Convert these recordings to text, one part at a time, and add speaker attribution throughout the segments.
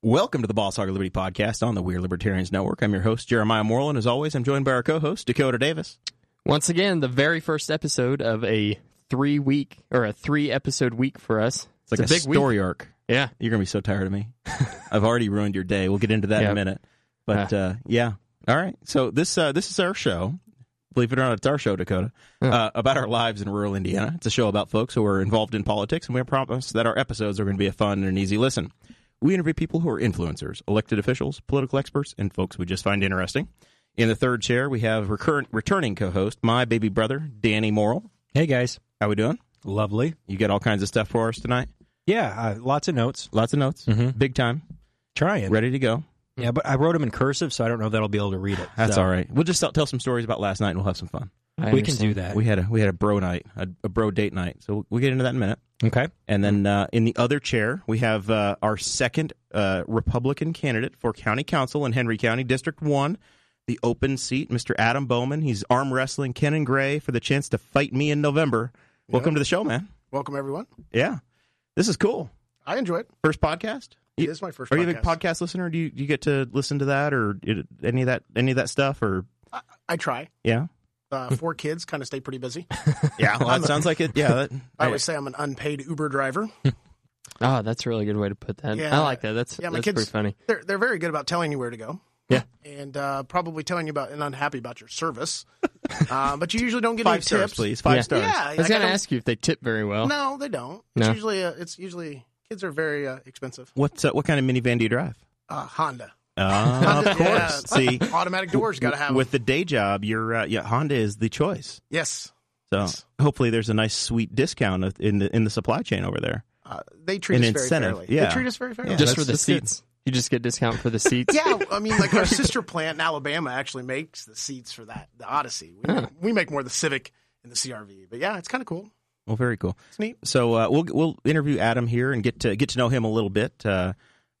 Speaker 1: Welcome to the Boss Hog of Liberty podcast on the We're Libertarians Network. I'm your host, Jeremiah Morland. As always, I'm joined by our co host, Dakota Davis.
Speaker 2: Once again, the very first episode of a three week or a three episode week for us.
Speaker 1: It's like a,
Speaker 2: big
Speaker 1: story
Speaker 2: week.
Speaker 1: arc.
Speaker 2: Yeah.
Speaker 1: You're going to be so tired of me. I've already ruined your day. We'll get into that in
Speaker 2: Yeah.
Speaker 1: a minute. But uh, yeah. All right. So this uh, this is our show. Believe it or not, it's our show, Dakota, uh, about our lives in rural Indiana. It's a show about folks who are involved in politics, and we promise that our episodes are going to be a fun and an easy listen. We interview people who are influencers, elected officials, political experts, and folks we just find interesting. In the third chair, we have recurrent returning co-host, my baby brother, Danny Morrill.
Speaker 3: Hey guys,
Speaker 1: How we doing?
Speaker 3: lovely.
Speaker 1: You got all kinds of stuff for us tonight.
Speaker 3: Yeah, uh, lots of notes.
Speaker 1: Lots of notes, big time,
Speaker 3: Trying.
Speaker 1: ready to go.
Speaker 3: Yeah, but I wrote them in cursive, so I don't know that I'll be able to read it.
Speaker 1: That's
Speaker 3: So,
Speaker 1: all right. We'll just tell, tell some stories about last night, and we'll have some fun.
Speaker 2: I
Speaker 3: We can do
Speaker 2: understand.
Speaker 3: that.
Speaker 1: We had a we had a bro night, a, a bro date night. So we'll, we'll get into that in a minute.
Speaker 3: okay.
Speaker 1: And then uh, in the other chair, we have uh, our second uh, Republican candidate for county council in Henry County, District One, the open seat, Mr. Adam Bowman. He's arm wrestling Ken and Gray for the chance to fight me in November. Welcome to the show, man.
Speaker 4: Welcome everyone.
Speaker 1: Yeah, this is cool.
Speaker 4: I enjoy it.
Speaker 1: First podcast.
Speaker 4: It
Speaker 1: You-
Speaker 4: is my first.
Speaker 1: Are
Speaker 4: podcast.
Speaker 1: you a big podcast listener? Do you, do you get to listen to that or it- any of that any of that stuff or
Speaker 4: I try.
Speaker 1: yeah
Speaker 4: Uh, four kids kind of stay pretty busy.
Speaker 1: yeah well that sounds like it yeah that,
Speaker 4: I always say I'm an unpaid Uber driver.
Speaker 2: Oh, that's a really good way to put that.
Speaker 4: Yeah.
Speaker 2: I like that. That's
Speaker 4: Yeah, my
Speaker 2: that's
Speaker 4: kids-
Speaker 2: pretty funny.
Speaker 4: They're they're very good about telling you where to go.
Speaker 2: Yeah.
Speaker 4: and uh, probably telling you about and unhappy about your service. uh, but you usually don't get any
Speaker 1: five
Speaker 4: tips.
Speaker 1: stars please five
Speaker 2: Yeah.
Speaker 1: stars
Speaker 4: Yeah,
Speaker 2: I was
Speaker 4: like,
Speaker 2: going to
Speaker 4: don't-
Speaker 2: ask you if they tip very well.
Speaker 4: No, they don't.
Speaker 2: No.
Speaker 4: It's usually uh it's usually kids are very uh, expensive.
Speaker 1: What uh, what kind of minivan do you drive?
Speaker 4: Uh, Honda.
Speaker 1: Uh, of
Speaker 4: Yeah.
Speaker 1: course. See,
Speaker 4: Automatic doors got to have.
Speaker 1: with
Speaker 4: With
Speaker 1: the day job, your uh, yeah, Honda is the choice.
Speaker 4: yes,
Speaker 1: So
Speaker 4: Yes.
Speaker 1: hopefully, there's a nice sweet discount of- in the in the supply chain over there.
Speaker 4: uh, they treat
Speaker 1: An
Speaker 4: us
Speaker 1: incentive,
Speaker 4: very fairly.
Speaker 1: yeah.
Speaker 4: They treat us very fairly.
Speaker 1: Yeah,
Speaker 2: Just
Speaker 1: that's-
Speaker 2: for the
Speaker 1: that's good.
Speaker 2: seats. You just get discount for the seats.
Speaker 4: Yeah, I mean, like our sister plant in Alabama actually makes the seats for that the Odyssey. We, we make more the Civic and the CRV, but yeah, it's kind of cool.
Speaker 1: Well, very cool.
Speaker 4: It's neat.
Speaker 1: So uh, we'll we'll interview Adam here and get to get to know him a little bit. Uh,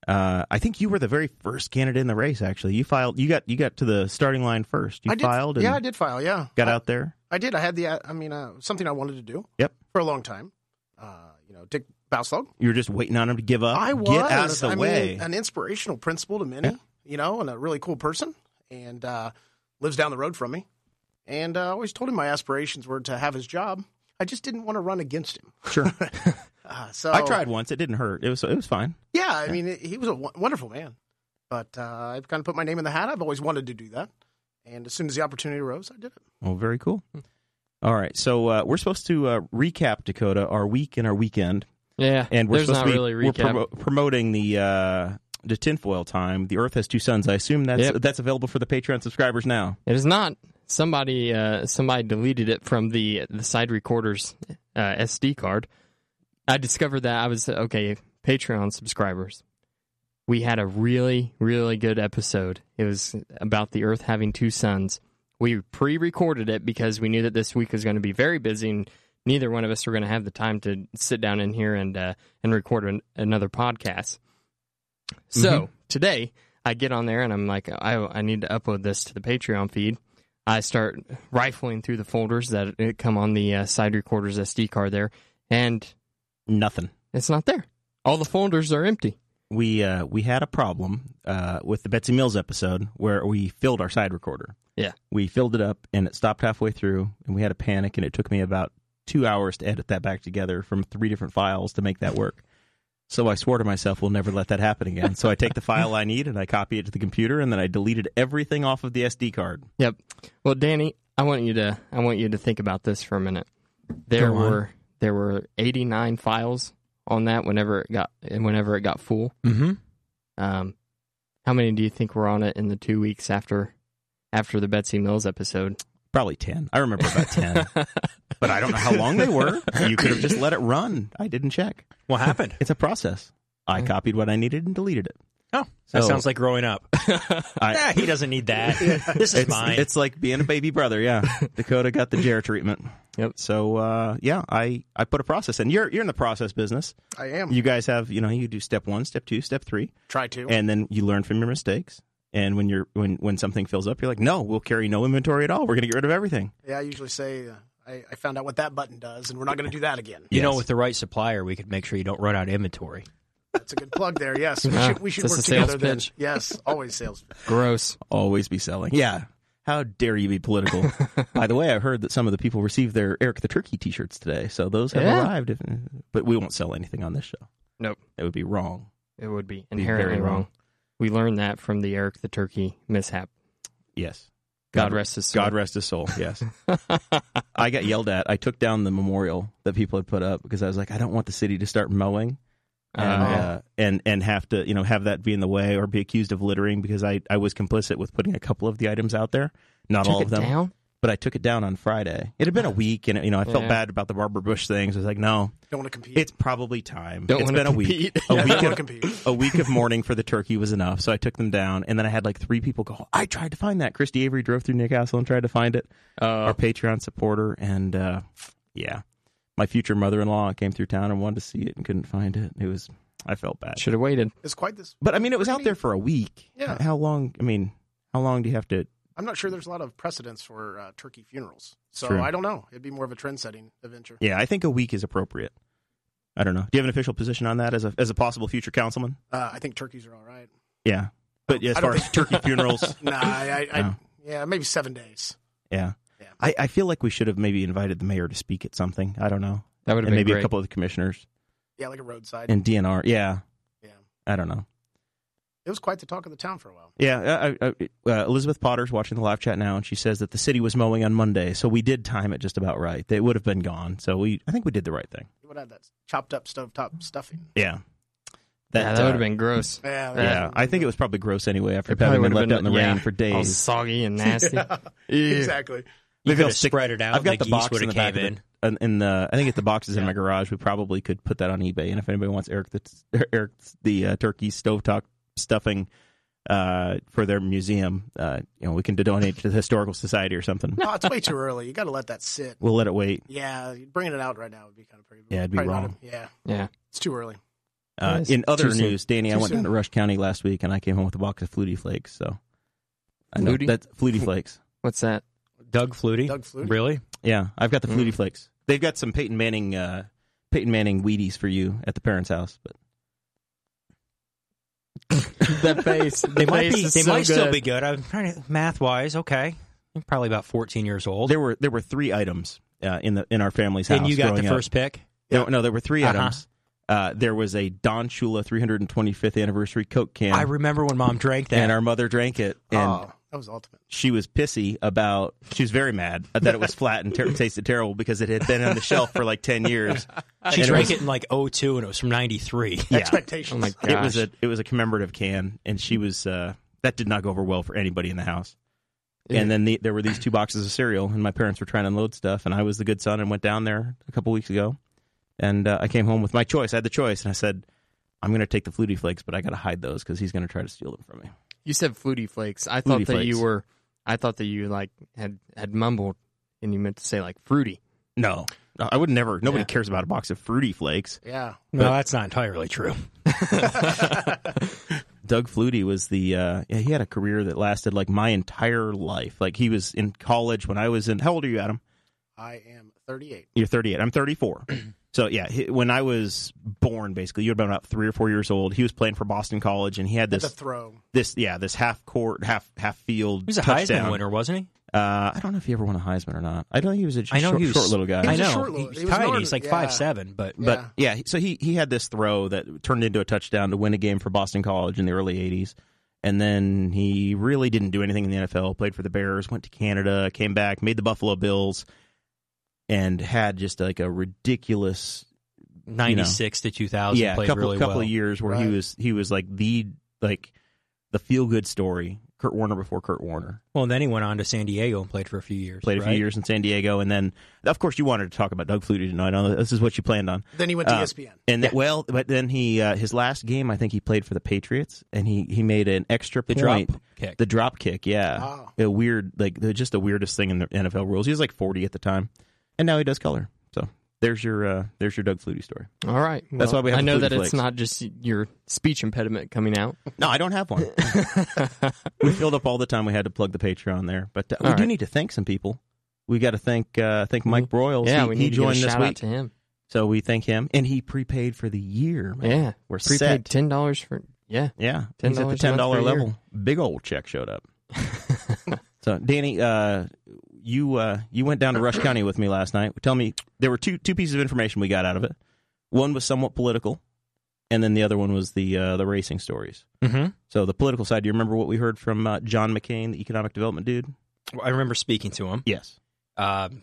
Speaker 1: uh, I think you were the very first candidate in the race. Actually, you filed. You got you got to the starting line first. You
Speaker 4: I did,
Speaker 1: filed. And
Speaker 4: yeah, I did file. Yeah,
Speaker 1: Got
Speaker 4: I,
Speaker 1: out there.
Speaker 4: I did. I had the. uh, I mean, uh, something I wanted to do.
Speaker 1: Yep.
Speaker 4: For a long time, uh, you know, Dick Bauslog.
Speaker 1: You were just waiting on him to give up.
Speaker 4: I was.
Speaker 1: get out of the
Speaker 4: I mean,
Speaker 1: way.
Speaker 4: an inspirational principal to many, you know, and a really cool person, and uh, lives down the road from me. And uh, I always told him my aspirations were to have his job. I just didn't want to run against him.
Speaker 1: sure,
Speaker 4: Uh, so
Speaker 1: I tried once. It didn't hurt. It was it was fine.
Speaker 4: Yeah, I mean, he was a wo- wonderful man. But uh, I've kind of put my name in the hat. I've always wanted to do that. And as soon as the opportunity arose, I did it.
Speaker 1: Well, Oh, very cool.
Speaker 2: Hmm.
Speaker 1: All right, so uh, we're supposed to uh, recap Dakota our week and our weekend,
Speaker 2: Yeah.
Speaker 1: and we're
Speaker 2: There's
Speaker 1: supposed
Speaker 2: not
Speaker 1: to be
Speaker 2: really
Speaker 1: we're
Speaker 2: recap.
Speaker 1: promo- promoting the uh, the tinfoil time. The Earth has two suns. I assume that's
Speaker 2: Yep.
Speaker 1: that's available for the Patreon subscribers now.
Speaker 2: it is not. Somebody uh, somebody deleted it from the the side recorder's uh, SD card. I discovered that I was okay. Patreon subscribers, we had a really really good episode. It was about the Earth having two suns. We pre-recorded it because we knew that this week was going to be very busy, and neither one of us were going to have the time to sit down in here and uh, and record an, another podcast. So today, I get on there and I'm like, I I need to upload this to the Patreon feed. I start rifling through the folders that uh, come on the uh, side recorder's SD card there, and
Speaker 1: Nothing.
Speaker 2: it's not there. All the folders are empty.
Speaker 1: We uh, we had a problem uh, with the Betsy Mills episode where we filled our side recorder.
Speaker 2: Yeah.
Speaker 1: we filled it up and it stopped halfway through, and we had a panic, and it took me about two hours to edit that back together from three different files to make that work. So I swore to myself, we'll never let that happen again. So I take the file I need and I copy it to the computer, and then I deleted everything off of the SD card.
Speaker 2: Yep. Well, Danny, I want you to I want you to think about this for a minute. There
Speaker 3: Go on.
Speaker 2: were there were 89 files on that whenever it got and whenever it got full.
Speaker 3: Mm-hmm.
Speaker 2: Um, how many do you think were on it in the two weeks after after the Betsy Mills episode?
Speaker 1: Probably 10. I remember about 10, but I don't know how long they were. You could have just let it run. I didn't check.
Speaker 3: What happened?
Speaker 1: It's a process. I copied what I needed and deleted it.
Speaker 3: oh, that
Speaker 1: So-
Speaker 3: sounds like growing up. nah, he doesn't need that. This is
Speaker 1: It's,
Speaker 3: mine.
Speaker 1: it's like being a baby brother. Yeah. Dakota got the Jared treatment.
Speaker 2: Yep.
Speaker 1: So, uh, yeah, I, I put a process in. You're, you're in the process business.
Speaker 4: I am.
Speaker 1: You guys have, you know, you do step one, step two, step three.
Speaker 4: Try to.
Speaker 1: and then you learn from your mistakes. And when you're when when something fills up, you're like, no, we'll carry no inventory at all. We're gonna get rid of everything.
Speaker 4: yeah, I usually say uh, I, I found out what that button does, and we're not going to do that again.
Speaker 3: you know,
Speaker 1: Yes.
Speaker 3: with the right supplier, we could make sure you don't run out of inventory.
Speaker 4: That's a good plug there. Yes, we
Speaker 2: Yeah,
Speaker 4: should, we should
Speaker 2: it's
Speaker 4: work
Speaker 2: a sales
Speaker 4: together then.
Speaker 2: pitch.
Speaker 4: Yes, always sales. pitch.
Speaker 2: Gross.
Speaker 1: Always be selling. Yeah. How dare you be political? By the way, I heard that some of the people received their Eric the Turkey T-shirts today, so those have
Speaker 2: Yeah.
Speaker 1: arrived. If, but we won't sell anything on this show.
Speaker 2: Nope.
Speaker 1: That would be wrong.
Speaker 2: It would be
Speaker 1: very
Speaker 2: inherently
Speaker 1: wrong.
Speaker 2: wrong. We learned that from the Eric the Turkey mishap.
Speaker 1: Yes.
Speaker 2: God, rest his soul.
Speaker 1: God rest his soul. Yes. I got yelled at. I took down the memorial that people had put up because I was like, I don't want the city to start mowing.
Speaker 2: Oh.
Speaker 1: And, uh, and and have to you know have that be in the way or be accused of littering because I, I was complicit with putting a couple of the items out there, not
Speaker 2: Took
Speaker 1: all of
Speaker 2: it
Speaker 1: them,
Speaker 2: down?
Speaker 1: but I took it down on Friday. It had been a week and you know I felt
Speaker 2: Yeah.
Speaker 1: bad about the Barbara Bush things. I was like, no,
Speaker 4: Don't want to compete.
Speaker 1: it's probably time.
Speaker 2: Don't
Speaker 1: it's
Speaker 2: wanna
Speaker 1: been a week.
Speaker 2: compete.
Speaker 1: A
Speaker 4: yeah,
Speaker 1: week
Speaker 4: don't want to
Speaker 1: of,
Speaker 4: compete.
Speaker 1: a week of mourning for the turkey was enough, so I took them down. And then I had like three people go. I tried to find that. Christy Avery drove through Newcastle and tried to find it
Speaker 2: Uh,
Speaker 4: Oh.
Speaker 1: our Patreon supporter, and uh, yeah, my future mother-in-law came through town and wanted to see it and couldn't find it. It was I felt bad,
Speaker 2: Should have waited.
Speaker 4: It's quite this.
Speaker 1: but I mean it was out there for a week.
Speaker 4: Yeah.
Speaker 1: how long? I mean, how long do you have to?
Speaker 4: I'm not sure there's a lot of precedence for uh, turkey funerals, so
Speaker 1: True.
Speaker 4: I don't know. It'd be more of a trend-setting adventure.
Speaker 1: Yeah, I think a week is appropriate. I don't know. Do you have an official position on that as a as a possible future councilman?
Speaker 4: Uh, I think turkeys are all right.
Speaker 1: Yeah, but as
Speaker 4: I don't
Speaker 1: far as turkey funerals,
Speaker 4: Nah, I, I,
Speaker 1: No.
Speaker 4: I yeah, maybe seven days.
Speaker 1: yeah.
Speaker 4: Yeah.
Speaker 1: I, I feel like we should have maybe invited the mayor to speak at something. I don't know,
Speaker 2: That would have
Speaker 1: and
Speaker 2: been
Speaker 1: maybe
Speaker 2: great.
Speaker 1: a couple of the commissioners
Speaker 4: Yeah, like a roadside.
Speaker 1: and DNR. Yeah,
Speaker 4: yeah,
Speaker 1: I don't know.
Speaker 4: it was quite the talk of the town for a while.
Speaker 1: Yeah, uh, uh, uh, Elizabeth Potter's watching the live chat now, and she says that the city was mowing on Monday, so we did time it just about right. They would have been gone, so we I think we did the right thing.
Speaker 4: You would have that chopped up stovetop stuffing.
Speaker 1: Yeah,
Speaker 2: yeah, that would
Speaker 1: uh,
Speaker 2: have been gross.
Speaker 4: Yeah,
Speaker 1: Yeah, I think it was probably gross anyway. After
Speaker 2: It probably
Speaker 1: having been
Speaker 2: would have
Speaker 1: left
Speaker 2: been,
Speaker 1: out in the
Speaker 2: yeah,
Speaker 1: rain for
Speaker 2: All
Speaker 1: days,
Speaker 2: soggy and nasty.
Speaker 4: exactly.
Speaker 3: You
Speaker 1: Maybe
Speaker 3: could
Speaker 1: I'll
Speaker 3: have
Speaker 1: stick-
Speaker 3: spread it out.
Speaker 1: I've got
Speaker 3: and the,
Speaker 1: the box
Speaker 3: would
Speaker 1: in
Speaker 3: have
Speaker 1: the back
Speaker 3: came
Speaker 1: of
Speaker 3: in.
Speaker 1: the, in, in the. I think it's the box is in my garage. We probably could put that on eBay, and if anybody wants Eric the Eric the uh, turkey stovetop stuffing uh, for their museum, uh, you know, we can donate to the historical society or something.
Speaker 4: No, Oh, it's way too early. You got to let that sit.
Speaker 1: We'll let it wait.
Speaker 4: Yeah, bringing it out right now would be kind of pretty.
Speaker 1: Yeah, it'd be
Speaker 4: probably not
Speaker 1: wrong.
Speaker 4: a- yeah,
Speaker 2: yeah.
Speaker 4: it's too early.
Speaker 1: Uh,
Speaker 2: Nice.
Speaker 1: in other
Speaker 2: Too soon.
Speaker 1: news, Danny, I
Speaker 4: Too
Speaker 1: went down
Speaker 4: soon.
Speaker 1: to Rush County last week and I came home with a box of Flutie Flakes. So I know
Speaker 2: Flutie?
Speaker 1: that's Flutie Flakes.
Speaker 2: What's that?
Speaker 3: Doug Flutie.
Speaker 4: Doug Flutie.
Speaker 3: Really? Hmm.
Speaker 1: Yeah, I've got the
Speaker 2: Mm.
Speaker 1: Flutie Flakes. They've got some Peyton Manning, uh, Peyton Manning Wheaties for you at the parents' house. But
Speaker 2: that face.
Speaker 3: They might be. They might still be good. I'm trying to math wise. Okay, I'm probably about 14 years old.
Speaker 1: there were there were three items uh, in the in our family's house.
Speaker 3: and you got the
Speaker 1: growing up.
Speaker 3: first pick.
Speaker 1: No, no, there were 3
Speaker 3: Uh-huh.
Speaker 1: items. Uh, there was a Don Shula 325th anniversary Coke can,
Speaker 3: I remember when Mom drank that.
Speaker 1: and our mother drank it, and
Speaker 4: oh, that was ultimate.
Speaker 1: she was pissy about she was very mad that it was flat and ter- tasted terrible because it had been on the shelf for like 10 years and
Speaker 3: she
Speaker 1: it
Speaker 3: drank
Speaker 1: was-
Speaker 3: it in like 02, and it was from 93.
Speaker 4: Expectations.
Speaker 2: Oh my gosh.
Speaker 1: it was a it was a commemorative can and she was uh that did not go over well for anybody in the house
Speaker 2: Yeah.
Speaker 1: and then the, there were these two boxes of cereal and my parents were trying to unload stuff and i was the good son and went down there a couple weeks ago and uh, i came home with my choice i had the choice and i said i'm going to take the flutie flakes but i got to hide those because he's going to try to steal them from me
Speaker 2: You said Flutie Flakes. I thought
Speaker 1: Flutie
Speaker 2: that
Speaker 1: Flakes.
Speaker 2: you were. I thought that you like had had mumbled, and you meant to say like fruity.
Speaker 1: no i would never nobody
Speaker 2: Yeah.
Speaker 1: cares about a box of fruity flakes
Speaker 4: Yeah,
Speaker 3: No, that's not entirely true.
Speaker 1: Doug Flutie was the uh, yeah, he had a career that lasted like my entire life. Like he was in college when I was in. How old are you, Adam?
Speaker 4: I am 38.
Speaker 1: You're 38. I'm 34. so yeah, he, when I was born, basically, you would have been about three or four years old. He was playing for Boston College, and he had
Speaker 4: That's a
Speaker 1: this
Speaker 4: throw.
Speaker 1: this yeah this half court half half field.
Speaker 3: He was a
Speaker 1: touchdown.
Speaker 3: Heisman winner, wasn't he?
Speaker 1: Uh, I don't know if he ever won a Heisman or not. I know he was a
Speaker 3: I know
Speaker 1: short,
Speaker 3: he was
Speaker 1: short little guy.
Speaker 4: He
Speaker 3: I
Speaker 4: was a
Speaker 3: know.
Speaker 4: short little-
Speaker 3: he's
Speaker 4: he was
Speaker 3: tiny.
Speaker 4: northern-
Speaker 3: he's like
Speaker 4: yeah.
Speaker 3: five seven, but
Speaker 1: But
Speaker 4: Yeah.
Speaker 1: yeah. so he he had this throw that turned into a touchdown to win a game for Boston College in the early '80s, and then he really didn't do anything in the NFL. Played for the Bears, went to Canada, came back, made the Buffalo Bills, and had just like a ridiculous
Speaker 3: 96 to 2000
Speaker 1: yeah, a
Speaker 3: played
Speaker 1: couple
Speaker 3: really
Speaker 1: couple
Speaker 3: well.
Speaker 1: of years where
Speaker 4: Right.
Speaker 1: he was he was like the like the feel good story. Kurt Warner before Kurt Warner
Speaker 3: Well, and then he went on to San Diego and played for a few years.
Speaker 1: played a few
Speaker 3: right?
Speaker 1: years in San Diego, and then of course you wanted to talk about Doug Flutie tonight. I know this is what you planned on.
Speaker 4: Then he went to E
Speaker 1: Uh,
Speaker 4: ESPN.
Speaker 1: And that, well, but then he uh, his last game I think he played for the Patriots, and he he made an extra
Speaker 3: The drop
Speaker 1: point,
Speaker 3: kick.
Speaker 1: the drop kick, yeah,
Speaker 4: Wow.
Speaker 1: a weird like the, just the weirdest thing in the NFL rules. He was like forty at the time, and now he does color. So there's your uh, there's your Doug Flutie story.
Speaker 2: All right.
Speaker 1: That's
Speaker 2: well,
Speaker 1: why we have
Speaker 2: I know
Speaker 1: the
Speaker 2: that
Speaker 1: Flutie
Speaker 2: it's
Speaker 1: Flakes.
Speaker 2: not just your speech impediment coming out.
Speaker 1: No, I don't have one. we filled up all the time we had to plug the Patreon there, but uh, we do
Speaker 2: All right. Mm-hmm.
Speaker 1: need to thank some people. We got to thank uh, thank Mike Broyles.
Speaker 2: yeah,
Speaker 1: he,
Speaker 2: we
Speaker 1: he
Speaker 2: need to give a
Speaker 1: joined this
Speaker 2: shout out
Speaker 1: week,
Speaker 2: to him.
Speaker 1: so we thank him, and he prepaid for the year. Man.
Speaker 2: Yeah,
Speaker 1: We're
Speaker 2: prepaid
Speaker 1: set.
Speaker 2: ten dollars for yeah.
Speaker 1: Yeah, he's at the
Speaker 2: $10 a
Speaker 1: ten
Speaker 2: month
Speaker 1: dollar
Speaker 2: per
Speaker 1: level. Big old check showed up. so, Danny, uh, you uh, you went down to Rush County with me last night. Tell me, there were two two pieces of information we got out of it. One was somewhat political, and then the other one was the uh, the racing stories.
Speaker 3: Mhm.
Speaker 1: So, the political side. Do you remember what we heard from uh, John McCain, the economic development dude?
Speaker 3: I remember speaking to him.
Speaker 1: Yes.
Speaker 3: Um,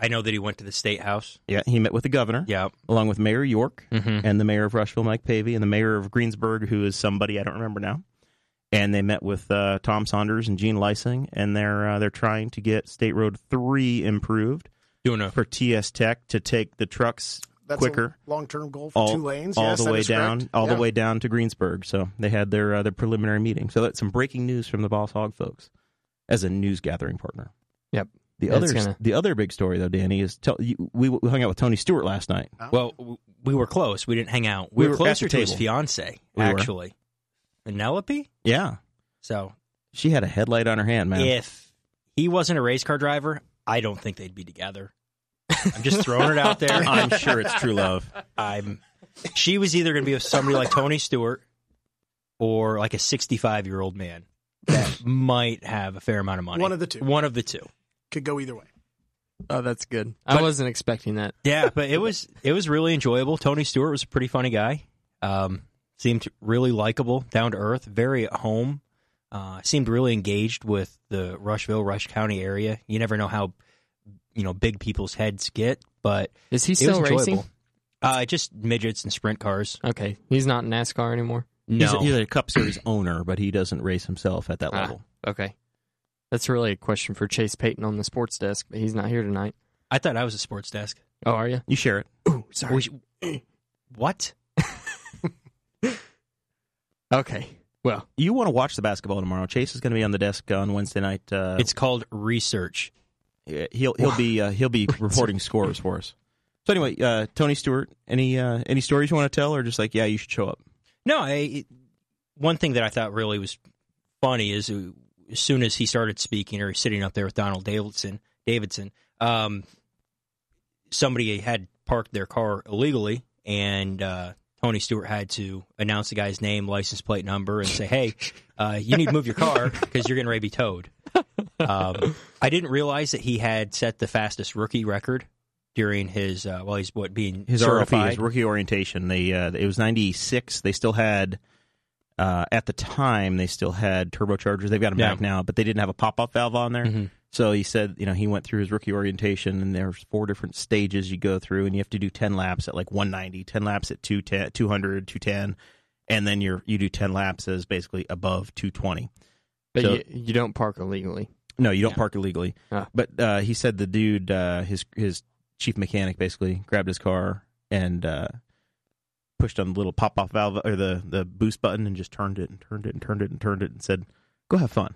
Speaker 3: I know that he went to the state house.
Speaker 1: Yeah, he met with the governor,
Speaker 3: Yeah.
Speaker 1: along with Mayor York,
Speaker 3: Mm-hmm.
Speaker 1: and the mayor of Rushville, Mike Pavey, and the mayor of Greensburg, who is somebody I don't remember now. And they met with uh, Tom Saunders and Gene Lysing, and they're uh, they're trying to get State Road Three improved
Speaker 3: Doing a
Speaker 1: for TS Tech to take the trucks
Speaker 4: That's
Speaker 1: quicker
Speaker 4: a long-term goal for
Speaker 1: all,
Speaker 4: two lanes.
Speaker 1: all
Speaker 4: yes,
Speaker 1: the
Speaker 4: that
Speaker 1: way
Speaker 4: is
Speaker 1: down
Speaker 4: correct.
Speaker 1: all
Speaker 4: Yeah.
Speaker 1: the way down to Greensburg. So they had their uh, their preliminary meeting. So that's some breaking news from the Boss Hog folks as a news gathering partner.
Speaker 2: Yep.
Speaker 1: The
Speaker 2: That's
Speaker 1: other
Speaker 2: gonna-
Speaker 1: the other big story though, Danny, is tell, you, we, we hung out with Tony Stewart last night.
Speaker 3: Well, w- we were close. We didn't hang out.
Speaker 1: We
Speaker 3: We, were,
Speaker 1: were at
Speaker 3: closer
Speaker 1: the
Speaker 3: to his
Speaker 1: table.
Speaker 3: fiance,
Speaker 1: We were.
Speaker 3: actually, Penelope.
Speaker 1: Yeah,
Speaker 3: So
Speaker 1: she had a headlight on her hand, man.
Speaker 3: if he wasn't a race car driver, I don't think they'd be together. I'm just throwing it out there.
Speaker 1: I'm sure it's true love.
Speaker 3: I'm. She was either going to be with somebody like Tony Stewart or like a 65 year old man that might have a fair amount of money.
Speaker 4: One of the two.
Speaker 3: One of the two.
Speaker 4: Could go either way.
Speaker 2: Oh, that's good. I wasn't expecting that.
Speaker 3: Yeah, but it was it was really enjoyable. Tony Stewart was a pretty funny guy. Um, seemed really likable, down to earth, very at home. Uh, seemed really engaged with the Rushville, Rush County area. You never know how you know big people's heads get, but
Speaker 2: Is he
Speaker 3: it was
Speaker 2: still
Speaker 3: enjoyable.
Speaker 2: racing?
Speaker 3: Uh, just midgets and sprint cars.
Speaker 2: Okay, he's not in NASCAR anymore.
Speaker 1: He's,
Speaker 3: No,
Speaker 1: a, he's a Cup Series owner, but he doesn't race himself at that
Speaker 2: Ah.
Speaker 1: level.
Speaker 2: Okay, that's really a question for Chase Payton on the sports desk, but he's not here tonight.
Speaker 3: I thought I was a sports desk.
Speaker 2: Oh, are you?
Speaker 1: You share it.
Speaker 3: We should- what?
Speaker 2: Okay. Well,
Speaker 1: You want to watch the basketball tomorrow? Chase is going to be on the desk on Wednesday night. Uh,
Speaker 3: It's called research.
Speaker 1: he'll he'll be uh, he'll be reporting scores for us. So anyway, uh, Tony Stewart, any uh, any stories you want to tell, or just like yeah, you should show up.
Speaker 3: No, I, it- one thing that I thought really was funny is uh, as soon as he started speaking or sitting up there with Donald Davidson, Davidson, um, somebody had parked their car illegally, and uh, Tony Stewart had to announce the guy's name, license plate number, and say, "Hey, uh, you need to move your car because you're getting ready to be towed." Um, I didn't realize that he had set the fastest rookie record during his uh, well, he's what being
Speaker 1: His RFP,
Speaker 3: certified.
Speaker 1: his rookie orientation. They uh, it was ninety six. They still had uh, at the time they still had turbochargers. They've got them
Speaker 3: Yeah.
Speaker 1: back now, but they didn't have a pop up valve on there.
Speaker 3: Mhm.
Speaker 1: So he said, you know, he went through his rookie orientation, and there's four different stages you go through, and you have to do 10 laps at like 190, 10 laps at 210, 200, 210, and then you're you do 10 laps as basically above 220.
Speaker 2: but
Speaker 1: So-
Speaker 2: you, you don't park illegally.
Speaker 1: No, you don't park illegally.
Speaker 2: Ah.
Speaker 1: But uh, he said the dude, uh, his his chief mechanic, basically grabbed his car and uh, pushed on the little pop off valve or the the boost button and just turned it and turned it and turned it and turned it and said, "Go have fun."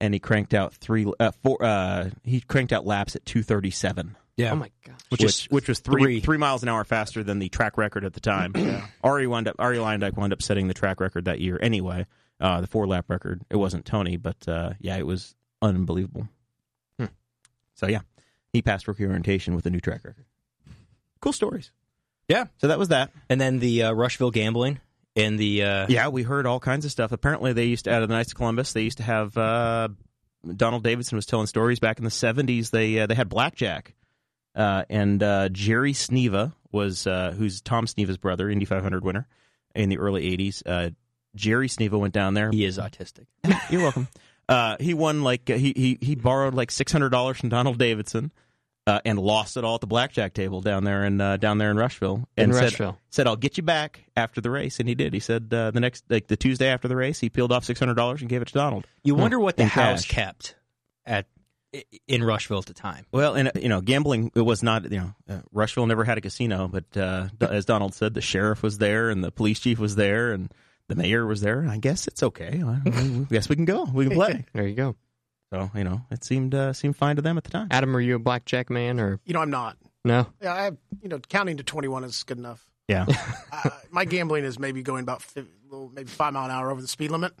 Speaker 1: And he cranked out three, uh, four. Uh, he cranked out laps at two thirty seven,
Speaker 3: Yeah.
Speaker 2: Oh my gosh.
Speaker 3: Which
Speaker 1: which
Speaker 3: is
Speaker 1: which, was three
Speaker 3: three.
Speaker 1: three miles an hour faster than the track record at the time. Ari wound up Ari Lindike wound up setting the track record that year anyway. Uh, the four lap record. It wasn't Tony, but uh, yeah, it was unbelievable.
Speaker 2: Hmm.
Speaker 1: So yeah, he passed rookie orientation with a new track record. Cool stories.
Speaker 3: Yeah.
Speaker 1: So that was that.
Speaker 3: And then the uh, Rushville gambling and the uh,
Speaker 1: Yeah, we heard all kinds of stuff. Apparently, they used to out of the Knights of Columbus. They used to have uh, Donald Davidson was telling stories back in the seventies. They uh, they had blackjack, uh, and uh, Jerry Sneva was uh, who's Tom Sneva's brother, Indy 500 winner in the early eighties. Uh, Jerry Sneva went down there.
Speaker 3: he is autistic.
Speaker 1: You're welcome. Uh, he won like uh, he he he borrowed like six hundred dollars from Donald Davidson. uh, and lost it all at the blackjack table down there in uh, down there in Rushville.
Speaker 2: in
Speaker 1: And said,
Speaker 2: Rushville.
Speaker 1: said I'll get you back after the race, and he did. He said uh, the next like the Tuesday after the race, he peeled off six hundred dollars and gave it to Donald.
Speaker 3: You wonder what the
Speaker 1: In
Speaker 3: house
Speaker 1: Hmm. cash.
Speaker 3: kept at i- in Rushville at the time.
Speaker 1: Well, and uh, you know, gambling it was not you know uh, Rushville never had a casino, but uh, do- as Donald said, the sheriff was there and the police chief was there and the mayor was there. And I guess it's okay. I, I guess we can go. We can play.
Speaker 2: There you go.
Speaker 1: So you know, it seemed uh, seemed fine to them at the time.
Speaker 2: Adam, are you a blackjack man or
Speaker 4: You know, I'm not.
Speaker 2: no?
Speaker 4: Yeah, I have, you know, counting to 21 is good enough.
Speaker 1: Yeah.
Speaker 4: uh, my gambling is maybe going about fi little- maybe five mile an hour over the speed limit.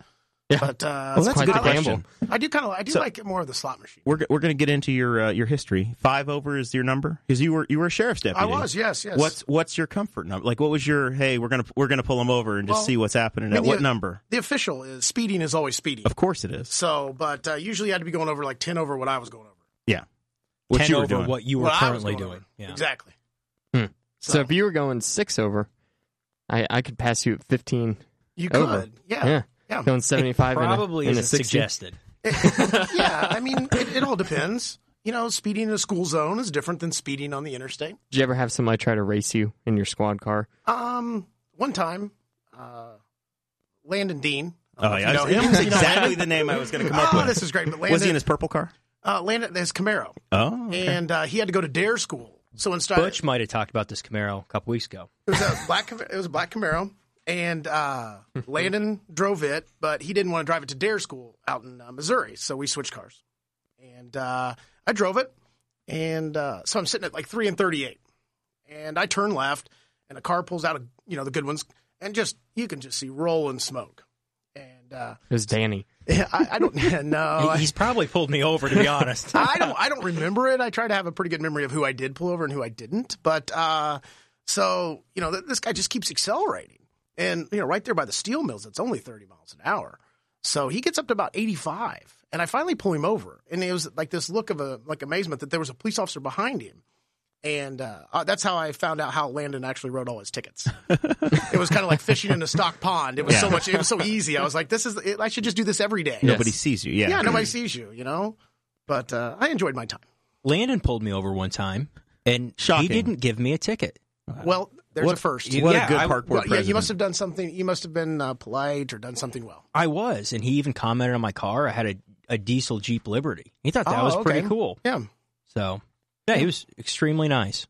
Speaker 2: Yeah.
Speaker 4: But uh,
Speaker 1: Well, that's a
Speaker 4: I
Speaker 1: good
Speaker 4: like-
Speaker 1: question.
Speaker 4: I do kind of I do
Speaker 1: So-
Speaker 4: like it more of the slot machine.
Speaker 1: We're go- we're going to get into your uh, your history. Five over is your number because you were you were a sheriff's deputy.
Speaker 4: I was yes yes.
Speaker 1: What's what's your comfort number? Like, what was your hey? We're gonna we're gonna pull them over and just
Speaker 4: Well,
Speaker 1: see what's happening.
Speaker 4: mean,
Speaker 1: at what
Speaker 4: you-
Speaker 1: number?
Speaker 4: the official is speeding is always speeding.
Speaker 1: Of course, it is.
Speaker 4: So, but uh, usually I had to be going over like ten over what I was going over.
Speaker 1: What
Speaker 3: 10
Speaker 1: you were
Speaker 3: over
Speaker 1: doing?
Speaker 3: what you were
Speaker 4: What I was
Speaker 3: currently
Speaker 4: going
Speaker 3: doing.
Speaker 4: over.
Speaker 3: Yeah.
Speaker 4: Exactly.
Speaker 2: Hmm.
Speaker 4: So,
Speaker 2: So if you were going six over, I, I could pass you at fifteen.
Speaker 4: you could,
Speaker 2: over.
Speaker 4: yeah,
Speaker 2: Yeah,
Speaker 4: yeah,
Speaker 2: going seventy five.
Speaker 3: Probably
Speaker 2: in a, in a
Speaker 3: isn't
Speaker 2: 60.
Speaker 3: suggested.
Speaker 4: yeah. I mean, it, it all depends. You know, speeding in a school zone is different than speeding on the interstate.
Speaker 2: Did you ever have somebody try to race you in your squad car?
Speaker 4: Um, one time, uh, Landon Dean. I don't
Speaker 1: Oh
Speaker 4: know if
Speaker 1: yeah,
Speaker 4: you know
Speaker 1: it
Speaker 4: him.
Speaker 1: was
Speaker 4: You know Landon?
Speaker 1: exactly the name I was going to come up
Speaker 4: oh,
Speaker 1: with.
Speaker 4: this is great. But Landon,
Speaker 1: was he in his purple car?
Speaker 4: uh, Landon his Camaro,
Speaker 1: Oh, okay.
Speaker 4: and uh, he had to go to Dare School. So instead,
Speaker 3: Butch might have talked about this Camaro a couple weeks ago.
Speaker 4: it was a black Cam- it was a black Camaro, and uh, Landon drove it, but he didn't want to drive it to Dare School out in uh, Missouri. So we switched cars, and uh, I drove it, and uh, so I'm sitting at like three and thirty eight, and I turn left, and a car pulls out of you know the good ones, and just you can just see rolling smoke, and uh,
Speaker 2: It was Danny.
Speaker 4: I, I don't no. I-
Speaker 3: He- He's probably pulled me over, to be honest.
Speaker 4: I don't I don't remember it. I try to have a pretty good memory of who I did pull over and who I didn't. But uh, so you know, th- this guy just keeps accelerating, and you know, right there by the steel mills, it's only thirty miles an hour. So he gets up to about eighty five, and I finally pull him over, and it was like this look of a like amazement that there was a police officer behind him. And uh, uh, that's how I found out how Landon actually wrote all his tickets. it was kind of like fishing in a stock pond. It was so much. It was so easy. I was like, "This is. I should just do this every day."
Speaker 1: nobody sees you. Yeah,
Speaker 4: yeah, nobody sees you, you know. But uh, I enjoyed my time.
Speaker 3: Landon pulled me over one time, and
Speaker 1: Shocking.
Speaker 3: he didn't give me a ticket.
Speaker 4: Well, there's
Speaker 1: What-
Speaker 4: a first.
Speaker 1: what
Speaker 3: Yeah,
Speaker 1: a good
Speaker 3: I-
Speaker 1: park board
Speaker 4: Well, yeah,
Speaker 1: president.
Speaker 4: you must have done something. You must have been uh, polite or done something well.
Speaker 3: I was, and he even commented on my car. I had a, a diesel Jeep Liberty. He thought that
Speaker 4: Oh,
Speaker 3: was pretty
Speaker 4: okay. Hmm.
Speaker 3: cool.
Speaker 4: Yeah,
Speaker 3: So, yeah, he was extremely nice.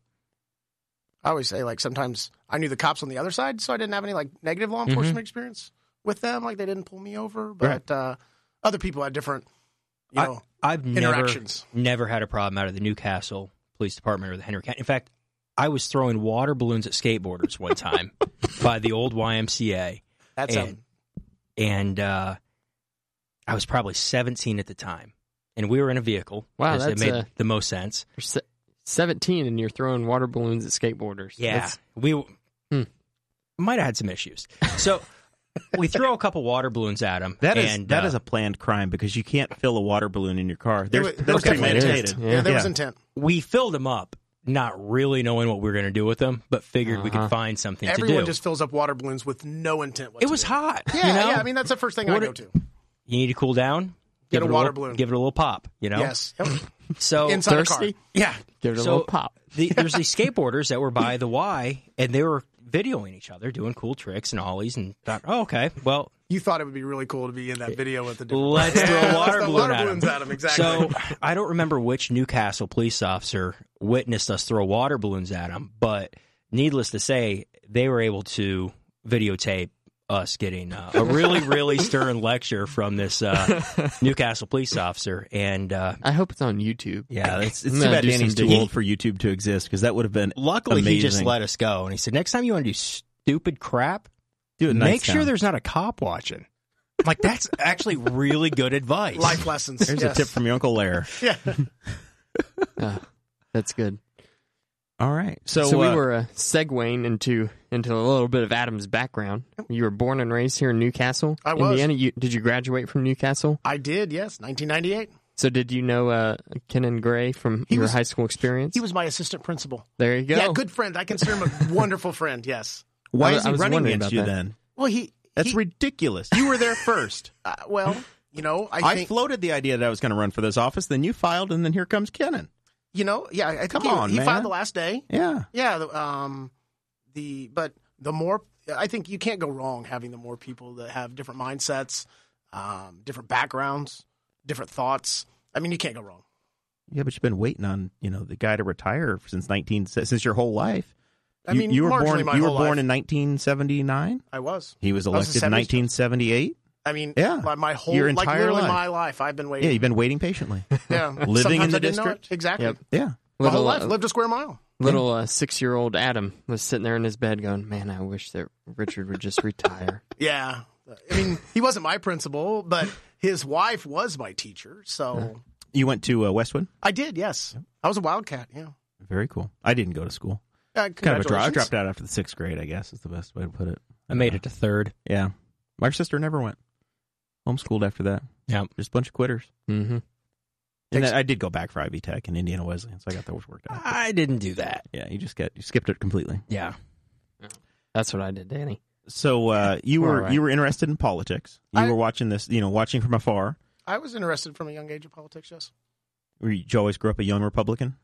Speaker 4: I always say like sometimes I knew the cops on the other side, so I didn't have any like negative law enforcement experience with them. Like they didn't pull me over, but uh, other people had different. You know,
Speaker 3: I've never,
Speaker 4: Interactions.
Speaker 3: never had a problem out of the Newcastle Police Department or the Henry County. In fact, I was throwing water balloons at skateboarders one time by the old YMCA,
Speaker 4: that's um,
Speaker 3: and, and uh, I was probably 17 at the time, and we were in a vehicle.
Speaker 2: Wow,
Speaker 3: 'cause
Speaker 2: that's
Speaker 3: it made
Speaker 2: a-
Speaker 3: the most sense.
Speaker 2: You're se- Seventeen, and you're throwing water balloons at skateboarders.
Speaker 3: Yeah,
Speaker 2: That's-
Speaker 3: we w-
Speaker 2: Hmm.
Speaker 3: might have had some issues. So we throw a couple water balloons at him.
Speaker 1: That is
Speaker 3: and,
Speaker 1: that
Speaker 3: uh,
Speaker 1: is a planned crime because you can't fill a water balloon in your car. There's,
Speaker 4: was- there
Speaker 1: that's
Speaker 4: was definitely
Speaker 1: premeditated.
Speaker 4: intent.
Speaker 2: Yeah.
Speaker 4: Yeah, there was
Speaker 1: Yeah.
Speaker 4: intent.
Speaker 3: we filled him up, not really knowing what we were going to do with him, but figured we
Speaker 2: Uh-huh.
Speaker 3: could find something to
Speaker 4: Everyone
Speaker 3: do.
Speaker 4: just fills up water balloons with no intent.
Speaker 3: it was
Speaker 4: whatsoever.
Speaker 3: hot.
Speaker 4: Yeah,
Speaker 3: you know?
Speaker 4: yeah. I mean, that's the first thing I
Speaker 3: What
Speaker 4: go
Speaker 3: it-
Speaker 4: to.
Speaker 3: you need to cool down.
Speaker 4: Get
Speaker 3: give
Speaker 4: a
Speaker 3: it
Speaker 4: water
Speaker 3: little-
Speaker 4: balloon.
Speaker 3: Give it a little pop. You know.
Speaker 4: Yes, Yep.
Speaker 3: So
Speaker 4: inside a car.
Speaker 2: Thirsty?
Speaker 3: yeah,
Speaker 2: Give it a
Speaker 3: So-
Speaker 2: little pop.
Speaker 3: the, there's these skateboarders that were by the Y, and they were videoing each other, doing cool tricks and ollies, and thought, oh, okay, well,
Speaker 4: You thought it would be really cool to be in that video with the different
Speaker 3: let's throw a
Speaker 4: let's
Speaker 3: water
Speaker 4: throw
Speaker 3: balloon
Speaker 4: water
Speaker 3: at 'em.
Speaker 4: balloons at 'em, exactly.
Speaker 3: So I don't remember which Newcastle police officer witnessed us throw water balloons at him, but needless to say, they were able to videotape us getting uh, a really, really stern lecture from this uh, Newcastle police officer, and uh,
Speaker 2: I hope it's on YouTube.
Speaker 1: Yeah, it's, it's too
Speaker 2: I'm gonna
Speaker 1: bad
Speaker 2: do
Speaker 1: Danny's
Speaker 2: some
Speaker 1: too
Speaker 2: digging.
Speaker 1: old for YouTube to exist because that would have been
Speaker 3: luckily he just
Speaker 1: Amazing.
Speaker 3: let us go. And he said, "Next time you want to do stupid crap."
Speaker 1: do it. in
Speaker 3: make sure
Speaker 1: Knightstown.
Speaker 3: there's not a cop watching. I'm Like that's actually really good advice.
Speaker 4: Life lessons.
Speaker 1: There's
Speaker 4: yes.
Speaker 1: a tip from your uncle Lair.
Speaker 4: Yeah.
Speaker 2: Ah, that's good.
Speaker 1: All right, so,
Speaker 2: So, we
Speaker 1: uh,
Speaker 2: were uh, segueing into into a little bit of Adam's background. You were born and raised here in Newcastle,
Speaker 4: I was.
Speaker 2: Indiana. You, did you graduate from Newcastle?
Speaker 4: I did, yes, 1998.
Speaker 2: So did you know uh, Kenan Gray from
Speaker 4: He
Speaker 2: your
Speaker 4: was-
Speaker 2: high school experience?
Speaker 4: He was my assistant principal.
Speaker 2: there you go.
Speaker 4: Yeah, good friend. I consider him a wonderful friend, yes.
Speaker 1: why
Speaker 2: I was-
Speaker 1: is he
Speaker 2: I was
Speaker 1: running
Speaker 2: wondering
Speaker 1: against
Speaker 2: about
Speaker 1: you
Speaker 2: that.
Speaker 1: then?
Speaker 4: Well, he.
Speaker 1: That's
Speaker 4: he,
Speaker 1: ridiculous. You were there first.
Speaker 4: uh, Well, you know, I
Speaker 1: I,
Speaker 4: think.
Speaker 1: floated the idea that I was going to run for this office. Then you filed, and then here comes Kenan.
Speaker 4: You know, yeah, I think
Speaker 1: Come
Speaker 4: he,
Speaker 1: on,
Speaker 4: he
Speaker 1: man.
Speaker 4: filed the last day.
Speaker 1: Yeah.
Speaker 4: Yeah, the, um, the but the more I think you can't go wrong having the more people that have different mindsets, um, different backgrounds, different thoughts. I mean, you can't go wrong.
Speaker 1: Yeah, but you've been waiting on you know the guy to retire since nineteen since your whole life.
Speaker 4: I
Speaker 1: You-
Speaker 4: mean,
Speaker 1: you were
Speaker 4: marginally
Speaker 1: born.
Speaker 4: my
Speaker 1: You were
Speaker 4: whole
Speaker 1: born
Speaker 4: life.
Speaker 1: in nineteen seventy nine.
Speaker 4: I was.
Speaker 1: He was
Speaker 4: was a
Speaker 1: elected in
Speaker 4: 70s.
Speaker 1: nineteen seventy eight.
Speaker 4: I mean,
Speaker 1: Yeah.
Speaker 4: my, my whole
Speaker 1: Your
Speaker 4: like
Speaker 1: entire
Speaker 4: literally
Speaker 1: life.
Speaker 4: my life, I've been
Speaker 1: Yeah,
Speaker 4: waiting.
Speaker 1: you've been waiting patiently.
Speaker 4: Yeah,
Speaker 1: Living
Speaker 4: Sometimes
Speaker 1: in the
Speaker 4: I didn't know it.
Speaker 1: district?
Speaker 4: exactly.
Speaker 2: Yep.
Speaker 1: yeah,
Speaker 4: My whole life, lived a square mile.
Speaker 2: Little uh, six-year-old Adam was sitting there in his bed, going, "Man, I wish that Richard would just retire."
Speaker 4: Yeah, I mean, he wasn't my principal, but his wife was my teacher. So
Speaker 1: you went to uh, Westwood.
Speaker 4: I did. Yes, I was a wildcat. Yeah,
Speaker 1: Very cool. I didn't go to school.
Speaker 4: uh,
Speaker 1: Kind of a drop. I
Speaker 4: congratulations.
Speaker 1: dropped out after the sixth grade. I guess is the best way to put it.
Speaker 3: I made it to third.
Speaker 1: Yeah, my sister never went. Homeschooled after that.
Speaker 3: Yeah.
Speaker 1: just a bunch of quitters.
Speaker 2: Mm-hmm.
Speaker 1: And
Speaker 4: Takes-
Speaker 1: then I did go back for Ivy Tech and Indiana Wesleyan, so I got those worked out.
Speaker 3: I didn't do that.
Speaker 1: Ah. Yeah, you just got you skipped it completely.
Speaker 3: Yeah.
Speaker 2: That's what I did, Danny.
Speaker 1: So uh, you
Speaker 2: We're
Speaker 1: were
Speaker 2: all right.
Speaker 1: you were interested in politics. You
Speaker 4: I-
Speaker 1: were watching this, you know, watching from afar.
Speaker 4: I was interested from a young age in politics. Yes.
Speaker 1: Were you, did you always grew up a young Republican?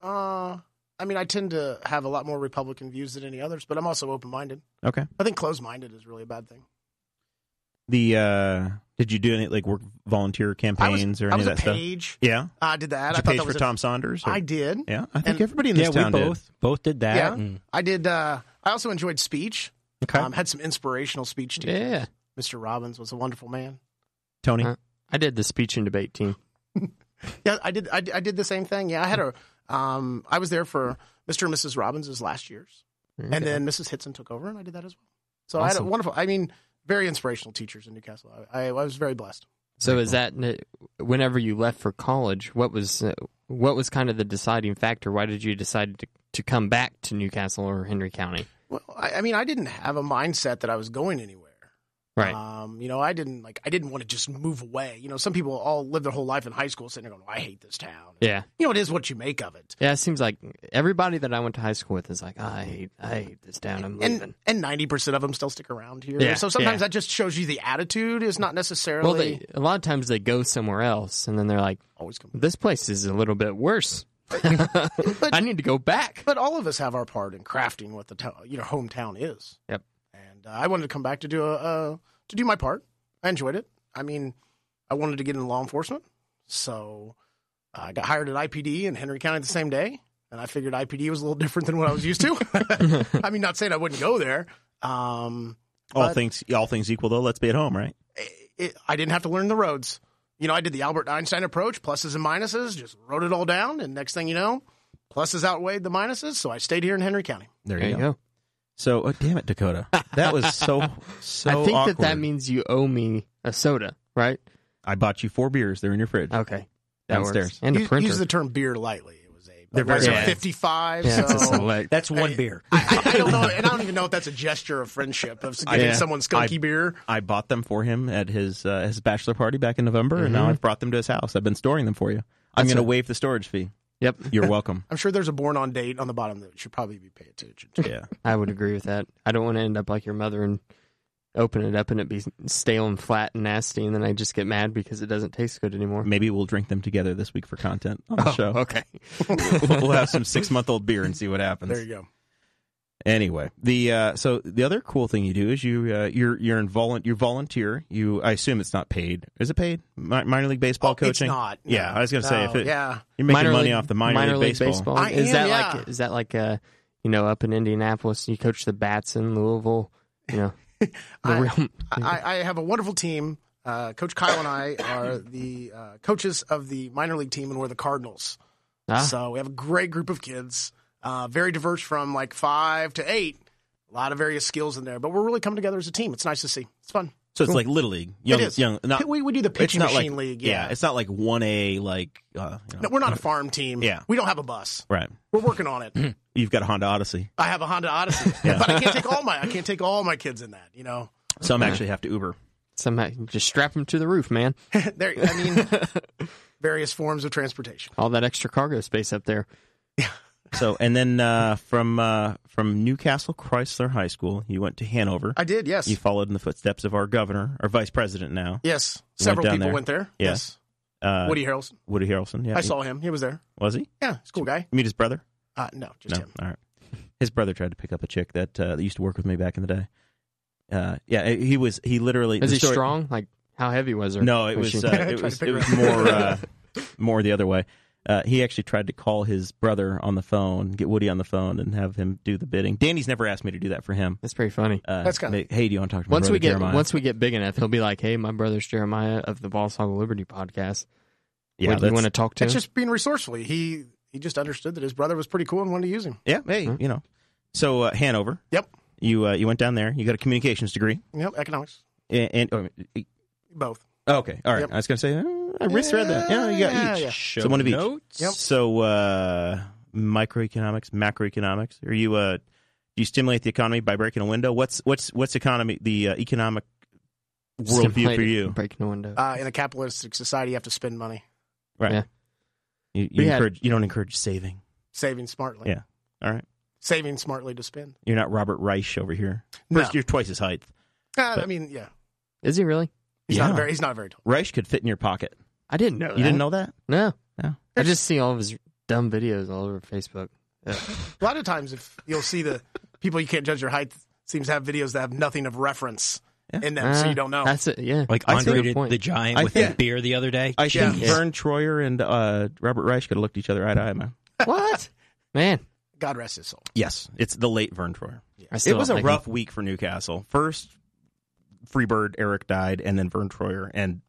Speaker 4: Uh, I mean, I tend to have a lot more Republican views than any others, but I'm also open minded.
Speaker 1: Okay.
Speaker 4: I think closed minded is really a bad thing.
Speaker 1: The uh, did you do any like work volunteer campaigns or
Speaker 4: I
Speaker 1: any
Speaker 4: was
Speaker 1: of
Speaker 4: a
Speaker 1: that stuff?
Speaker 4: page.
Speaker 1: Yeah,
Speaker 4: I did
Speaker 1: did
Speaker 4: that. I
Speaker 1: you
Speaker 4: thought
Speaker 1: page
Speaker 4: that
Speaker 1: for
Speaker 4: was a-
Speaker 1: Tom Saunders? or-
Speaker 4: I did.
Speaker 1: yeah, I think
Speaker 4: and-
Speaker 1: everybody in this
Speaker 3: Yeah, we
Speaker 1: town did.
Speaker 3: both both did that.
Speaker 4: Yeah.
Speaker 3: and-
Speaker 4: I did. Uh, I also enjoyed speech.
Speaker 1: Okay.
Speaker 4: Um, had some inspirational speech teachers.
Speaker 2: Yeah,
Speaker 4: Mr. Robbins was a wonderful man.
Speaker 1: Tony,
Speaker 2: Huh? I did the speech and debate team.
Speaker 4: Yeah, I did. I, did- I did the same thing. Yeah, I had a. Um, I was there for Mr. and Mrs. Robbins' last years,
Speaker 2: Okay.
Speaker 4: and then Mrs. Hitson took over, and I did that as well. So I had a
Speaker 2: Awesome.
Speaker 4: wonderful. I mean, very inspirational teachers in Newcastle. I, I, I was very blessed.
Speaker 2: So is that whenever you left for college, what was uh, what was kind of the deciding factor? Why did you decide to, to come back to Newcastle or Henry County?
Speaker 4: Well, I, I mean, I didn't have a mindset that I was going anywhere.
Speaker 2: Right.
Speaker 4: Um, you know, I didn't like. I didn't want to just move away. You know, some people all live their whole life in high school sitting there going, "Oh, "I hate this town."
Speaker 2: yeah.
Speaker 4: You know, it is what you make of it.
Speaker 2: Yeah, it seems like everybody that I went to high school with is like, "Oh, I hate, I hate this town. I'm leaving.
Speaker 4: And and ninety percent of them still stick around here.
Speaker 2: Yeah,
Speaker 4: so sometimes
Speaker 2: yeah.
Speaker 4: that just shows you the attitude is not necessarily
Speaker 2: well, they, a lot of times they go somewhere else, and then they're like,
Speaker 4: always come.
Speaker 2: this place is a little bit worse. I need to go back.
Speaker 4: But all of us have our part in crafting what the to- you know hometown is.
Speaker 2: Yep.
Speaker 4: And uh, I wanted to come back to do a uh, to do my part. I enjoyed it. I mean, I wanted to get into law enforcement, so uh, I got hired at IPD in Henry County the same day. And I figured IPD was a little different than what I was used to. I mean, not saying I wouldn't go there. Um,
Speaker 1: all
Speaker 4: but-
Speaker 1: things all things equal though, let's be at home, right?
Speaker 4: it, I didn't have to learn the roads. You know, I did the Albert Einstein approach, pluses and minuses, just wrote it all down, and next thing you know, pluses outweighed the minuses, so I stayed here in Henry County.
Speaker 1: There,
Speaker 2: There you go.
Speaker 1: So, oh, damn it, Dakota, that was so so.
Speaker 2: I think
Speaker 1: awkward.
Speaker 2: that that means you owe me a soda, right?
Speaker 1: I bought you four beers. They're in your
Speaker 4: Oh.
Speaker 1: fridge.
Speaker 2: Okay. That
Speaker 1: Downstairs.
Speaker 2: works. And a
Speaker 4: use,
Speaker 2: printer.
Speaker 4: use the term beer lightly. It was a
Speaker 1: They're very
Speaker 4: it was a
Speaker 2: nice.
Speaker 4: 55.
Speaker 2: yeah, it's a
Speaker 4: so
Speaker 2: select.
Speaker 3: That's one beer.
Speaker 4: I, I don't know, and I don't even know if that's a gesture of friendship of giving
Speaker 1: Yeah.
Speaker 4: someone skunky
Speaker 1: I-
Speaker 4: beer.
Speaker 1: I bought them for him at his uh, his bachelor party back in November, and
Speaker 4: Mm-hmm.
Speaker 1: now I've brought them to his house. I've been storing them for you. I'm going to waive the storage fee.
Speaker 2: Yep.
Speaker 1: You're welcome.
Speaker 4: I'm sure there's a born on date on the bottom that should probably be paid attention to.
Speaker 1: yeah.
Speaker 2: I would agree with that. I don't want to end up like your mother and open it up and it be stale and flat and nasty, and then I just get mad because it doesn't taste good anymore.
Speaker 1: Maybe we'll drink them together this week for content on
Speaker 4: Oh,
Speaker 1: the show.
Speaker 2: Okay.
Speaker 1: we'll have some six month old beer and see what happens.
Speaker 4: There you go.
Speaker 1: Anyway, the uh, so the other cool thing you do is you uh, you're you're in volun- you volunteer. You I assume it's not paid. Is it paid? Mi- minor league baseball
Speaker 4: Oh,
Speaker 1: coaching.
Speaker 4: It's not.
Speaker 1: Yeah,
Speaker 4: no.
Speaker 1: I was going to say
Speaker 4: No,
Speaker 1: if it,
Speaker 4: yeah.
Speaker 1: you're making
Speaker 2: Minor
Speaker 1: money
Speaker 2: league-
Speaker 1: off the minor,
Speaker 2: league baseball.
Speaker 4: I
Speaker 2: is
Speaker 4: am,
Speaker 2: that
Speaker 4: yeah.
Speaker 2: like is that like uh you know up in Indianapolis you coach the bats in Louisville, you know the
Speaker 4: I-
Speaker 2: real
Speaker 4: I, I have a wonderful team. Uh, Coach Kyle and I are the uh, coaches of the minor league team, and we're the Cardinals.
Speaker 2: Ah.
Speaker 4: So we have a great group of kids, uh, very diverse from like five to eight. A lot of various skills in there, but we're really coming together as a team. It's nice to see. It's fun.
Speaker 1: So it's like little league, young,
Speaker 4: it is.
Speaker 1: young. Not,
Speaker 4: we, we do the pitching
Speaker 1: not
Speaker 4: machine
Speaker 1: like,
Speaker 4: league. Yeah.
Speaker 1: it's not like one A like. Uh, you know.
Speaker 4: No, we're not a farm team.
Speaker 1: Yeah.
Speaker 4: We don't have a bus.
Speaker 1: right.
Speaker 4: We're working on it.
Speaker 1: You've got a Honda Odyssey.
Speaker 4: I have a Honda Odyssey, but I can't take all my I can't take all my kids in that. You know,
Speaker 1: Some actually have to Uber.
Speaker 2: somehow you just strap them to the roof, man.
Speaker 4: there. I mean, various forms of transportation.
Speaker 2: All that extra cargo space up there.
Speaker 1: So and then uh, from uh, from Newcastle Chrysler High School, you went to Hanover.
Speaker 4: I did. Yes.
Speaker 1: You followed in the footsteps of our governor, our vice president now.
Speaker 4: Yes,
Speaker 1: Went
Speaker 4: several
Speaker 1: down
Speaker 4: people
Speaker 1: there.
Speaker 4: went there.
Speaker 1: Yeah.
Speaker 4: Yes,
Speaker 1: Uh,
Speaker 4: Woody Harrelson.
Speaker 1: Woody Harrelson. Yeah,
Speaker 4: I saw him. He was there.
Speaker 1: Was he?
Speaker 4: Yeah, he's a cool guy.
Speaker 1: You meet his brother?
Speaker 4: Uh, no, just
Speaker 1: no.
Speaker 4: him.
Speaker 1: All right. His brother tried to pick up a chick that, uh, that used to work with me back in the day. Uh, yeah, he was. He literally.
Speaker 2: Is
Speaker 1: the
Speaker 2: he
Speaker 1: story-
Speaker 2: strong? Like, how heavy was her?
Speaker 1: No, it
Speaker 2: Was
Speaker 1: was
Speaker 2: she-
Speaker 1: uh, it
Speaker 4: to
Speaker 1: was
Speaker 4: pick
Speaker 1: it
Speaker 4: her
Speaker 1: was
Speaker 4: up.
Speaker 1: more uh, more the other way. Uh, he actually tried to call his brother on the phone, get Woody on the phone, and have him do the bidding. Danny's never asked me to do that for him.
Speaker 2: That's pretty funny.
Speaker 1: Uh,
Speaker 4: That's kinda-
Speaker 1: ma- Hey, do you want to talk to my
Speaker 2: Once
Speaker 1: brother
Speaker 2: we get
Speaker 1: Jeremiah?
Speaker 2: once we get big enough, he'll be like, "Hey, my brother's Jeremiah of the Ball Hog Liberty podcast.
Speaker 1: yeah,
Speaker 2: Would you
Speaker 1: that's-
Speaker 2: want to talk to him?"
Speaker 4: That's just being resourceful. He he just understood that his brother was pretty cool and wanted to use him.
Speaker 1: yeah. Hey,
Speaker 2: Hmm?
Speaker 1: you know. So uh, Hanover,
Speaker 4: Yep.
Speaker 1: you uh, you went down there. You got a communications degree,
Speaker 4: Yep. Economics.
Speaker 1: and, and oh,
Speaker 4: Both.
Speaker 1: Okay, all right.
Speaker 4: Yep.
Speaker 1: I was gonna say uh, I misread that. Yeah, you got
Speaker 4: Yeah,
Speaker 1: each.
Speaker 4: yeah.
Speaker 3: Show
Speaker 1: So one of each.
Speaker 3: notes.
Speaker 4: Yep.
Speaker 1: So uh, microeconomics, macroeconomics. Are you uh, do you stimulate the economy by breaking a window? What's what's what's economy the uh, economic worldview for
Speaker 2: Stimulated
Speaker 1: you?
Speaker 2: Breaking a window.
Speaker 4: Uh, in a capitalistic society, you have to spend money,
Speaker 1: You, you
Speaker 2: We had-
Speaker 1: encourage you don't encourage saving.
Speaker 4: saving smartly.
Speaker 1: Yeah. All right.
Speaker 4: Saving smartly to spend.
Speaker 1: You're not Robert Reich over here.
Speaker 4: No.
Speaker 1: First, you're twice his height.
Speaker 4: Uh, I
Speaker 1: But-
Speaker 4: mean, yeah.
Speaker 2: Is he really?
Speaker 4: He's
Speaker 1: Yeah.
Speaker 4: not very. He's not very tall.
Speaker 1: Reich could fit in your pocket.
Speaker 2: I didn't know.
Speaker 1: You didn't know that?
Speaker 2: No.
Speaker 1: No.
Speaker 2: I just see all of his dumb videos all over Facebook.
Speaker 4: A lot of times, if you'll see the people you can't judge your height seems to have videos that have nothing of reference
Speaker 1: Yeah.
Speaker 4: in them, so
Speaker 2: Ah,
Speaker 4: you don't know.
Speaker 2: That's it. Yeah.
Speaker 3: Like
Speaker 1: I
Speaker 3: Andre
Speaker 1: think-
Speaker 3: did
Speaker 2: point.
Speaker 3: the giant
Speaker 1: I
Speaker 3: with
Speaker 1: think-
Speaker 3: the beer the other day.
Speaker 1: I think
Speaker 4: Yeah.
Speaker 1: Vern Troyer and uh, Robert Reich could have looked each other eye to eye, man.
Speaker 2: what? Man,
Speaker 4: God rest his soul.
Speaker 1: Yes, it's the late Vern Troyer.
Speaker 2: I still
Speaker 1: It was
Speaker 2: don't
Speaker 1: a
Speaker 2: like
Speaker 1: rough
Speaker 2: him.
Speaker 1: week for Newcastle. First, Freebird Eric died, and then Vern Troyer, and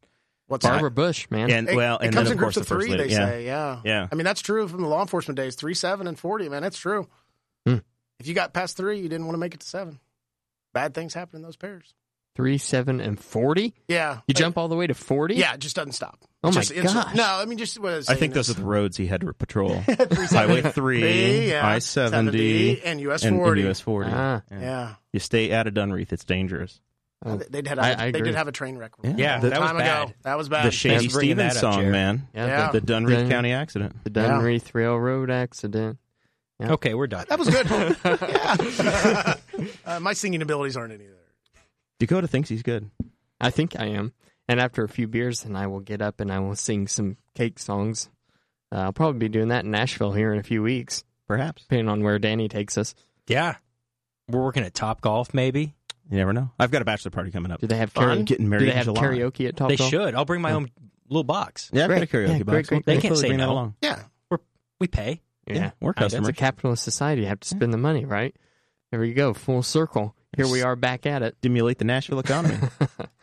Speaker 4: What's
Speaker 2: Barbara Bush, man.
Speaker 1: and
Speaker 4: It,
Speaker 1: well,
Speaker 4: it
Speaker 1: and
Speaker 4: comes
Speaker 1: then
Speaker 4: in
Speaker 1: of course
Speaker 4: groups
Speaker 1: the
Speaker 4: of
Speaker 1: first
Speaker 4: three.
Speaker 1: lady.
Speaker 4: They
Speaker 1: yeah.
Speaker 4: say, yeah,
Speaker 1: Yeah.
Speaker 4: I mean, that's true from the law enforcement days. Three, seven, and forty. Man, that's true.
Speaker 2: Hmm.
Speaker 4: If you got past three, you didn't want to make it to seven. Bad things happen in those pairs.
Speaker 2: Three, seven, and forty.
Speaker 4: Yeah,
Speaker 2: You jump all the way to forty.
Speaker 4: Yeah, it just doesn't stop.
Speaker 2: Oh my
Speaker 4: just instant-
Speaker 2: gosh.
Speaker 4: No, I mean just what I, was
Speaker 1: I think those
Speaker 4: saying
Speaker 1: are
Speaker 4: is
Speaker 1: the roads he had to patrol: Highway
Speaker 4: 370,
Speaker 1: Three,
Speaker 4: yeah,
Speaker 1: I seventy,
Speaker 4: and US
Speaker 1: and, and
Speaker 4: forty.
Speaker 1: US forty.
Speaker 2: Ah.
Speaker 4: Yeah,
Speaker 1: You stay out of Dunreath; it's dangerous.
Speaker 2: Oh.
Speaker 4: They- they'd had
Speaker 2: I- I
Speaker 4: they
Speaker 2: agree.
Speaker 4: did have a train wreck.
Speaker 1: Yeah.
Speaker 3: Yeah,
Speaker 4: a long
Speaker 3: that was
Speaker 4: time
Speaker 3: bad.
Speaker 4: ago. That was
Speaker 1: the
Speaker 4: bad.
Speaker 3: Thanks
Speaker 1: Shady
Speaker 3: for bringing
Speaker 1: Stevens
Speaker 3: that up,
Speaker 1: song,
Speaker 3: Jared.
Speaker 1: man.
Speaker 2: Yeah.
Speaker 4: Yeah.
Speaker 1: The Dunreath
Speaker 2: Dun-
Speaker 1: County accident.
Speaker 2: The Dunreath Railroad accident.
Speaker 3: Okay, we're done.
Speaker 4: that was good. Yeah. uh, my singing abilities aren't any there.
Speaker 1: Dakota thinks he's good.
Speaker 2: I think I am. And after a few beers, and I will get up and I will sing some cake songs. Uh, I'll probably be doing that in Nashville here in a few weeks,
Speaker 1: Perhaps
Speaker 2: depending on where Danny takes us.
Speaker 3: yeah, we're working at Top Golf. Maybe
Speaker 1: you never know. I've got a bachelor party coming up.
Speaker 2: Do they have
Speaker 1: Fun.
Speaker 2: karaoke?
Speaker 1: Getting married
Speaker 2: do they
Speaker 1: in
Speaker 2: have
Speaker 1: July.
Speaker 2: karaoke at Top
Speaker 3: they
Speaker 2: Golf?
Speaker 3: should. I'll bring my own little box.
Speaker 1: Yeah, I've got a
Speaker 2: Great.
Speaker 1: karaoke
Speaker 2: Yeah,
Speaker 1: box.
Speaker 2: great, great,
Speaker 1: We'll
Speaker 3: great. They can't say
Speaker 1: bring that
Speaker 3: no.
Speaker 1: along.
Speaker 4: Yeah,
Speaker 3: We pay.
Speaker 2: Yeah.
Speaker 1: we're
Speaker 2: I- That's a
Speaker 1: customers.
Speaker 2: capitalist society. You have to spend the money, right? There we go. Full circle. Here we are back at it.
Speaker 1: Stimulate the Nashville economy,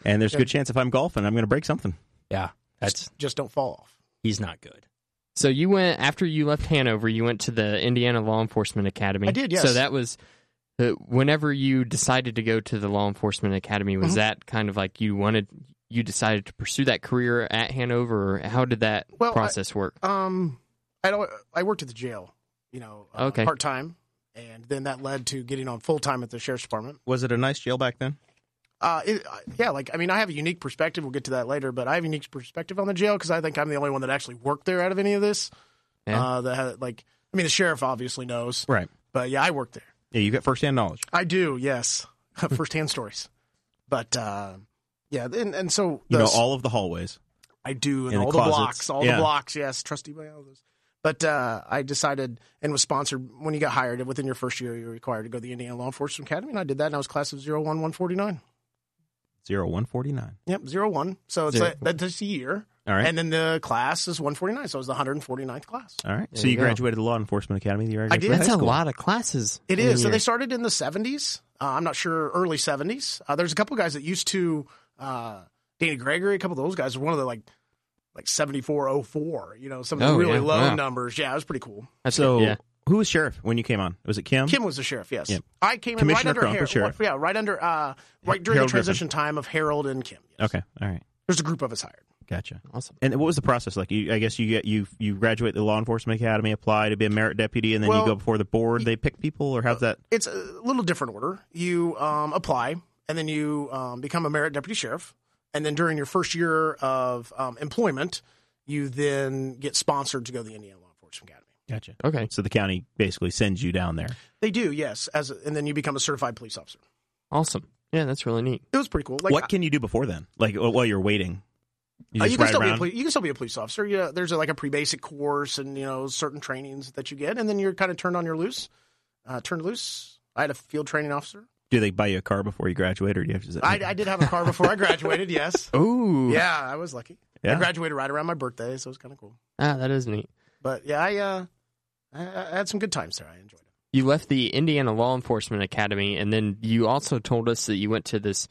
Speaker 1: and there's a good chance if I'm golfing, I'm going to break something.
Speaker 3: Yeah, that's
Speaker 4: just don't fall off.
Speaker 3: he's not good.
Speaker 2: So you went after you left Hanover. You went to the Indiana Law Enforcement Academy.
Speaker 4: I did, yes.
Speaker 2: So that was uh, whenever you decided to go to the Law Enforcement Academy.
Speaker 4: Mm-hmm.
Speaker 2: Was that kind of like you wanted? You decided to pursue that career at Hanover. Or how did that
Speaker 4: Well, I-
Speaker 2: process work?
Speaker 4: Um, I don't. I worked at the jail, you know, uh,
Speaker 2: Okay.
Speaker 4: part time, and then that led to getting on full time at the sheriff's department.
Speaker 1: Was it a nice jail back then?
Speaker 4: Uh, it, uh, yeah, like I mean, I have a unique perspective. We'll get to that later, but I have a unique perspective on the jail because I think I'm the only one that actually worked there out of any of this.
Speaker 2: Yeah.
Speaker 4: Uh, that had, like, I mean, the sheriff obviously knows,
Speaker 1: Right.
Speaker 4: but yeah, I worked there.
Speaker 1: Yeah, you got firsthand knowledge.
Speaker 4: I do, yes, firsthand stories. But uh, yeah, and, and so
Speaker 1: You know
Speaker 4: the-
Speaker 1: all of the hallways.
Speaker 4: I do, and
Speaker 1: In the
Speaker 4: all the
Speaker 1: closets.
Speaker 4: blocks, all
Speaker 1: Yeah.
Speaker 4: the blocks. Yes, trusty by all those. But uh, I decided and was sponsored when you got hired. Within your first year, you're required to go to the Indiana Law Enforcement Academy, and I did that. And I was class of 01149.
Speaker 1: Zero one forty nine.
Speaker 4: Yep, 01. So it's
Speaker 2: Zero
Speaker 4: like that's just a year,
Speaker 1: All right.
Speaker 4: and then the class is 149. So it was the 149th class.
Speaker 1: All right.
Speaker 2: There
Speaker 1: So you
Speaker 2: you go.
Speaker 1: graduated the law enforcement academy the year
Speaker 4: I did.
Speaker 1: graduated
Speaker 2: That's
Speaker 1: high
Speaker 2: a
Speaker 1: school.
Speaker 2: lot of classes.
Speaker 4: It
Speaker 2: in a
Speaker 4: is. So
Speaker 2: year.
Speaker 4: they started in the 70s. Uh, I'm not sure early 70s. Uh, there's a couple guys that used to uh, Danny Gregory. A couple of those guys were one of the like like 7404. You know, some of the
Speaker 2: Oh,
Speaker 4: really
Speaker 2: yeah.
Speaker 4: low
Speaker 2: Wow.
Speaker 4: numbers. Yeah, it was pretty cool.
Speaker 2: That's
Speaker 1: So
Speaker 2: good. yeah.
Speaker 1: who was sheriff when you came on? Was it Oh. Kim?
Speaker 4: Kim was the sheriff. Yes,
Speaker 1: Yep.
Speaker 4: I came in right
Speaker 1: Mm-hmm. Commissioner
Speaker 4: under
Speaker 1: Crump
Speaker 4: Har-
Speaker 1: was sheriff.
Speaker 4: Yeah, right under uh, right during
Speaker 1: Harold
Speaker 4: the transition time of Harold and Kim. Yes.
Speaker 1: Okay. All right.
Speaker 4: There's a group of us hired.
Speaker 1: Gotcha.
Speaker 2: awesome.
Speaker 1: And what was the process like? You, I guess you get you you graduate the law enforcement academy, apply to be a merit deputy, and then you
Speaker 4: Well,
Speaker 1: go before the board. They pick people, or how's that?
Speaker 4: It's a little different order. You um, apply and then you um, become a merit deputy sheriff, and then during your first year of um, employment, you then get sponsored to go to the Indiana Law Enforcement Academy.
Speaker 1: Gotcha.
Speaker 2: Okay.
Speaker 1: So the county basically sends you down there.
Speaker 4: They do, yes, as a, and then you become a certified police officer.
Speaker 2: Awesome. Yeah, that's really neat.
Speaker 4: It was pretty cool. Like
Speaker 1: what can you do before then? Like while you're waiting? You
Speaker 4: Uh,
Speaker 1: just
Speaker 4: you can
Speaker 1: ride
Speaker 4: still be a
Speaker 1: around?
Speaker 4: poli- you can still be a police officer. Yeah, there's a, like a pre-basic course and you know certain trainings that you get, and then you're kind of turned on your loose, uh, turned loose. I had a field training officer.
Speaker 1: Do they buy you a car before you graduate, or do you have to?
Speaker 4: I, I did have a car before I graduated. Yes,
Speaker 1: Ooh,
Speaker 4: yeah, I was lucky. I
Speaker 1: Yeah.
Speaker 4: graduated right around my birthday, so it was kind of cool.
Speaker 2: Ah, that is neat.
Speaker 4: But yeah, I, uh, I, I had some good times there. I enjoyed it.
Speaker 2: You left the Indiana Law Enforcement Academy, and then you also told us that you went to this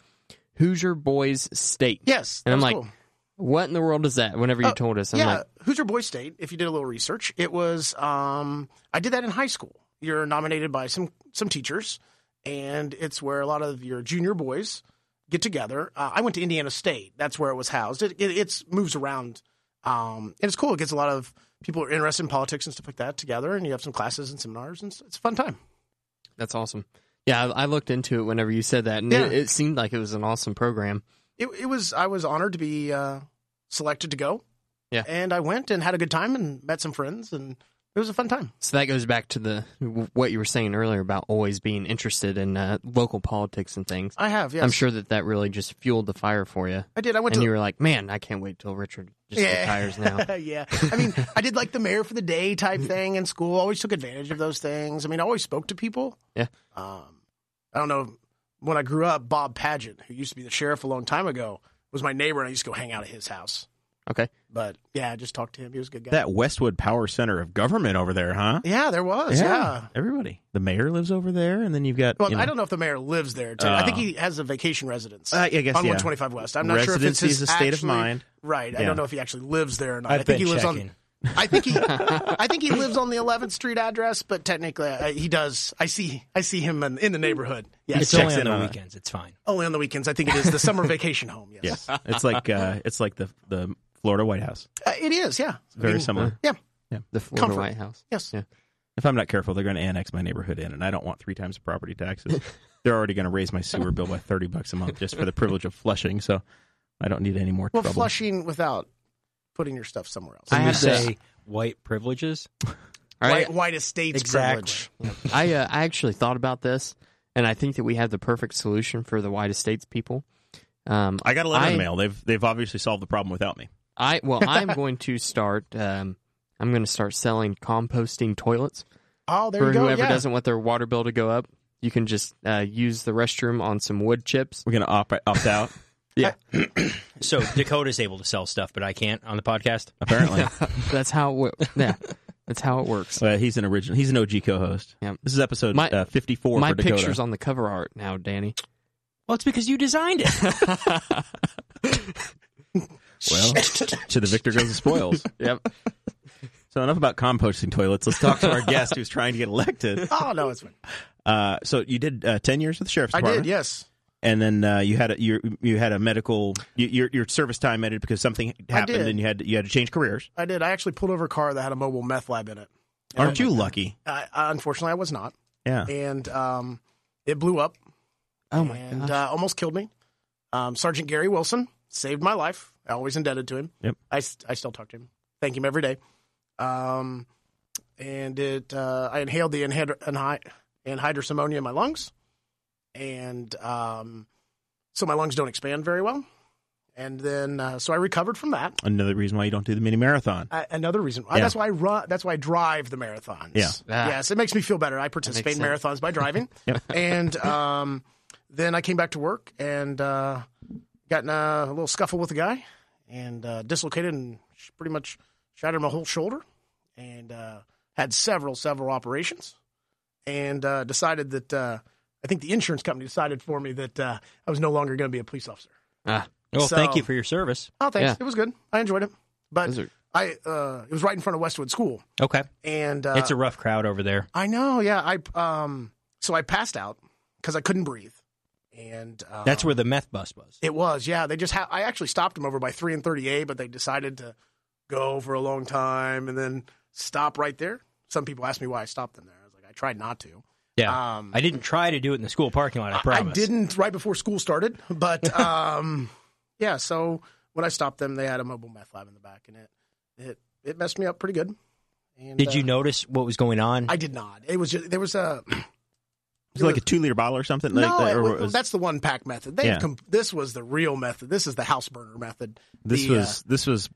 Speaker 2: Hoosier Boys State.
Speaker 4: Yes,
Speaker 2: And
Speaker 4: that
Speaker 2: I'm
Speaker 4: was
Speaker 2: like,
Speaker 4: cool.
Speaker 2: What in the world is that? Whenever you
Speaker 4: Oh,
Speaker 2: told us, I'm
Speaker 4: yeah,
Speaker 2: like,
Speaker 4: Hoosier Boys State. If you did a little research, it was. Um, I did that in high school. You're nominated by some some teachers, and it's where a lot of your junior boys get together. Uh, I went to Indiana State. That's where it was housed. It, it it's moves around, um, and it's cool. It gets a lot of people who are interested in politics and stuff like that together, and you have some classes and seminars, and it's, it's a fun time.
Speaker 2: that's awesome. Yeah, I, I looked into it whenever you said that, and
Speaker 4: Yeah.
Speaker 2: it, it seemed like it was an awesome program.
Speaker 4: It, it was. I was honored to be uh, selected to go.
Speaker 2: Yeah.
Speaker 4: and I went and had a good time and met some friends, and it was a fun time.
Speaker 2: So that goes back to the what you were saying earlier about always being interested in uh, local politics and things.
Speaker 4: I have. Yes.
Speaker 2: I'm sure that that really just fueled the fire for you,
Speaker 4: I did. I went
Speaker 2: and
Speaker 4: to
Speaker 2: you were like, "Man, I can't wait till Richard just retires now."
Speaker 4: yeah. I mean, I did like the mayor for the day type thing in school. Always took advantage of those things. I mean, I always spoke to people.
Speaker 2: Yeah.
Speaker 4: Um, I don't know. When I grew up, Bob Paget, who used to be the sheriff a long time ago, was my neighbor, and I used to go hang out at his house.
Speaker 2: Okay.
Speaker 4: But yeah, I just talked to him. He was a good guy.
Speaker 1: that Westwood Power Center of government over there, huh?
Speaker 4: yeah, there was. Yeah.
Speaker 1: everybody. The mayor lives over there, and then you've got.
Speaker 4: Well,
Speaker 1: you know, Oh.
Speaker 4: I don't know if the mayor lives there. Too. I think he has a vacation residence
Speaker 1: Uh, I guess
Speaker 4: on
Speaker 1: yeah.
Speaker 4: 125 West. I'm not sure if it's
Speaker 1: Residency is
Speaker 4: his
Speaker 1: a state of
Speaker 4: actually-
Speaker 1: mind.
Speaker 4: Right. I
Speaker 1: Yeah.
Speaker 4: don't know if he actually lives there or not.
Speaker 3: I've
Speaker 4: I think
Speaker 3: been
Speaker 4: he lives on
Speaker 3: checking.
Speaker 4: I think he, I think he lives on the 11th Street address, but technically uh, he does. I see, I see him in, in the neighborhood. Yes,
Speaker 3: It's
Speaker 1: checks
Speaker 3: only on
Speaker 1: in
Speaker 3: the
Speaker 1: on it.
Speaker 3: weekends. It's fine.
Speaker 4: only on the weekends. I think it is the summer vacation home. Yes,
Speaker 1: Yeah, it's like uh, it's like the the Florida White House.
Speaker 4: Uh, it is. Yeah, I
Speaker 1: Very
Speaker 4: mean, uh,
Speaker 1: similar.
Speaker 4: Yeah,
Speaker 2: The Florida
Speaker 4: Comfort.
Speaker 2: White House.
Speaker 4: yes.
Speaker 2: Yeah.
Speaker 1: If I'm not careful, they're going to annex my neighborhood in, and I don't want three times the property taxes. they're already going to raise my sewer bill by thirty bucks a month just for the privilege of flushing. So I don't need any more
Speaker 4: Well,
Speaker 1: trouble.
Speaker 4: flushing without putting your stuff somewhere else.
Speaker 2: I
Speaker 3: Can we
Speaker 2: have to-
Speaker 3: say white privileges?
Speaker 2: All right,
Speaker 4: White, white estates
Speaker 3: Exactly.
Speaker 4: privilege.
Speaker 2: I uh, I actually thought about this, and I think that we have the perfect solution for the white estates people. Um,
Speaker 1: I got a letter in
Speaker 2: I-
Speaker 1: the mail. They've they've obviously solved the problem without me.
Speaker 2: I well, I'm going to start. Um, I'm going to start selling composting toilets
Speaker 4: Oh, there
Speaker 2: for
Speaker 4: you go.
Speaker 2: whoever
Speaker 4: yeah.
Speaker 2: doesn't want their water bill to go up. You can just uh, use the restroom on some wood chips.
Speaker 1: We're going to opt opt out.
Speaker 3: So Dakota's able to sell stuff, but I can't on the podcast.
Speaker 1: Apparently,
Speaker 2: That's how it. wo- Yeah, that's how it works.
Speaker 1: uh, he's an original. He's an OG co-host.
Speaker 2: Yeah.
Speaker 1: This is episode
Speaker 2: My-
Speaker 1: uh, 54
Speaker 2: My
Speaker 1: for Dakota.
Speaker 2: picture's on the cover art now, Danny.
Speaker 3: Well, it's because you designed it.
Speaker 1: well, to the victor goes the spoils.
Speaker 2: Yep.
Speaker 1: So enough about composting toilets. Let's talk to our guest who's trying to get elected.
Speaker 4: Oh no, it's fine.
Speaker 1: Uh, so you did uh, ten years with the sheriff's
Speaker 4: I
Speaker 1: department.
Speaker 4: did. Yes,
Speaker 1: and then uh, you had a you, you had a medical you, your your service time ended because something happened
Speaker 4: did.
Speaker 1: and you had you had to change careers.
Speaker 4: I did. I actually pulled over a car that had a mobile meth lab in it.
Speaker 1: Aren't you lucky?
Speaker 4: I, I, unfortunately, I was not,
Speaker 1: Yeah.
Speaker 4: and um, it blew up.
Speaker 2: Oh my
Speaker 4: and
Speaker 2: god.
Speaker 4: uh, almost killed me. Um, Sergeant Gary Wilson saved my life. I always indebted to him.
Speaker 1: Yep.
Speaker 4: I, s- I still talk to him. Thank him every day. Um, and it uh, I inhaled the anhyd- anhy- anhydrous ammonia in my lungs, and um, so my lungs don't expand very well. And then uh, so I recovered from that.
Speaker 1: Another reason why you don't do the mini marathon.
Speaker 4: I, another reason.
Speaker 1: Yeah.
Speaker 4: That's why I run. That's why I drive the marathons.
Speaker 1: Yeah.
Speaker 2: Ah.
Speaker 4: Yes, it makes me feel better. I participate in
Speaker 2: makes
Speaker 4: marathons by driving. And um, then I came back to work and uh, got in a, little scuffle with a guy and uh, dislocated and sh- pretty much shattered my whole shoulder and uh, had several several operations and uh, decided that uh, I think the insurance company decided for me that uh, I was no longer going to be a police officer.
Speaker 2: Ah,
Speaker 3: Well, thank
Speaker 4: So-
Speaker 3: you for your service.
Speaker 4: Oh, thanks.
Speaker 2: Yeah.
Speaker 4: It was good. I enjoyed it. But
Speaker 2: those are-
Speaker 4: I uh, it was right in front of Westwood School
Speaker 3: Okay,
Speaker 4: and uh,
Speaker 3: it's a rough crowd over there.
Speaker 4: I know, yeah. I um, so I passed out because I couldn't breathe, and uh,
Speaker 3: That's where the meth bus was.
Speaker 4: it was. Yeah, they just ha- I actually stopped them over by three and thirty A, but they decided to go for a long time and then stop right there. Some people asked me why I stopped them there. I was like, I tried not to.
Speaker 3: Yeah,
Speaker 4: Um,
Speaker 3: I didn't try to do it in the school parking lot. I
Speaker 4: I
Speaker 3: promise.
Speaker 4: didn't right before school started, but um, yeah. So when I stopped them, they had a mobile meth lab in the back, and it it it messed me up pretty good. And,
Speaker 3: Did
Speaker 4: uh,
Speaker 3: you notice what was going on?
Speaker 4: I did not. It was just, there was a
Speaker 1: Is it like a two liter bottle or something?
Speaker 4: No,
Speaker 1: like that,
Speaker 4: it
Speaker 1: or
Speaker 4: was-
Speaker 1: what was-
Speaker 4: that's the one pack method. They
Speaker 1: Yeah.
Speaker 4: com- this was the real method. This is the house burner method.
Speaker 1: this
Speaker 4: The, uh,
Speaker 1: was this was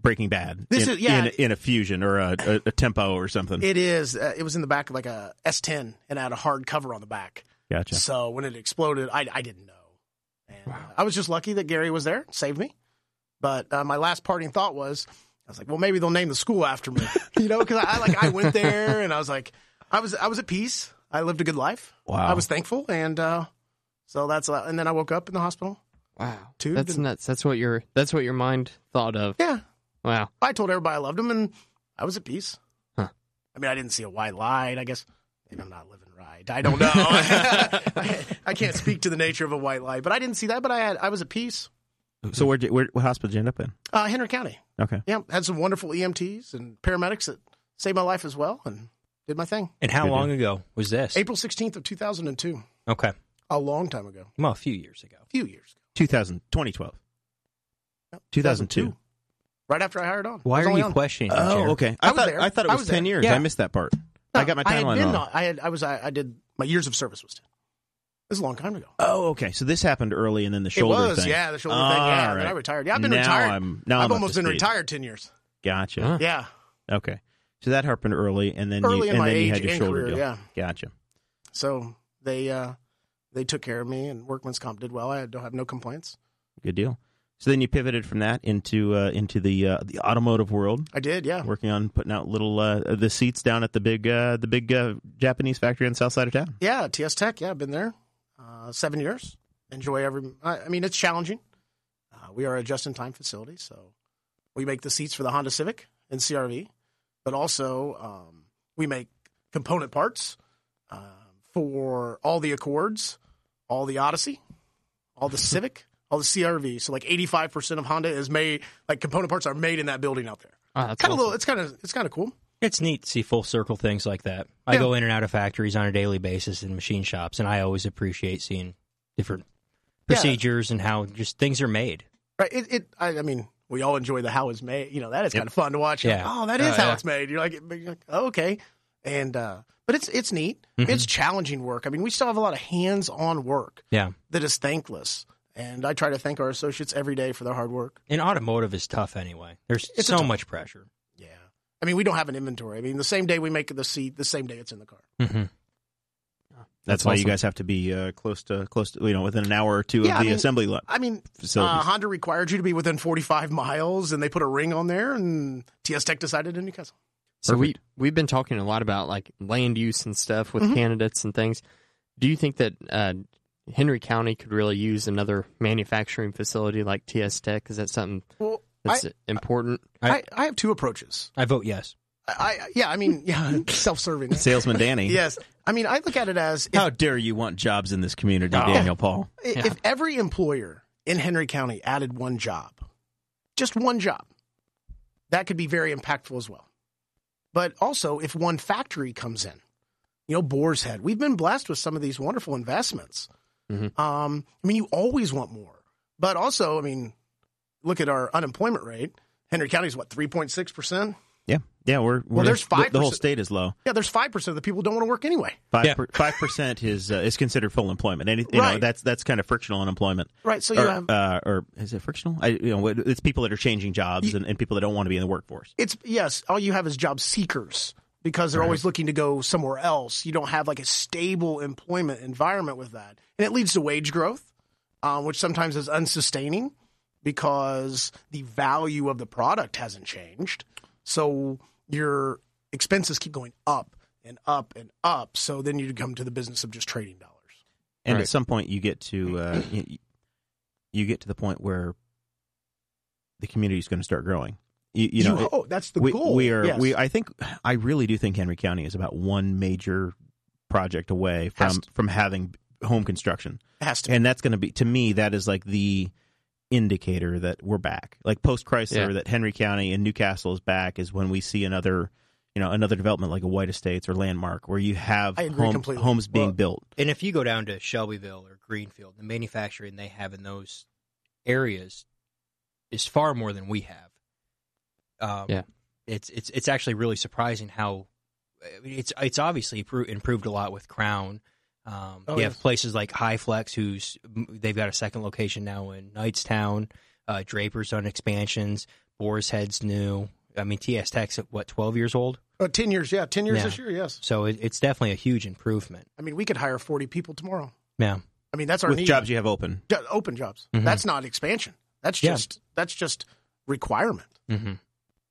Speaker 1: Breaking Bad.
Speaker 4: This
Speaker 1: in,
Speaker 4: is- yeah.
Speaker 1: in, in a fusion or a, a, a tempo or something.
Speaker 4: it is. Uh, it was in the back of like a S10 and had a hard cover on the back.
Speaker 1: gotcha.
Speaker 4: So when it exploded, I, I didn't know. And uh, I was just lucky that Gary was there, saved me. But uh, my last parting thought was, I was like, well, maybe they'll name the school after me, you know, because I, I like I went there and I was like, I was I was at peace. I lived a good life.
Speaker 1: Wow.
Speaker 4: I was thankful, and uh, so that's uh, and then I woke up in the hospital.
Speaker 2: Wow,
Speaker 4: Tube
Speaker 2: that's
Speaker 4: and-
Speaker 2: nuts. That's what your that's what your mind thought of.
Speaker 4: Yeah,
Speaker 2: Wow,
Speaker 4: I told everybody I loved him, and I was at peace.
Speaker 2: Huh.
Speaker 4: I mean, I didn't see a white light. I guess maybe I'm not living right. I don't know. I, I can't speak to the nature of a white light, but I didn't see that. But I had I was at peace.
Speaker 1: so where where what hospital did you end up in?
Speaker 4: Uh, Henry County.
Speaker 1: Okay.
Speaker 4: Yeah, had some wonderful EMTs and paramedics that saved my life as well, and did my thing.
Speaker 3: And how
Speaker 1: Good
Speaker 3: long ago was this?
Speaker 4: April sixteenth of two thousand and two,
Speaker 3: Okay,
Speaker 4: a long time ago,
Speaker 3: well, a few years ago.
Speaker 4: a few years.
Speaker 1: 2000, 2012.
Speaker 4: ago.
Speaker 1: 2002.
Speaker 4: right after I hired on. I
Speaker 3: Why
Speaker 4: was
Speaker 3: are
Speaker 4: only
Speaker 3: you
Speaker 4: on-
Speaker 3: questioning? him,
Speaker 1: Oh,
Speaker 3: Jared?
Speaker 1: okay. I,
Speaker 4: I was
Speaker 1: thought
Speaker 4: there.
Speaker 1: I thought it
Speaker 4: I
Speaker 1: was,
Speaker 4: was
Speaker 1: ten
Speaker 4: there.
Speaker 1: years.
Speaker 3: Yeah.
Speaker 1: I missed that part. I got my
Speaker 4: had
Speaker 1: timeline
Speaker 4: been
Speaker 1: wrong.
Speaker 4: on- I had I was I, I did my years of service was ten. This is a long time ago.
Speaker 1: Oh, okay. So this happened early, and then the shoulder
Speaker 4: it was,
Speaker 1: thing.
Speaker 4: yeah, the shoulder
Speaker 1: All
Speaker 4: thing. Yeah, and then
Speaker 1: right.
Speaker 4: I retired. Yeah, I've been
Speaker 1: now
Speaker 4: retired.
Speaker 1: I'm now
Speaker 4: I've
Speaker 1: I'm up
Speaker 4: almost
Speaker 1: to
Speaker 4: been
Speaker 1: speed.
Speaker 4: retired ten years.
Speaker 1: Gotcha.
Speaker 2: Huh.
Speaker 4: Yeah,
Speaker 1: Okay. So that happened early, and then
Speaker 4: early
Speaker 1: you,
Speaker 4: in
Speaker 1: and
Speaker 4: my
Speaker 1: then
Speaker 4: age
Speaker 1: you had your
Speaker 4: and
Speaker 1: shoulder
Speaker 4: career.
Speaker 1: deal.
Speaker 4: Yeah,
Speaker 1: Gotcha.
Speaker 4: so they uh, they took care of me, and workman's comp did well. I don't have no complaints.
Speaker 1: Good deal. So then you pivoted from that into uh, into the uh, the automotive world,
Speaker 4: I did. Yeah,
Speaker 1: working on putting out little uh, the seats down at the big uh, the big uh, Japanese factory on the south side of town.
Speaker 4: yeah. TS Tech. Yeah, I've been there uh, seven years. Enjoy every. I, I mean, it's challenging. Uh, we are a just-in-time facility, so we make the seats for the Honda Civic and CRV, but also um, we make component parts uh, for all the Accords, all the Odyssey, all the Civic, all the CRV. So like eighty-five percent of Honda is made like component parts are made in that building out there.
Speaker 2: wow that's
Speaker 4: Kind
Speaker 2: awesome.
Speaker 4: of little. It's kind of it's kind of cool.
Speaker 3: It's neat to see full circle things like that. I
Speaker 4: Yeah.
Speaker 3: go in and out of factories on a daily basis and machine shops, and I always appreciate seeing different
Speaker 4: Yeah.
Speaker 3: procedures and how just things are made.
Speaker 4: Right. It, it I, I mean, we all enjoy the how it's made. You know, that is
Speaker 1: Yep.
Speaker 4: kind of fun to watch. You're
Speaker 3: Yeah.
Speaker 4: Like, oh, that is
Speaker 2: Oh,
Speaker 4: how
Speaker 2: yeah.
Speaker 4: it's made. You're like, you're like, oh, okay. And, uh, but it's, it's neat.
Speaker 3: Mhm.
Speaker 4: It's challenging work. I mean, we still have a lot of hands on work
Speaker 3: Yeah.
Speaker 4: that is thankless. And I try to thank our associates every day for their hard work.
Speaker 3: And automotive is tough anyway. There's
Speaker 4: It's a
Speaker 3: so
Speaker 4: tough-
Speaker 3: much pressure.
Speaker 4: Yeah. I mean, we don't have an inventory. I mean, the same day we make the seat, the same day it's in the car.
Speaker 3: Mm-hmm.
Speaker 1: That's,
Speaker 2: That's
Speaker 1: why you
Speaker 2: awesome.
Speaker 1: guys have to be uh, close to close to you know within an hour or two
Speaker 4: Yeah,
Speaker 1: of
Speaker 4: I
Speaker 1: the
Speaker 4: mean-
Speaker 1: assembly lo-
Speaker 4: I mean,
Speaker 1: facilities.
Speaker 4: uh, Honda required you to be within 45 miles and they put a ring on there and TS Tech decided in Newcastle.
Speaker 2: So we
Speaker 1: Perfect.
Speaker 2: we've been talking a lot about like land use and stuff with
Speaker 4: Mhm.
Speaker 2: candidates and things. Do you think that uh, Henry County could really use another manufacturing facility like TS Tech? Is that something
Speaker 4: Well, I,
Speaker 2: that's important?
Speaker 4: I, I have two approaches.
Speaker 3: I vote yes.
Speaker 4: I, I yeah, I mean, yeah, self-serving.
Speaker 1: Salesman Danny.
Speaker 4: yes, Oh, I mean, I look at it as if,
Speaker 1: How dare you want jobs in this community,
Speaker 2: Oh.
Speaker 1: Daniel Paul?
Speaker 4: if every employer in Henry County added one job, just one job, that could be very impactful as well. But also, if one factory comes in, you know, Boar's Head, we've been blessed with some of these wonderful investments.
Speaker 2: Mhm.
Speaker 4: Um, I mean, you always want more, but also, I mean, look at our unemployment rate. Henry County's what three point six percent.
Speaker 1: Yeah, yeah. We're, we're
Speaker 4: there's
Speaker 1: the- The, whole
Speaker 4: 5%.
Speaker 1: state is low.
Speaker 4: Yeah, there's five percent of the people don't want to work anyway.
Speaker 1: Five
Speaker 3: Yeah.
Speaker 1: five percent is uh, is considered full employment. Any, you know
Speaker 4: Right.
Speaker 1: that's that's kind of frictional unemployment.
Speaker 4: Right. So you
Speaker 1: or,
Speaker 4: have
Speaker 1: uh, or is it frictional? I, you know, it's people that are changing jobs and, and people that don't want to be in the workforce.
Speaker 4: It's yes, all you have is job seekers because they're always looking to go somewhere else. You don't have like a stable employment environment with that, and it leads to wage growth, um, which sometimes is unsustaining because the value of the product hasn't changed. So your expenses keep going up and up and up. So then you come to the business of just trading dollars.
Speaker 1: And
Speaker 2: Right.
Speaker 1: at some point, you get to uh, you, you get to the point where the community is going to start growing. You, you know, it-
Speaker 4: oh, that's the
Speaker 1: we,
Speaker 4: goal.
Speaker 1: we are.
Speaker 4: Yes.
Speaker 1: We I think I really do think Henry County is about one major project away
Speaker 4: Has
Speaker 1: from from having home construction,
Speaker 4: It has to.
Speaker 1: and that's going to be to me that is like the indicator that we're back. Like post Chrysler,
Speaker 2: Yeah.
Speaker 1: that Henry County and Newcastle is back is when we see another. You know, another development like a White Estates or Landmark, where you have
Speaker 4: I agree
Speaker 1: home-
Speaker 4: completely.
Speaker 1: homes being
Speaker 3: Well,
Speaker 1: built.
Speaker 3: And if you go down to Shelbyville or Greenfield, the manufacturing they have in those areas is far more than we have. Um,
Speaker 2: Yeah.
Speaker 3: it's it's it's actually really surprising how I mean, it's it's obviously pro- improved a lot with Crown, Um,
Speaker 4: Oh,
Speaker 3: you
Speaker 4: yeah.
Speaker 3: have places like High Flex, who's they've got a second location now in Knightstown. Uh, Draper's on expansions. Boar's Head's new. I mean, TS Tech's at what twelve years old,
Speaker 4: Uh, ten years, yeah, ten years
Speaker 3: Yeah.
Speaker 4: this year, yes.
Speaker 3: so it, it's definitely a huge improvement.
Speaker 4: I mean, we could hire forty people tomorrow.
Speaker 3: Yeah,
Speaker 4: I mean, that's our
Speaker 1: with
Speaker 4: need.
Speaker 1: jobs you have open.
Speaker 4: Jo- open jobs.
Speaker 1: Mm-hmm.
Speaker 3: Mhm.
Speaker 4: That's not expansion. That's
Speaker 3: Yeah.
Speaker 4: just that's just requirement.
Speaker 3: mm-hmm.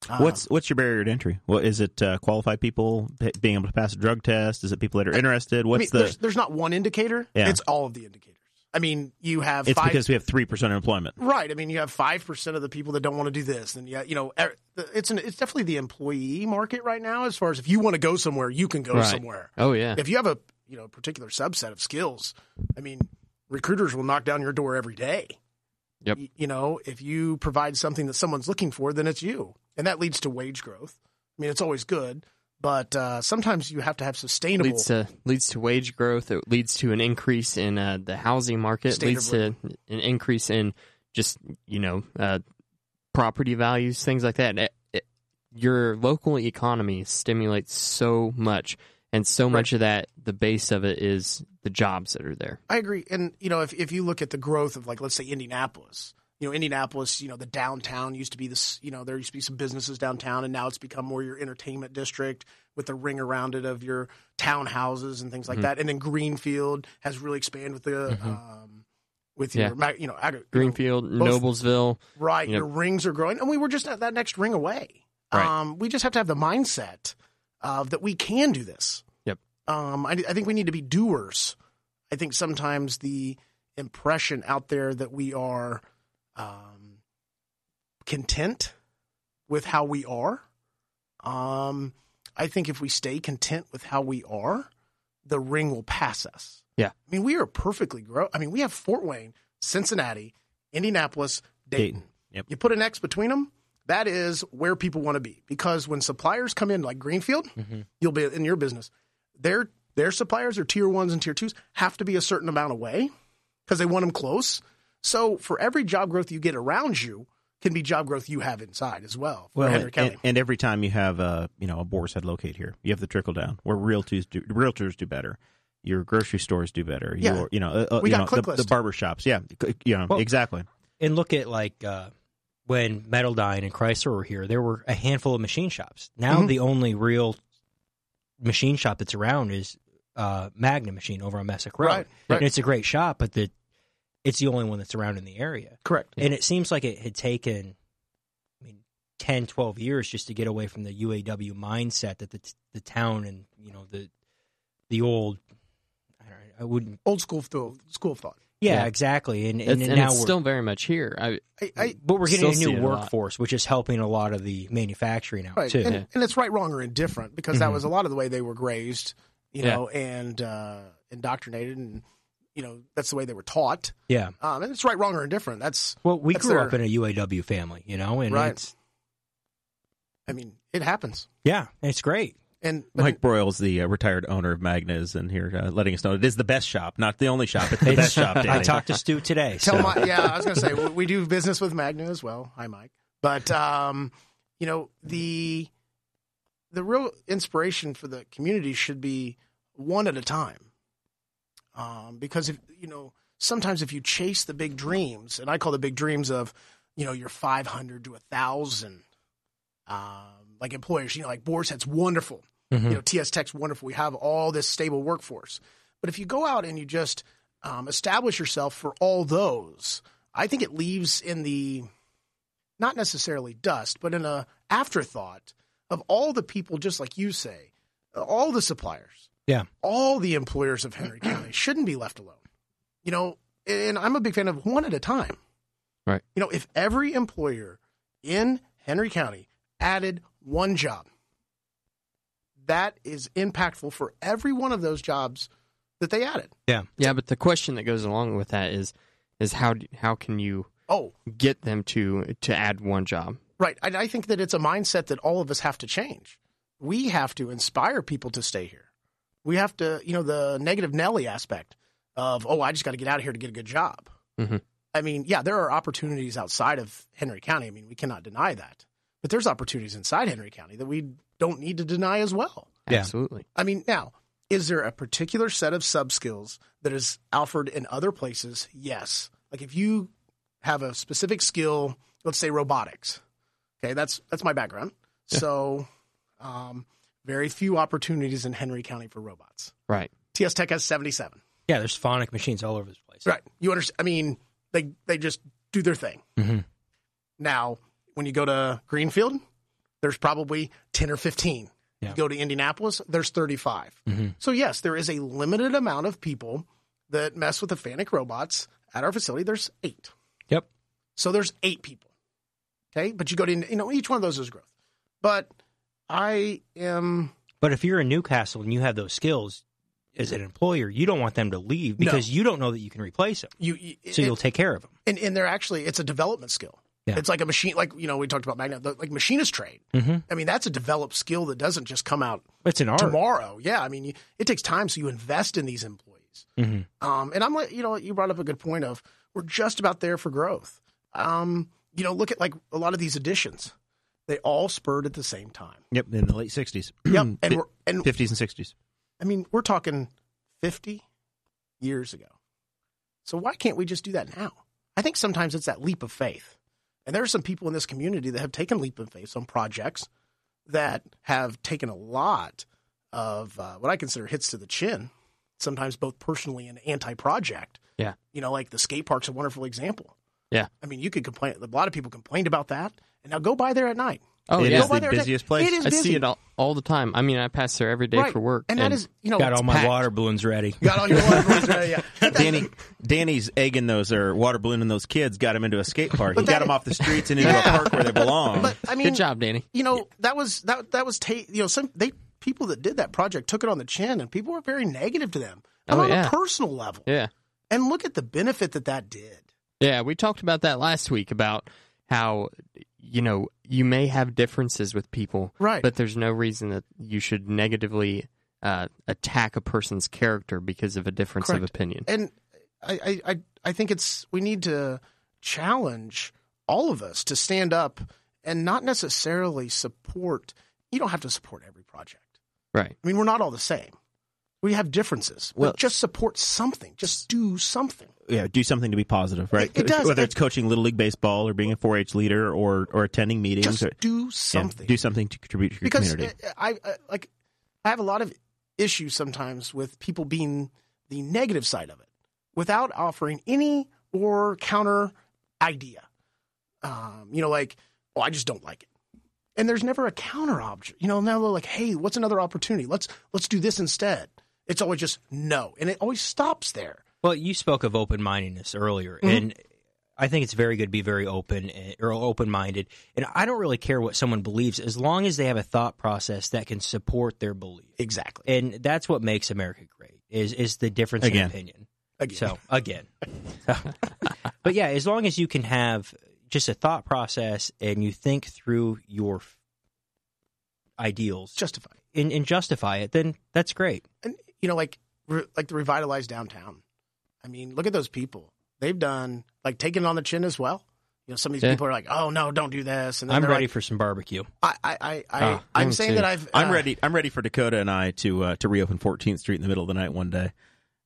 Speaker 4: Uh,
Speaker 1: What's what's your barrier to entry? Well, is it uh, qualified people p- being able to pass a drug test? Is it people that are interested?
Speaker 4: I
Speaker 1: What's
Speaker 4: mean,
Speaker 1: the?
Speaker 4: there's, there's not one indicator.
Speaker 1: Yeah.
Speaker 4: It's all of the indicators. I mean, you have
Speaker 1: It's
Speaker 4: five.
Speaker 1: because we have three percent unemployment.
Speaker 4: Right. I mean, you have five percent of the people that don't want to do this, and yeah, you know, er- it's an it's definitely the employee market right now. As far as if you want to go somewhere, you can go
Speaker 2: Right.
Speaker 4: somewhere.
Speaker 2: Oh yeah.
Speaker 4: If you have a you know particular subset of skills, I mean, recruiters will knock down your door every day.
Speaker 2: Yep.
Speaker 4: Y- you know, if you provide something that someone's looking for, then it's you, and that leads to wage growth. I mean, it's always good, but uh, sometimes you have to have sustainable.
Speaker 2: leads to leads to wage growth. It leads to an increase in uh, the housing market.
Speaker 4: Standard
Speaker 2: leads to an increase in just you know uh, property values, things like that. It- it- your local economy stimulates so much, and so much of that, the base of it is the jobs that are there.
Speaker 4: I agree. And you know, if if you look at the growth of like let's say Indianapolis, you know, Indianapolis, you know, the downtown used to be this, you know, there used to be some businesses downtown and now it's become more your entertainment district with the ring around it of your townhouses and
Speaker 2: Mm-hmm.
Speaker 4: things like that. And then Greenfield has really expanded with the um with
Speaker 2: Yeah.
Speaker 4: your ma- you know, agri-
Speaker 2: Greenfield,
Speaker 4: both-
Speaker 2: Noblesville,
Speaker 4: Right.
Speaker 2: You know-
Speaker 4: Your rings are growing. And we were just at that next ring away.
Speaker 1: Right.
Speaker 4: Um, we just have to have the mindset of that we can do this.
Speaker 2: Yep.
Speaker 4: Um, I, I think we need to be doers. I think sometimes the impression out there that we are um, content with how we are. Um, I think if we stay content with how we are, the ring will pass us.
Speaker 2: Yeah.
Speaker 4: I mean, we are perfectly grow. I mean, we have Fort Wayne, Cincinnati, Indianapolis, Dayton.
Speaker 1: Dayton. Yep.
Speaker 4: You put an X between them, that is where people want to be. Because when suppliers come in, like Greenfield, you'll be in your business. Their their suppliers are tier ones and tier twos have to be a certain amount away because they want them close. So for every job growth you get around you, can be job growth you have inside as well. For Henry
Speaker 1: and,
Speaker 4: County.
Speaker 1: and, and every time you have a you know a boar's head locate here, you have the trickle down where realtors do realtors do better. Your grocery stores do better.
Speaker 4: Yeah.
Speaker 1: Your, you know, uh, uh,
Speaker 4: We
Speaker 1: you
Speaker 4: got
Speaker 1: know,
Speaker 4: click
Speaker 1: the, the
Speaker 4: list.
Speaker 1: barber shops. Yeah, c- you know,
Speaker 3: Well-
Speaker 1: exactly.
Speaker 3: and look at like uh, when Metaldyne and Chrysler were here, there were a handful of machine shops. Now
Speaker 4: Mhm.
Speaker 3: the only real machine shop that's around is uh, Magna Machine over on Messick Road,
Speaker 4: Right, right.
Speaker 3: and it's a great shop, but the it's the only one that's around in the area.
Speaker 4: Correct.
Speaker 3: And it seems like it had taken, I mean, 10, 12 years just to get away from the UAW mindset that the t- the town and you know the the old. I, don't, know, I wouldn't.
Speaker 4: Old school th- school of thought.
Speaker 3: Yeah,
Speaker 2: Yeah.
Speaker 3: exactly. And, and,
Speaker 2: it's, and
Speaker 3: now
Speaker 2: it's
Speaker 3: we're
Speaker 2: still very much here. I,
Speaker 4: I, I,
Speaker 3: but we're
Speaker 2: Still
Speaker 3: getting a
Speaker 2: see
Speaker 3: new
Speaker 2: it a lot.
Speaker 3: workforce, which is helping a lot of the manufacturing out
Speaker 4: right.
Speaker 3: too.
Speaker 4: and,
Speaker 2: Yeah.
Speaker 4: and it's right, wrong, or indifferent because that
Speaker 3: Mhm.
Speaker 4: was a lot of the way they were raised, you
Speaker 2: Yeah.
Speaker 4: know, and uh, indoctrinated, and you know that's the way they were taught.
Speaker 3: yeah.
Speaker 4: Um, and it's right, wrong, or indifferent. That's
Speaker 3: Well, we
Speaker 4: That's
Speaker 3: grew
Speaker 4: their-
Speaker 3: up in a UAW family, you know, and
Speaker 4: Right.
Speaker 3: it's
Speaker 4: I mean, it happens.
Speaker 3: yeah, and it's great.
Speaker 4: And but-
Speaker 1: Mike Broyles, the uh, retired owner of Magna's, and here uh, letting us know it is the best shop, not the only shop. It's the best shop. Danny.
Speaker 3: I talked to Stu today.
Speaker 4: tell
Speaker 3: so.
Speaker 4: my yeah, I was gonna say we, we do business with Magna as well. Hi, Mike. But um, you know the the real inspiration for the community should be one at a time, um, because if you know sometimes if you chase the big dreams, and I call the big dreams of you know your five hundred to a thousand. Um, like employers, you know, like Boar's Head's wonderful.
Speaker 3: Mhm.
Speaker 4: You know, TS Tech's wonderful. We have all this stable workforce. But if you go out and you just um, establish yourself for all those, I think it leaves in the not necessarily dust, but in a afterthought of all the people, just like you say, all the suppliers,
Speaker 3: Yeah.
Speaker 4: all the employers of Henry County shouldn't be left alone. You know, and I'm a big fan of one at a time.
Speaker 2: Right.
Speaker 4: You know, if every employer in Henry County added one job, that is impactful for every one of those jobs that they added.
Speaker 2: yeah, but the question that goes along with that is is how do, how can you
Speaker 4: Oh,
Speaker 2: get them to to add one job?
Speaker 4: Right. And I think that it's a mindset that all of us have to change. We have to inspire people to stay here. We have to, you know, the negative Nelly aspect of, oh, I just got to get out of here to get a good job.
Speaker 2: Mhm.
Speaker 4: I mean, yeah, there are opportunities outside of Henry County. I mean, we cannot deny that. But there's opportunities inside Henry County that we don't need to deny as well.
Speaker 3: Yeah.
Speaker 2: Absolutely.
Speaker 4: I mean, now, Is there a particular set of sub skills that is offered in other places? Yes. Like if you have a specific skill, let's say robotics. Okay, that's that's my background. So, um, very few opportunities in Henry County for robots.
Speaker 2: Right.
Speaker 4: TS Tech has seventy-seven.
Speaker 3: Yeah, there's phonic machines all over this place.
Speaker 4: Right. You understand? I mean, they they just do their thing.
Speaker 3: Mhm.
Speaker 4: Now, when you go to Greenfield, there's probably ten or fifteen.
Speaker 3: Yeah.
Speaker 4: You go to Indianapolis, there's thirty-five.
Speaker 3: mm-hmm.
Speaker 4: So yes, there is a limited amount of people that mess with the Fanuc robots at our facility. There's eight.
Speaker 3: Yep.
Speaker 4: So there's eight people. Okay, but you go to you know each one of those is growth. But I am
Speaker 3: But if you're in Newcastle and you have those skills as an employer, you don't want them to leave
Speaker 4: No.
Speaker 3: because you don't know that you can replace them.
Speaker 4: you. you
Speaker 3: So you'll take care of them.
Speaker 4: and, and they're actually it's a development skill.
Speaker 3: Yeah.
Speaker 4: It's like a machine, like you know we talked about magnet, the- like machinist trade.
Speaker 1: Mm-hmm.
Speaker 3: Mhm.
Speaker 4: I mean that's a developed skill that doesn't just come out
Speaker 3: It's an art.
Speaker 4: tomorrow. Yeah, I mean you, it takes time, so you invest in these employees.
Speaker 3: Mhm.
Speaker 4: Um, and I'm like, you know, you brought up a good point of we're just about there for growth. Um, you know, look at like a lot of these additions, they all spurred at the same time.
Speaker 1: Yep, in the late '60s.
Speaker 4: Yep, and we're, and
Speaker 1: 50s and 60s.
Speaker 4: I mean, we're talking 50 years ago. So why can't we just do that now? I think sometimes it's that leap of faith. And there are some people in this community that have taken leap of faith on projects that have taken a lot of uh, what I consider hits to the chin, sometimes both personally and anti-project.
Speaker 2: Yeah.
Speaker 4: You know, like the skate park's a wonderful example.
Speaker 2: Yeah.
Speaker 4: I mean, you could complain. A lot of people complained about that. And now go by there at night.
Speaker 2: Oh
Speaker 1: It
Speaker 2: yeah.
Speaker 1: is
Speaker 4: Go by
Speaker 1: the
Speaker 4: there at night.
Speaker 1: busiest place.
Speaker 4: It is
Speaker 2: I
Speaker 4: busy.
Speaker 2: see it all, all the time. I mean, I pass there every day
Speaker 4: Right.
Speaker 2: for work,
Speaker 4: And, that is, you know,
Speaker 3: Got
Speaker 4: it's
Speaker 3: all my
Speaker 4: packed.
Speaker 3: water balloons ready.
Speaker 4: Got all your water. yeah, yeah.
Speaker 1: Danny, Danny's egging those or water ballooning those kids got him into a skate park.
Speaker 4: But
Speaker 1: he
Speaker 4: that-
Speaker 1: got them off the streets and into a park where they belong.
Speaker 4: But I mean,
Speaker 2: good job, Danny.
Speaker 4: you know that was that that was ta- you know some they people that did that project took it on the chin and people were very negative to them and
Speaker 2: Oh,
Speaker 4: on
Speaker 2: yeah.
Speaker 4: a personal level
Speaker 2: Yeah.
Speaker 4: and look at the benefit that that did
Speaker 2: Yeah, we talked about that last week about how you know you may have differences with people,
Speaker 4: Right.
Speaker 2: But there's no reason that you should negatively uh, attack a person's character because of a difference of
Speaker 4: Correct.
Speaker 2: opinion.
Speaker 4: and I, I I I think it's we need to challenge all of us to stand up and not necessarily support you don't have to support every project
Speaker 2: Right.
Speaker 4: I mean we're not all the same we have differences
Speaker 1: Well-
Speaker 4: but just support something just do something
Speaker 1: yeah, do something to be positive, right?
Speaker 4: It- it does.
Speaker 1: Whether it's coaching little league baseball or being a 4-H leader or or attending meetings
Speaker 4: just
Speaker 1: or
Speaker 4: do
Speaker 1: yeah,
Speaker 4: something
Speaker 1: do something to contribute to your
Speaker 4: because uh,
Speaker 1: community.
Speaker 4: I, I I- like I have a lot of issues sometimes with people being the negative side of it without offering any or counter idea. Um, you know, like, oh, I just don't like it, and there's never a counter object. You know, now they're like, hey, what's another opportunity? Let's let's do this instead. It's always just no, and it always stops there.
Speaker 3: Well, you spoke of open mindedness earlier, and I think it's very good to be very open eh, or open minded. And I don't really care what someone believes as long as they have a thought process that can support their belief.
Speaker 4: Exactly.
Speaker 3: And that's what makes America great is is the difference
Speaker 1: Again.
Speaker 3: in opinion.
Speaker 4: Again.
Speaker 3: So again, but yeah, as long as you can have just a thought process and you think through your f- ideals
Speaker 4: justify.
Speaker 3: and, and justify it, then that's great.
Speaker 4: and you know, like re- like the revitalized downtown. I mean, look at those people. They've done like taking it on the chin as well. You know, some of these
Speaker 2: Yeah.
Speaker 4: people are like, "Oh no, don't do this." And then
Speaker 3: I'm
Speaker 4: they're
Speaker 3: ready
Speaker 4: Like,
Speaker 3: for some barbecue.
Speaker 4: I, I, I, I
Speaker 2: Ah,
Speaker 4: I'm
Speaker 2: me
Speaker 4: saying
Speaker 2: too.
Speaker 4: that I've.
Speaker 1: I'm
Speaker 4: uh,
Speaker 1: ready. I'm ready for Dakota and I to uh, to reopen 14th Street in the middle of the night one day.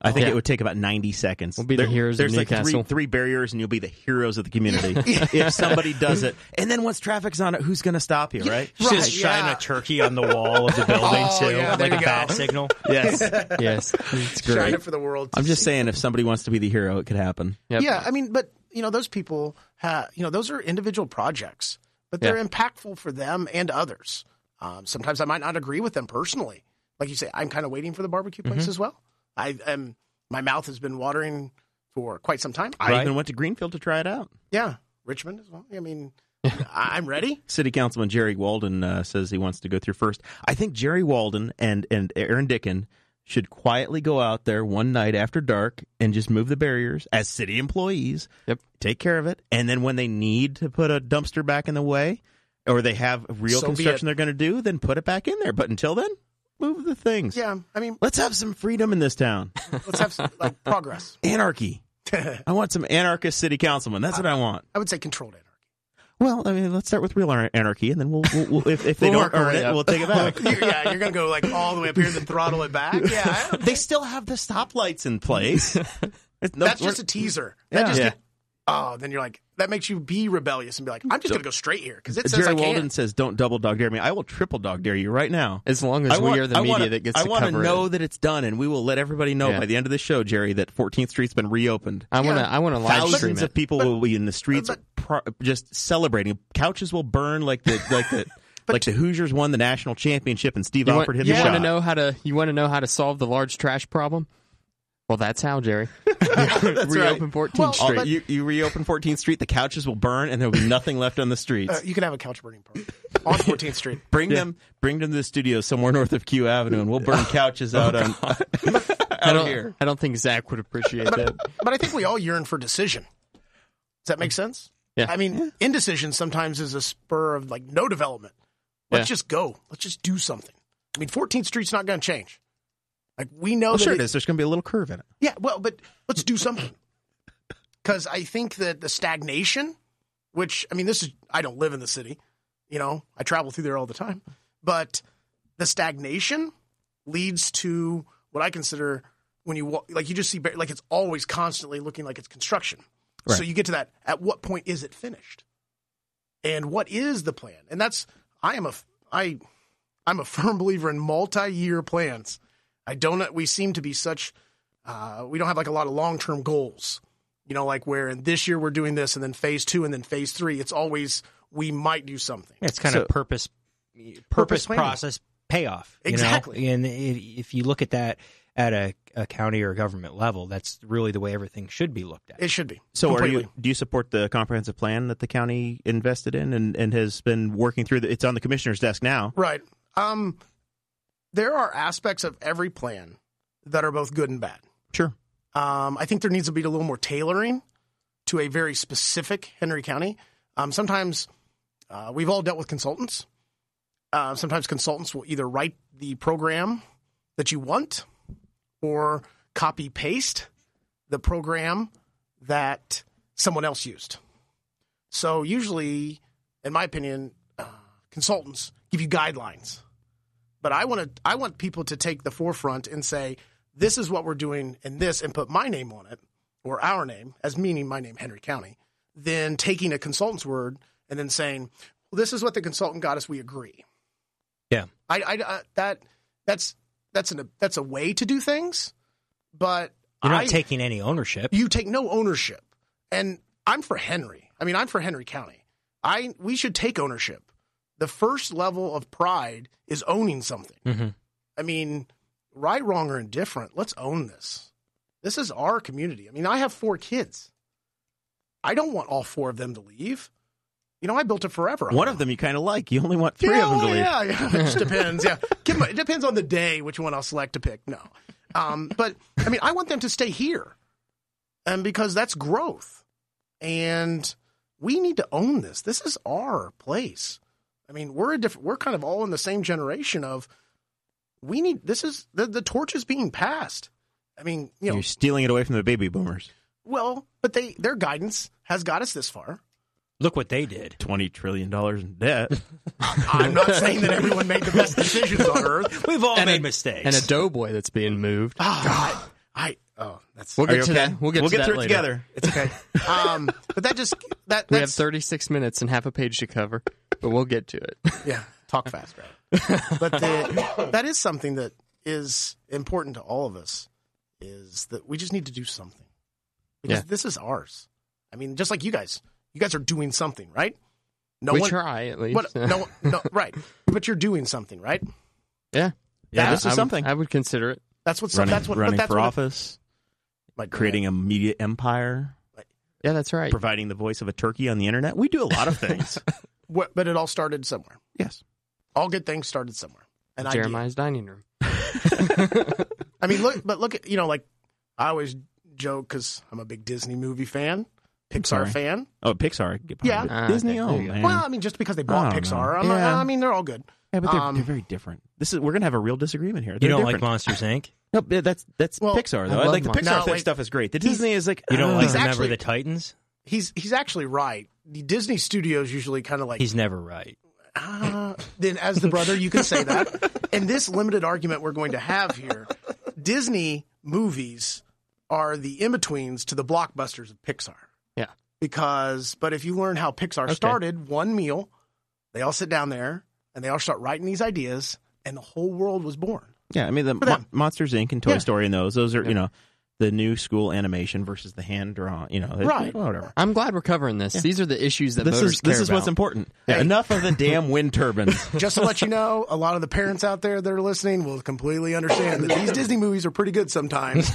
Speaker 1: I think
Speaker 2: Yeah.
Speaker 1: it would take about 90 seconds.
Speaker 2: We'll be the heroes of
Speaker 1: There's like three,
Speaker 2: Newcastle.
Speaker 1: three barriers, and you'll be the heroes of the community if somebody does it. And then once traffic's on it, who's going to stop you, right?
Speaker 4: Right,
Speaker 3: Just shine
Speaker 4: yeah.
Speaker 3: a turkey on the wall of the building
Speaker 4: Oh,
Speaker 3: too,
Speaker 4: yeah, there
Speaker 3: like a
Speaker 4: you go.
Speaker 3: bat signal.
Speaker 1: Yes.
Speaker 2: yes, it's
Speaker 4: Shine
Speaker 2: great.
Speaker 4: it for the world. to
Speaker 1: I'm just
Speaker 4: see.
Speaker 1: saying, if somebody wants to be the hero, it could happen.
Speaker 2: Yep.
Speaker 4: Yeah, I mean, but you know, those people, ha- you know, those are individual projects, but they're
Speaker 2: Yeah.
Speaker 4: impactful for them and others. Um, sometimes I might not agree with them personally. Like you say, I'm kind of waiting for the barbecue place as well. I am. My mouth has been watering for quite some time.
Speaker 1: I
Speaker 3: Right.
Speaker 1: even went to Greenfield to try it out.
Speaker 4: Yeah, Richmond as well. I mean, I- I'm ready.
Speaker 1: City Councilman Jerry Walden uh, says he wants to go through first. I think Jerry Walden and and Aaron Dickin should quietly go out there one night after dark and just move the barriers as city employees.
Speaker 2: Yep.
Speaker 1: Take care of it, and then when they need to put a dumpster back in the way, or they have real
Speaker 4: So be
Speaker 1: construction
Speaker 4: it.
Speaker 1: they're going to do, then put it back in there. But until then, move the things.
Speaker 4: Yeah, I mean,
Speaker 1: Let's have some freedom in this town.
Speaker 4: let's have some, like progress.
Speaker 1: Anarchy. I want some anarchist city councilman. That's what I want.
Speaker 4: I would say controlled anarchy.
Speaker 1: Well, I mean, let's start with real Anar- anarchy, and then we'll, we'll, we'll if, if they
Speaker 4: We'll
Speaker 1: don't
Speaker 4: work our
Speaker 1: earn
Speaker 4: way
Speaker 1: it,
Speaker 4: up.
Speaker 1: we'll take it back.
Speaker 4: You- yeah, you're gonna go like all the way up here and then throttle it back. Yeah, I-
Speaker 1: they still have the stoplights in place. It's no-
Speaker 4: that's just a teaser. That
Speaker 1: Yeah.
Speaker 4: just
Speaker 1: Yeah.
Speaker 4: oh, then you're like that makes you be rebellious and be like, I'm just gonna go straight here because it says
Speaker 1: Jerry
Speaker 4: I can.
Speaker 1: Walden says, "Don't double dog dare me. I will triple dog dare you right now."
Speaker 2: As long as we are the
Speaker 1: I
Speaker 2: media
Speaker 1: wanna-
Speaker 2: that gets
Speaker 1: I
Speaker 2: to
Speaker 1: wanna
Speaker 2: cover
Speaker 1: know
Speaker 2: it.
Speaker 1: that it's done, and we will let everybody know
Speaker 2: Yeah.
Speaker 1: by the end of the show, Jerry, that 14th Street's been reopened.
Speaker 2: I want to.
Speaker 4: Yeah.
Speaker 2: I want to live stream
Speaker 1: Thousands
Speaker 2: it.
Speaker 1: of people will be in the streets,
Speaker 4: but-
Speaker 1: pro- just celebrating. Couches will burn like the like the like the Hoosiers won the national championship, and Steve
Speaker 2: you
Speaker 1: Alpert
Speaker 2: want,
Speaker 1: hit
Speaker 2: you
Speaker 1: the
Speaker 2: want to
Speaker 1: shot.
Speaker 2: know how to? You want to know how to solve the large trash problem? Well, that's how Jerry. Reopen 14th
Speaker 4: Well,
Speaker 2: Street.
Speaker 4: but-
Speaker 1: you, you reopen 14th Street, the couches will burn, and there will be nothing left on the streets.
Speaker 4: Uh, you can have a couch burning party on 14th Street.
Speaker 1: Bring them, bring them to the studio somewhere north of Q Avenue, and we'll burn couches out on
Speaker 2: I
Speaker 1: out
Speaker 2: don't.
Speaker 1: here.
Speaker 2: I don't think Zach would appreciate that.
Speaker 4: But I think we all yearn for decision. Does that make sense?
Speaker 2: Yeah.
Speaker 4: I mean, indecision sometimes is a spur of like no development. Let's just go. Let's just do something. I mean, 14th Street's not going to change. Like we know
Speaker 1: Well,
Speaker 4: that
Speaker 1: Oh, sure it
Speaker 4: it-
Speaker 1: is. There's going to be a little curve in it.
Speaker 4: Yeah, well, but let's do something. Because I think that the stagnation, which I mean, this is I don't live in the city, you know, I travel through there all the time, but the stagnation leads to what I consider when you walk, like you just see ba- like it's always constantly looking like it's construction. So
Speaker 1: Right.
Speaker 4: you get to that. At what point is it finished? And what is the plan? And that's I am a f- I I'm a firm believer in multi-year plans. I don't. We seem to be such. Uh, we don't have like a lot of long-term goals. You know, like where in this year we're doing this, and then phase two, and then phase three. It's always we might do something.
Speaker 3: It's kind
Speaker 1: So-
Speaker 3: of purpose, purpose,
Speaker 1: planning.
Speaker 3: process payoff. you know?
Speaker 4: Exactly.
Speaker 3: And i if you look at that at a, a county or government level, that's really the way everything should be looked at.
Speaker 4: It should be.
Speaker 1: So, are
Speaker 4: completely.
Speaker 1: you? Do you support the comprehensive plan that the county invested in and, and has been working through? The, it's on the commissioner's desk now.
Speaker 4: Right. Um, there are aspects of every plan that are both good and bad.
Speaker 1: Sure.
Speaker 4: Um, I think there needs to be a little more tailoring to a very specific Henry County. Um, sometimes uh, we've all dealt with consultants. Uh, sometimes consultants will either write the program that you want or copy paste the program that someone else used. So, usually, in my opinion, uh, consultants give you guidelines but I want to I want people to take the forefront and say this is what we're doing and this and put my name on it or our name as meaning my name Henry County then taking a consultant's word and then saying well, this is what the consultant got us we agree
Speaker 3: Yeah.
Speaker 4: I, I, I that that's that's an that's a way to do things but
Speaker 3: You're not
Speaker 4: I,
Speaker 3: taking any ownership.
Speaker 4: you take no ownership and i'm for henry i mean i'm for henry county i we should take ownership the first level of pride is owning something
Speaker 1: Mm-hmm.
Speaker 3: Mhm.
Speaker 4: i mean right wrong or indifferent let's own this this is our community i mean i have four kids i don't want all four of them to leave you know i built it forever
Speaker 1: One of them you kind of like. You only want three
Speaker 4: yeah,
Speaker 1: of them to
Speaker 4: well,
Speaker 1: leave.
Speaker 4: Yeah, yeah. It just depends. Yeah, Give 'em- it depends on the day which one I'll select to pick. No, um, but I mean, I want them to stay here, and because that's growth, and we need to own this. This is our place. I mean, we're a diff- we're kind of all in the same generation of we need this is the the torch is being passed. I mean, you know,
Speaker 1: You're stealing it away from the baby boomers.
Speaker 4: well, but they their guidance has got us this far.
Speaker 3: Look what they did.
Speaker 1: Twenty trillion dollars in debt.
Speaker 4: I'm not saying that everyone made the best decisions on earth.
Speaker 3: We've all made
Speaker 2: a-
Speaker 3: mistakes.
Speaker 2: And a doughboy that's being moved.
Speaker 4: Ah, I, I oh, that's
Speaker 2: We'll
Speaker 1: Are
Speaker 2: get
Speaker 1: you
Speaker 2: to
Speaker 1: okay?
Speaker 2: that. We'll get to that
Speaker 1: through
Speaker 2: later.
Speaker 1: it together.
Speaker 4: It's okay. Um, but that just that
Speaker 2: We have
Speaker 4: that's
Speaker 2: 36 minutes and half a page to cover, but we'll get to it.
Speaker 4: yeah. Talk fast, right? but the, that is something that is important to all of us. Is that we just need to do something because
Speaker 2: Yeah.
Speaker 4: this is ours. I mean, just like you guys, you guys are doing something, right? No
Speaker 2: we
Speaker 4: one,
Speaker 2: try at least.
Speaker 4: what, no, no, right? But you're doing something, right?
Speaker 2: yeah.
Speaker 1: Yeah,
Speaker 2: I-
Speaker 1: this
Speaker 2: I
Speaker 1: is
Speaker 2: would-
Speaker 1: something.
Speaker 2: I would consider it.
Speaker 4: That's what.
Speaker 1: running
Speaker 4: that's what.
Speaker 1: running
Speaker 4: but that's
Speaker 1: for
Speaker 4: what
Speaker 1: office,
Speaker 4: Like,
Speaker 1: creating a media empire,
Speaker 2: Yeah, that's right.
Speaker 1: providing the voice of a turkey on the internet. We do a lot of things.
Speaker 4: what- but it all started somewhere.
Speaker 1: yes.
Speaker 4: All good things started somewhere. An idea.
Speaker 2: Jeremiah's dining room.
Speaker 4: I mean, look, but look at you know, like I always joke because I'm a big Disney movie fan, Pixar
Speaker 1: sorry.
Speaker 4: fan.
Speaker 1: Oh, Pixar. Get
Speaker 4: Yeah.
Speaker 1: behind it.
Speaker 2: Ah,
Speaker 1: Disney.
Speaker 2: okay,
Speaker 1: Oh
Speaker 2: there you go.
Speaker 1: man.
Speaker 4: Well, I mean, just because they
Speaker 1: I
Speaker 4: bought
Speaker 1: don't know.
Speaker 4: Pixar, I'm
Speaker 1: Yeah.
Speaker 4: I mean, they're all good.
Speaker 1: yeah, but they're,
Speaker 4: um,
Speaker 1: they're very different. This is we're gonna have a real disagreement here.
Speaker 3: you
Speaker 1: They're
Speaker 3: don't
Speaker 1: different.
Speaker 3: like Monsters Inc.
Speaker 1: No, but that's that's
Speaker 4: Well,
Speaker 1: Pixar though.
Speaker 2: I
Speaker 1: I,
Speaker 2: love
Speaker 1: like the
Speaker 2: Mon-
Speaker 1: Pixar
Speaker 4: No,
Speaker 1: stuff-
Speaker 4: wait. Ah.
Speaker 1: stuff is great. The Disney is like
Speaker 3: You don't
Speaker 1: uh,
Speaker 3: like
Speaker 4: He's
Speaker 3: Remember
Speaker 4: actually-
Speaker 3: the Titans.
Speaker 4: He's he's actually right. the Disney studios usually kind of like
Speaker 3: He's never right.
Speaker 4: ah, then as the brother, you can say that. and this limited argument we're going to have here Disney movies are the in betweens to the blockbusters of Pixar.
Speaker 2: Yeah.
Speaker 4: Because, but if you learn how Pixar
Speaker 2: Okay.
Speaker 4: started, one meal, they all sit down there and they all start writing these ideas, and the whole world was born.
Speaker 1: Yeah, I mean the
Speaker 4: them.
Speaker 1: Mo- Monsters Inc. and Toy
Speaker 4: Yeah.
Speaker 1: Story and those those are you know the new school animation versus the hand drawn. You know, it-
Speaker 4: Right.
Speaker 1: Whatever.
Speaker 2: I'm glad we're covering this. These are the issues that
Speaker 1: This
Speaker 2: voters
Speaker 1: is this
Speaker 2: care
Speaker 1: is what's
Speaker 2: about.
Speaker 1: important. Enough of the damn wind turbines.
Speaker 4: Just to let you know, a lot of the parents out there that are listening will completely understand that these Disney movies are pretty good sometimes.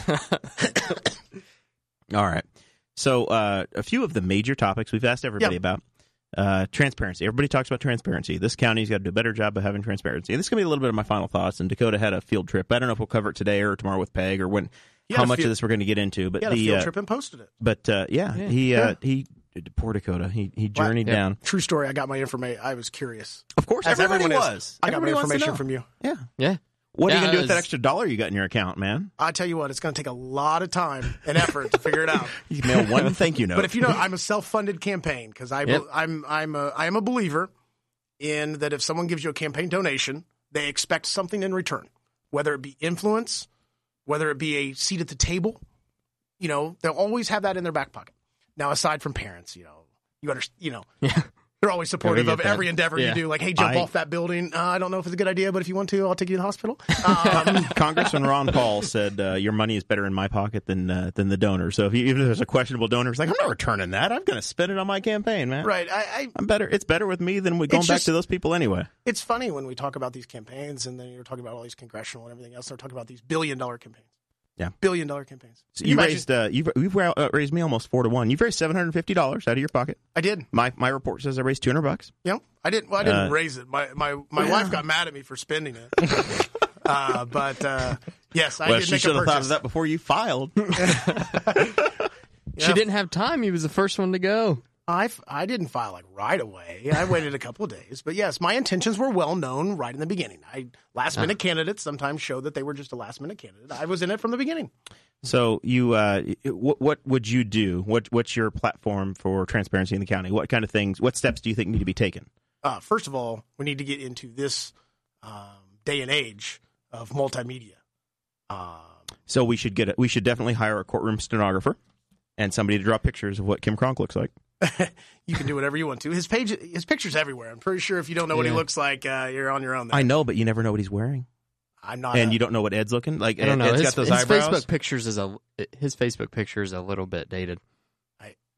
Speaker 1: All right. So uh, a few of the major topics we've asked everybody
Speaker 4: Yep.
Speaker 1: about. Uh, transparency. Everybody talks about transparency. This county's got to do a better job of having transparency. And this is going to be a little bit of my final thoughts. And Dakota had a field trip. I don't know if we'll cover it today or tomorrow with Peg or when.
Speaker 4: He had
Speaker 1: How
Speaker 4: a
Speaker 1: much
Speaker 4: field-
Speaker 1: of this we're going to get into? But
Speaker 4: He had
Speaker 1: the
Speaker 4: a field
Speaker 1: uh,
Speaker 4: trip and posted it.
Speaker 1: but uh, yeah, he uh, he poor Dakota. He he journeyed
Speaker 2: Yeah.
Speaker 1: down.
Speaker 4: True story. I got my information. I was curious.
Speaker 1: Of course,
Speaker 4: As
Speaker 1: everybody
Speaker 4: everyone is.
Speaker 1: was.
Speaker 4: I got my
Speaker 1: Everybody wants to
Speaker 4: information
Speaker 1: know.
Speaker 4: from you.
Speaker 1: Yeah.
Speaker 2: Yeah.
Speaker 1: What are
Speaker 2: Yeah,
Speaker 1: you going to do with that
Speaker 2: it's-
Speaker 1: extra dollar you got in your account, man?
Speaker 4: I tell you what, it's going to take a lot of time and effort to figure it out.
Speaker 1: You can mail one thank you note.
Speaker 4: But if you know, I'm a self-funded campaign because I,
Speaker 2: Yep.
Speaker 4: I'm, I'm a, I am a believer in that if someone gives you a campaign donation, they expect something in return, whether it be influence, whether it be a seat at the table. You know, they'll always have that in their back pocket. Now, aside from parents, you know, you understand, you know, they're always supportive
Speaker 2: get
Speaker 4: of
Speaker 2: that.
Speaker 4: every endeavor
Speaker 2: Yeah.
Speaker 4: you do. Like, hey, jump
Speaker 1: I-
Speaker 4: off that building. Uh, I don't know if it's a good idea, but if you want to, I'll take you to the hospital. Um,
Speaker 1: Congressman Ron Paul said, uh, "Your money is better in my pocket than uh, than the donor." So if you, even if there's a questionable donor, it's like I'm not returning that. I'm going to spend it on my campaign, man.
Speaker 4: right? I, I,
Speaker 1: I'm better. It's better with me than we going back
Speaker 4: just-
Speaker 1: to those people anyway.
Speaker 4: it's funny when we talk about these campaigns and then you're talking about all these congressional and everything else. They're talking about these billion dollar campaigns.
Speaker 1: Yeah.
Speaker 4: Billion dollar campaigns.
Speaker 1: So
Speaker 4: Can you
Speaker 1: you,
Speaker 4: imagine-
Speaker 1: raised uh, you've you've ra- uh, raised me almost four to one. You've raised seven hundred fifty dollars out of your pocket.
Speaker 4: I did.
Speaker 1: My my report says I raised two hundred bucks.
Speaker 4: Yep. I didn't well, I didn't
Speaker 1: Uh,
Speaker 4: raise it. My my, my wife got mad at me for spending it. uh, but uh, yes, I
Speaker 1: well,
Speaker 4: did
Speaker 1: she
Speaker 4: make a
Speaker 1: should have
Speaker 4: purchase.
Speaker 1: thought of that before you filed.
Speaker 2: She didn't have time. He was the first one to go.
Speaker 4: I, f- I didn't file like right away. I waited a couple of days. But yes, my intentions were well known right in the beginning. I last minute
Speaker 1: Uh-huh.
Speaker 4: candidates sometimes show that they were just a last minute candidate. I was in it from the beginning.
Speaker 1: So you, uh, what, what would you do? What what's your platform for transparency in the county? What kind of things? What steps do you think need to be taken?
Speaker 4: uh, first of all, we need to get into this um, day and age of multimedia. Um,
Speaker 1: So we should get a, we should definitely hire a courtroom stenographer and somebody to draw pictures of what Kim Kronk looks like.
Speaker 4: you can do whatever you want to. His page, his picture's everywhere. I'm pretty sure if you don't know what he
Speaker 2: Yeah.
Speaker 4: looks like, uh, you're on your own. There.
Speaker 1: I know, but you never know what he's wearing,
Speaker 4: I'm not.
Speaker 1: and
Speaker 4: a-
Speaker 1: you don't know what Ed's looking like.
Speaker 2: I don't know.
Speaker 1: Ed's
Speaker 2: His,
Speaker 1: got those
Speaker 2: his
Speaker 1: eyebrows.
Speaker 2: Facebook pictures is a his Facebook picture is a little bit dated.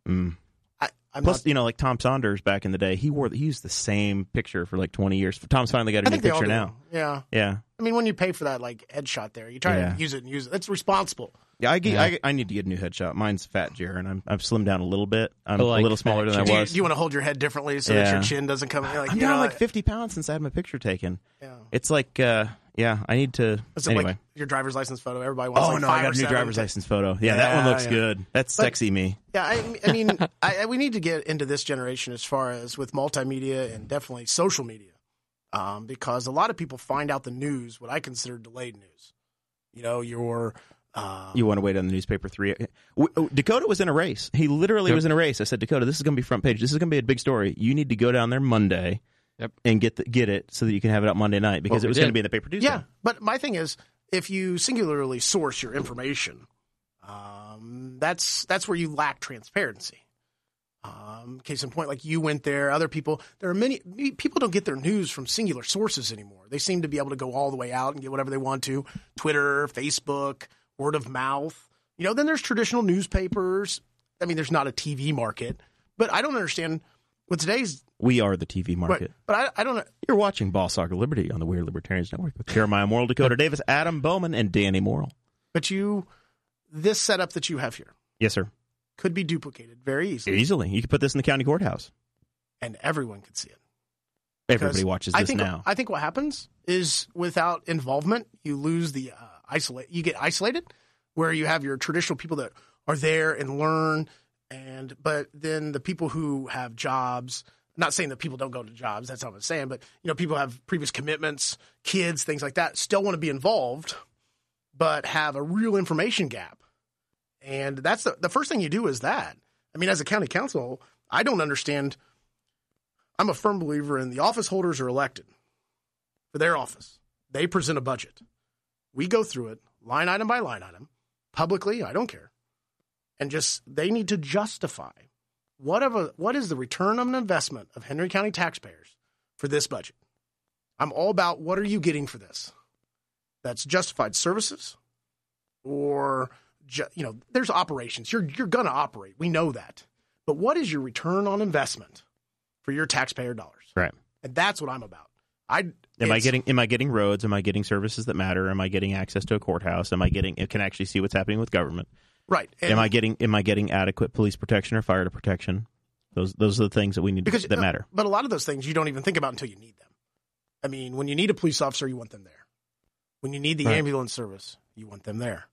Speaker 1: Mm.
Speaker 4: I, I'm
Speaker 1: Plus,
Speaker 4: not,
Speaker 1: you know, like Tom Saunders back in the day, he wore he used the same picture for like twenty years. Tom's finally got a new
Speaker 4: I think they all
Speaker 1: picture
Speaker 4: do.
Speaker 1: now.
Speaker 4: Yeah.
Speaker 1: Yeah,
Speaker 4: I mean, when you pay for that like headshot, there, you try
Speaker 1: Yeah.
Speaker 4: to use it and use it. It's responsible.
Speaker 1: yeah. I, get,
Speaker 2: Yeah.
Speaker 1: I I need to get a new headshot. Mine's fat Jer, and I'm I've slimmed down a little bit. I'm
Speaker 2: I
Speaker 1: a
Speaker 2: like
Speaker 1: little smaller
Speaker 2: fat
Speaker 1: than I
Speaker 4: Do you,
Speaker 1: was.
Speaker 4: do you want to hold your head differently so that
Speaker 1: Yeah.
Speaker 4: your chin doesn't come? Like,
Speaker 1: I'm
Speaker 4: you know,
Speaker 1: down like 50 pounds since I had my picture taken.
Speaker 4: yeah.
Speaker 1: It's like, uh, yeah, I need to.
Speaker 4: Is it
Speaker 1: Anyway.
Speaker 4: like your driver's license photo? Everybody wants.
Speaker 1: oh,
Speaker 4: like
Speaker 1: no,
Speaker 4: five
Speaker 1: I
Speaker 4: or
Speaker 1: got a new
Speaker 4: seven.
Speaker 1: driver's license photo. Yeah, that one
Speaker 4: Yeah,
Speaker 1: looks
Speaker 4: yeah.
Speaker 1: good. That's sexy me.
Speaker 4: Yeah, I, I mean, I, I- we need to get into this generation as far as with multimedia and definitely social media, um, because a lot of people find out the news what I consider delayed news. You know, your uh,
Speaker 1: You want to wait on the newspaper three. W- oh, Dakota was in a race. He literally was in a race. I said, Dakota, this is going to be front page. This is going to be a big story. You need to go down there Monday
Speaker 2: Yep.
Speaker 1: and get the, get it so that you can have it out Monday night because it
Speaker 2: Well, we
Speaker 1: was going to
Speaker 2: did.
Speaker 1: be in the paper Tuesday.
Speaker 4: yeah. But my thing is, if you singularly source your information, um, that's that's where you lack transparency. Um, case in point, like you went there, other people. There are many many- people don't get their news from singular sources anymore. They seem to be able to go all the way out and get whatever they want to: Twitter, Facebook, word of mouth. You know, then there's traditional newspapers. I mean, there's not a TV market, but I don't understand with today's.
Speaker 1: We are the TV market.
Speaker 4: But, but I, I don't.
Speaker 1: You're watching Ball Soccer Liberty on the Weird Libertarians Network with Jeremiah Morrill, Dakota Davis, Adam Bowman, and Danny Morrill.
Speaker 4: But you, this setup that you have here
Speaker 1: Yes, sir.
Speaker 4: could be duplicated very easily.
Speaker 1: Easily. You could put this in the county courthouse.
Speaker 4: and everyone could see it.
Speaker 1: Everybody
Speaker 4: Because
Speaker 1: watches
Speaker 4: I
Speaker 1: this
Speaker 4: think,
Speaker 1: now.
Speaker 4: I think what happens is without involvement, you lose the uh, isolate. You get isolated, where you have your traditional people that are there and learn, and but then the people who have jobs. Not saying that people don't go to jobs. That's not what I'm saying. But you know, people have previous commitments, kids, things like that. Still want to be involved, but have a real information gap. And that's the, the first thing you do is that. I mean, as a county council, I don't understand. I'm a firm believer in the office holders are elected for their office. They present a budget. We go through it line item by line item, publicly, I don't care. And just they need to justify what of a, what is the return on investment of Henry County taxpayers for this budget? I'm all about what are you getting for this? That's justified services or ju- you know, there's operations. You're you're going to operate. We know that. But what is your return on investment for your taxpayer dollars?
Speaker 1: Right.
Speaker 4: And that's what I'm about. I am
Speaker 1: Am I getting am I getting roads? Am I getting services that matter? Am I getting access to a courthouse? Am I getting can actually see what's happening with government?
Speaker 4: right? And-
Speaker 1: am I getting am I getting adequate police protection or fire protection? Those those are the things that we need
Speaker 4: because uh,
Speaker 1: that matter.
Speaker 4: But a lot of those things you don't even think about until you need them. I mean, when you need a police officer, you want them there. When you need the
Speaker 1: Right.
Speaker 4: ambulance service, you want them there.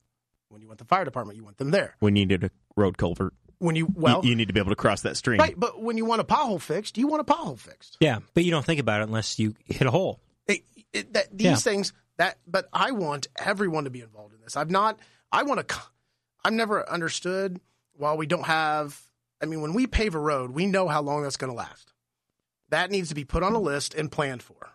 Speaker 4: When you want the fire department, you want them there.
Speaker 1: We needed a road culvert.
Speaker 4: When you
Speaker 1: You-
Speaker 4: well,
Speaker 1: you, need to be able to cross that stream.
Speaker 4: right, but when you want a pothole fixed, you want a pothole fixed.
Speaker 3: Yeah, but you don't think about it unless you hit a hole.
Speaker 4: It, it, that, these
Speaker 3: Yeah.
Speaker 4: things that, but I want everyone to be involved in this. I've not. I want to. I've never understood why we don't have. I mean, when we pave a road, we know how long that's going to last. That needs to be put on a list and planned for.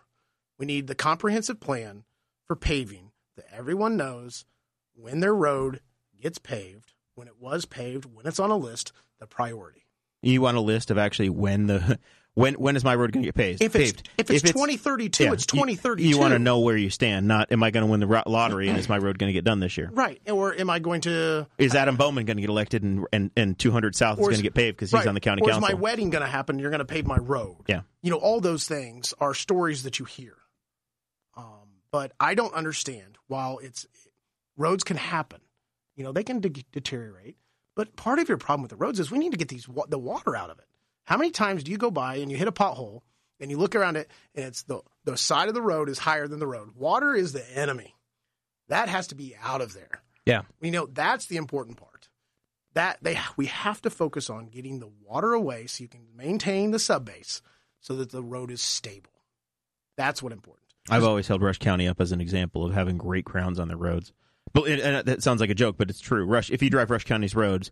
Speaker 4: We need the comprehensive plan for paving that everyone knows when their road gets paved, when it was paved, when it's on a list, the priority.
Speaker 1: You want a list of actually when the when when is my road going to get paved?
Speaker 4: If it's,
Speaker 1: paved.
Speaker 4: if it's 2032,
Speaker 1: yeah,
Speaker 4: it's
Speaker 1: you-
Speaker 4: 2032.
Speaker 1: You, want to know where you stand, not am I going to win the ro- lottery and is my road going to get done this year?
Speaker 4: Right. Or am I going to
Speaker 1: Is Adam Bowman going to get elected and and, and 200 South is
Speaker 4: Or
Speaker 1: going
Speaker 4: is-
Speaker 1: to get paved because
Speaker 4: Right.
Speaker 1: he's on the county
Speaker 4: or
Speaker 1: council?
Speaker 4: Is my wedding going to happen? You're going to pave my road.
Speaker 1: Yeah.
Speaker 4: You know, all those things are stories that you hear. Um, but I don't understand. While it's roads can happen, you know, they can de- deteriorate. But part of your problem with the roads is we need to get these wa- the water out of it. How many times do you go by and you hit a pothole and you look around it and it's the the side of the road is higher than the road? Water is the enemy. That has to be out of there.
Speaker 3: Yeah.
Speaker 4: You know, that's the important part that they we have to focus on getting the water away so you can maintain the sub base so that the road is stable. That's what important.
Speaker 1: I've always held Rush County up as an example of having great crowns on their roads. But and- and that sounds like a joke, but it's true. Rush, if you drive Rush County's roads,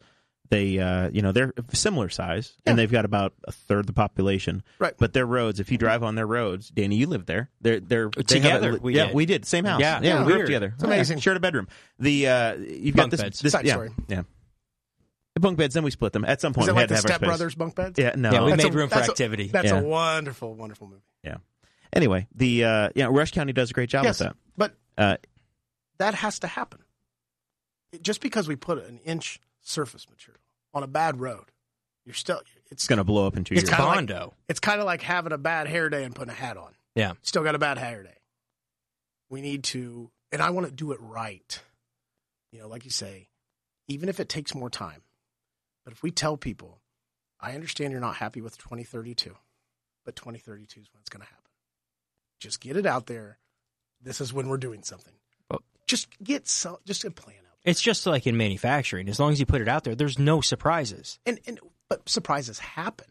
Speaker 1: they uh, you know they're similar size and they've got about a third the population.
Speaker 4: Right.
Speaker 1: But their roads, if you drive on their roads, Danny, you live there. They're they're they have
Speaker 3: Together,
Speaker 1: a-
Speaker 3: we
Speaker 1: yeah,
Speaker 3: did.
Speaker 1: we did same house.
Speaker 3: Yeah.
Speaker 1: yeah,
Speaker 4: Yeah,
Speaker 1: we
Speaker 4: weird.
Speaker 1: lived together.
Speaker 4: It's amazing.
Speaker 1: Yeah, shared a bedroom. The uh, you've
Speaker 3: Bunk
Speaker 1: got this
Speaker 3: beds.
Speaker 1: this
Speaker 4: Side
Speaker 1: yeah,
Speaker 4: story.
Speaker 1: yeah. The bunk beds. Then we split them. At some point,
Speaker 4: Is that
Speaker 1: we had
Speaker 4: like the
Speaker 1: to have our
Speaker 4: Step
Speaker 1: space.
Speaker 4: Brothers bunk beds?
Speaker 1: Yeah, no.
Speaker 3: Yeah, we
Speaker 4: That's
Speaker 3: made
Speaker 4: a-
Speaker 3: room for
Speaker 4: that's a-
Speaker 3: activity.
Speaker 4: That's
Speaker 1: Yeah.
Speaker 4: a wonderful, wonderful movie.
Speaker 1: anyway, the uh, yeah, Rush County does a great job
Speaker 4: Yes,
Speaker 1: with
Speaker 4: but
Speaker 1: that. Uh,
Speaker 4: that has to happen. It- just because we put an inch surface material on a bad road, you're still it's
Speaker 1: it's going to blow up in two
Speaker 4: It's
Speaker 1: years.
Speaker 4: kinda like-
Speaker 3: Bondo.
Speaker 4: it's kind of like having a bad hair day and putting a hat on.
Speaker 3: Yeah.
Speaker 4: Still got a bad hair day. We need to, and I want to do it right. You know, like you say, even if it takes more time, but if we tell people, I understand you're not happy with 2032, but 2032 is when it's going to happen. Just get it out there. This is when we're doing something.
Speaker 3: Well-
Speaker 4: Just get some, just a plan out.
Speaker 3: It's just like in manufacturing. As long as you put it out there, there's no surprises.
Speaker 4: And, and, but surprises happen,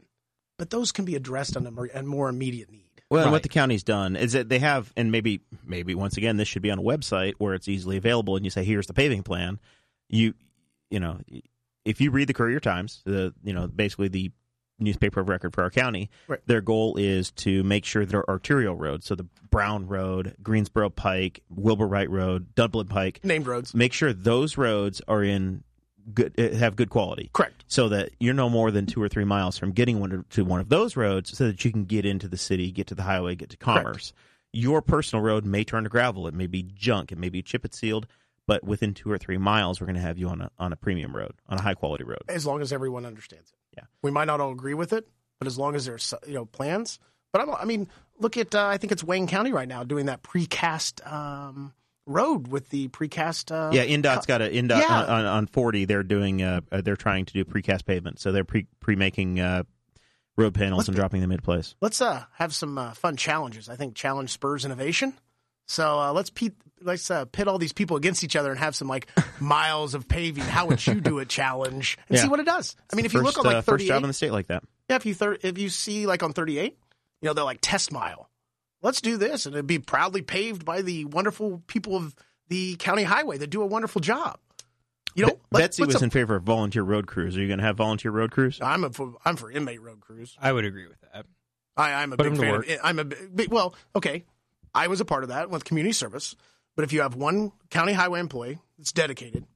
Speaker 4: but those can be addressed on a more, a more immediate need.
Speaker 1: Well, and
Speaker 3: Right.
Speaker 1: what the county's done is that they have, and maybe, maybe once again, this should be on a website where it's easily available, and you say, "Here's the paving plan." You, you know, if you read the Courier Times, the you know, basically the newspaper of record for our county,
Speaker 4: Right.
Speaker 1: their goal is to make sure that our arterial roads, so the Brown Road, Greensboro Pike, Wilbur Wright Road, Dublin Pike,
Speaker 4: Named roads.
Speaker 1: make sure those roads are in good, eh, have good quality
Speaker 4: Correct.
Speaker 1: so that you're no more than two or three miles from getting one to one of those roads so that you can get into the city, get to the highway, get to commerce. Your personal road may turn to gravel, it may be junk, it may be chip it sealed, but within two or three miles we're gonna have you on a on a premium road, on a high quality road.
Speaker 4: as long as everyone understands it.
Speaker 1: Yeah.
Speaker 4: we might not all agree with it, but as long as there's you know plans. But I'm, I mean, look at uh, I think it's Wayne County right now doing that precast um, road with the precast. Uh,
Speaker 1: Yeah, NDOT's got a NDOT
Speaker 4: Yeah.
Speaker 1: on, on, on forty. They're doing uh, uh, they're trying to do precast pavement, so they're pre pre making uh, road panels
Speaker 4: Let's
Speaker 1: and
Speaker 4: be-
Speaker 1: dropping them into place.
Speaker 4: Let's uh, have some uh, fun challenges. I think challenge spurs innovation. So uh, let's pit, let's uh, pit all these people against each other and have some like miles of paving. How would you do it? Challenge and
Speaker 1: Yeah.
Speaker 4: see what it does. I mean, if you
Speaker 1: first,
Speaker 4: look on
Speaker 1: uh,
Speaker 4: like
Speaker 1: first
Speaker 4: thirty
Speaker 1: job in
Speaker 4: eight,
Speaker 1: the state like that.
Speaker 4: Yeah, if you thir- if you see like on 38, you know they're like test mile. Let's do this, and it'd be proudly paved by the wonderful people of the county highway that do a wonderful job. You know, let-
Speaker 1: Betsy
Speaker 4: let's
Speaker 1: was in favor of volunteer road crews. Are you going to have volunteer road crews?
Speaker 4: I'm a, for- I'm for inmate road crews.
Speaker 3: I would agree with that.
Speaker 4: I, I'm a
Speaker 3: Put
Speaker 4: big
Speaker 3: them to
Speaker 4: fan. Of, I'm a big, well, okay. I was a part of that with community service, but if you have one county highway employee that's dedicated,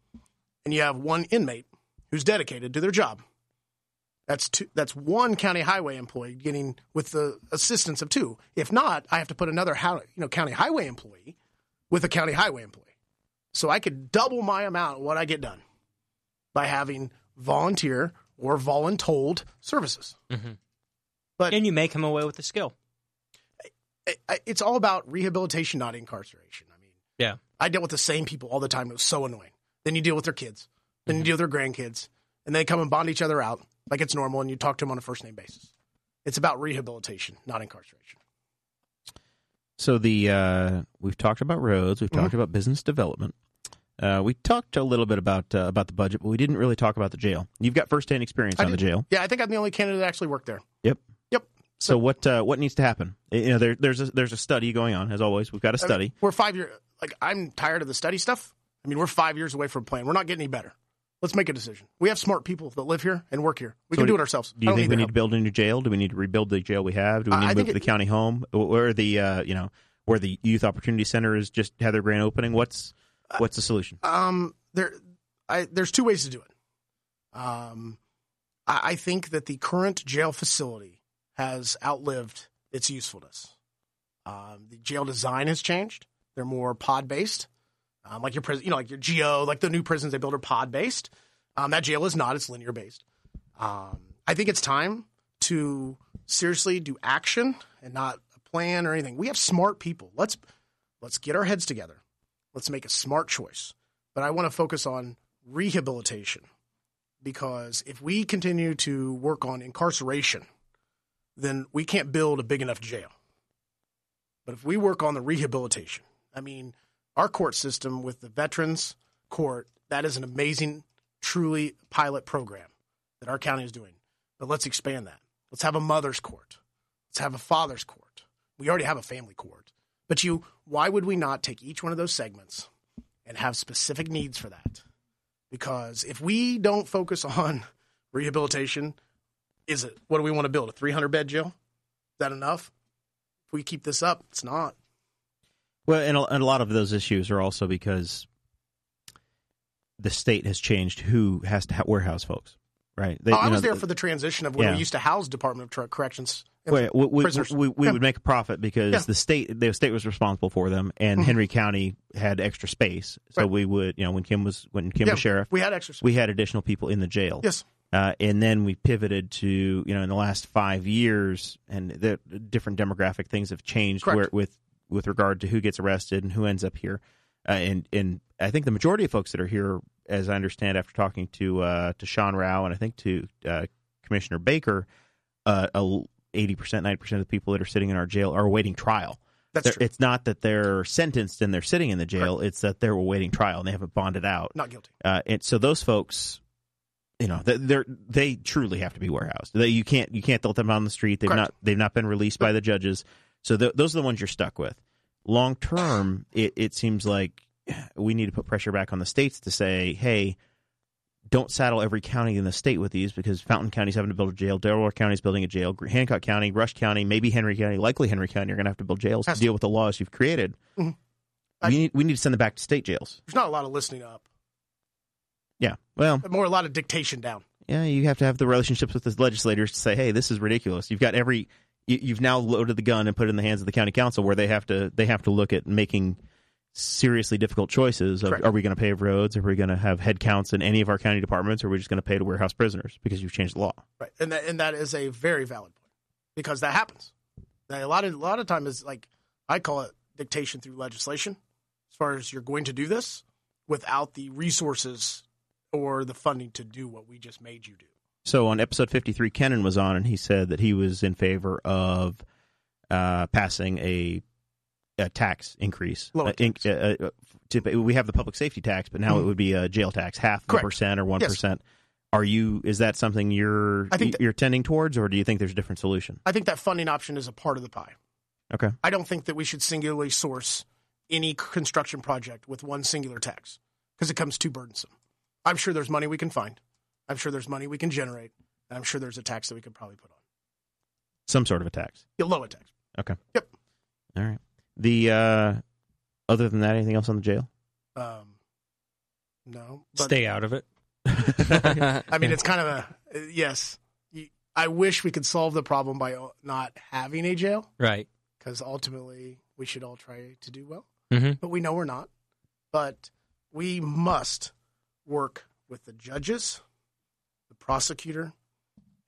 Speaker 4: and you have one inmate who's dedicated to their job, that's two, that's one county highway employee getting with the assistance of two. If not, I have to put another how, you know county highway employee with a county highway employee, so I could double my amount of what I get done by having volunteer or voluntold services. But-
Speaker 3: and you may come away with a skill.
Speaker 4: I- I- it's all about rehabilitation, not incarceration. I mean,
Speaker 3: Yeah.
Speaker 4: I dealt with the same people all the time. It was so annoying. Then you deal with their kids, then
Speaker 1: Mm-hmm.
Speaker 4: you deal with their grandkids, and they come and bond each other out like it's normal, and you talk to them on a first name basis. It's about rehabilitation, not incarceration.
Speaker 1: So the uh, we've talked about roads, we've
Speaker 4: Mm-hmm.
Speaker 1: talked about business development. Uh, we talked a little bit about uh, about the budget, but we didn't really talk about the jail. You've got firsthand experience
Speaker 4: I
Speaker 1: on the
Speaker 4: did-
Speaker 1: jail.
Speaker 4: Yeah, I think I'm the only candidate that actually worked there.
Speaker 1: Yep.
Speaker 4: Yep.
Speaker 1: So what uh, what needs to happen? You know, there, there's a, there's a study going on as always. We've got a
Speaker 4: I mean,
Speaker 1: study.
Speaker 4: we're five year. Like I'm tired of the study stuff. I mean, we're five years away from a plan. We're not getting any better. Let's make a decision. We have smart people that live here and work here. We
Speaker 1: So
Speaker 4: can do
Speaker 1: do-
Speaker 4: it ourselves.
Speaker 1: Do you
Speaker 4: I don't
Speaker 1: think we
Speaker 4: their
Speaker 1: need
Speaker 4: help.
Speaker 1: to build a new jail? Do we need to rebuild the jail we have? Do we
Speaker 4: I-
Speaker 1: need
Speaker 4: I
Speaker 1: to
Speaker 4: think
Speaker 1: move to the
Speaker 4: it-
Speaker 1: county home or the uh, you know where the youth opportunity center is just had their grand opening? What's what's the solution?
Speaker 4: Um, there, I, there's two ways to do it. Um, I, I think that the current jail facility has outlived its usefulness. Um, the jail design has changed. They're more pod based, um, like your prison, you know, like your geo, like the new prisons they build are pod based. Um, that jail is not; it's linear based. Um, I think it's time to seriously do action and not a plan or anything. We have smart people. Let's let's get our heads together. Let's make a smart choice. But I want to focus on rehabilitation because if we continue to work on incarceration, then we can't build a big enough jail. But if we work on the rehabilitation, I mean, our court system with the Veterans Court, that is an amazing, truly pilot program that our county is doing. But let's expand that. Let's have a mother's court. Let's have a father's court. We already have a family court. But you, why would we not take each one of those segments and have specific needs for that? Because if we don't focus on rehabilitation, is it what do we want to build? A 300 bed jail? Is that enough? If we keep this up, it's not.
Speaker 1: Well, and a, and a lot of those issues are also because the state has changed who has to ha- warehouse folks, right? They,
Speaker 4: Oh, I
Speaker 1: you
Speaker 4: was
Speaker 1: know,
Speaker 4: there for the transition of when
Speaker 1: Yeah.
Speaker 4: we used to house Department of Tr- Corrections.
Speaker 1: Right, we, we,
Speaker 4: prisoners.
Speaker 1: we, we
Speaker 4: Yeah.
Speaker 1: would make a profit because
Speaker 4: Yeah. Mm-hmm.
Speaker 1: the state the state was responsible for them, and Henry County had extra space, so
Speaker 4: Right.
Speaker 1: we would you know when Kim was when Kim
Speaker 4: Yeah,
Speaker 1: was sheriff,
Speaker 4: We had exercise.
Speaker 1: we had additional people in the jail.
Speaker 4: yes.
Speaker 1: Uh, and then we pivoted to you know in the last five years, and the different demographic things have changed
Speaker 4: Correct.
Speaker 1: where, with with regard to who gets arrested and who ends up here, uh, and and I think the majority of folks that are here, as I understand after talking to uh, to Sean Rao and I think to uh, Commissioner Baker, uh, eighty percent, ninety percent of the people that are sitting in our jail are awaiting trial.
Speaker 4: That's
Speaker 1: They're-
Speaker 4: true.
Speaker 1: It's not that they're sentenced and they're sitting in the jail; it's that they're awaiting trial and they haven't bonded out.
Speaker 4: Not guilty.
Speaker 1: Uh, and so those folks, you know, they- they're they truly have to be warehoused. They, you can't you can't let them out on the street. They've
Speaker 4: Correct.
Speaker 1: not they've not been released by the judges. So th- those are the ones you're stuck with. Long term, it, it seems like we need to put pressure back on the states to say, hey, don't saddle every county in the state with these because Fountain County's having to build a jail, Delaware County's building a jail, Gr- Hancock County, Rush County, maybe Henry County, likely Henry County are going to have to build jails to
Speaker 4: Has to.
Speaker 1: deal with the laws you've created.
Speaker 4: Mhm.
Speaker 1: We need we need to send them back to state jails.
Speaker 4: There's not a lot of listening up,
Speaker 1: Yeah. Well,
Speaker 4: but more a lot of dictation down.
Speaker 1: yeah, you have to have the relationships with the legislators to say, "Hey, this is ridiculous." You've got every you, you've now loaded the gun and put it in the hands of the county council, where they have to they have to look at making seriously difficult choices of
Speaker 4: Correct.
Speaker 1: are we going to pave roads are we going to have head counts in any of our county departments or are we just going to pay to warehouse prisoners because you've changed the law
Speaker 4: Right, and that and that is a very valid point because that happens. Now, a lot of a lot of time is like I call it dictation through legislation. As far as you're going to do this without the resources or the funding to do what we just made you do.
Speaker 1: so on episode 53 kennan was on and he said that he was in favor of uh, passing a, a tax increase
Speaker 4: Lower Mm-hmm.
Speaker 1: Uh, inc- uh, uh, to, we have the public safety tax but now it would be a jail tax half
Speaker 4: Correct.
Speaker 1: a percent or one
Speaker 4: Yes.
Speaker 1: are you is that something you're
Speaker 4: I think that-
Speaker 1: you're tending towards or do you think there's a different solution
Speaker 4: I think that funding option is a part of the pie.
Speaker 1: okay
Speaker 4: I don't think that we should singularly source any construction project with one singular tax because it comes too burdensome. I'm sure there's money we can find. I'm sure there's money we can generate. And I'm sure there's a tax that we could probably put on.
Speaker 1: Some sort of a tax.
Speaker 4: Yeah, low a tax.
Speaker 1: All right. The uh, other than that, anything else on the jail?
Speaker 4: Um, no. but-
Speaker 3: Stay out of it.
Speaker 4: I mean, it's kind of a uh, yes. You- I wish we could solve the problem by o- not having a jail
Speaker 3: Right.
Speaker 4: because ultimately we should all try to do well.
Speaker 3: Mhm.
Speaker 4: But we know we're not. But we must work with the judges, the prosecutor,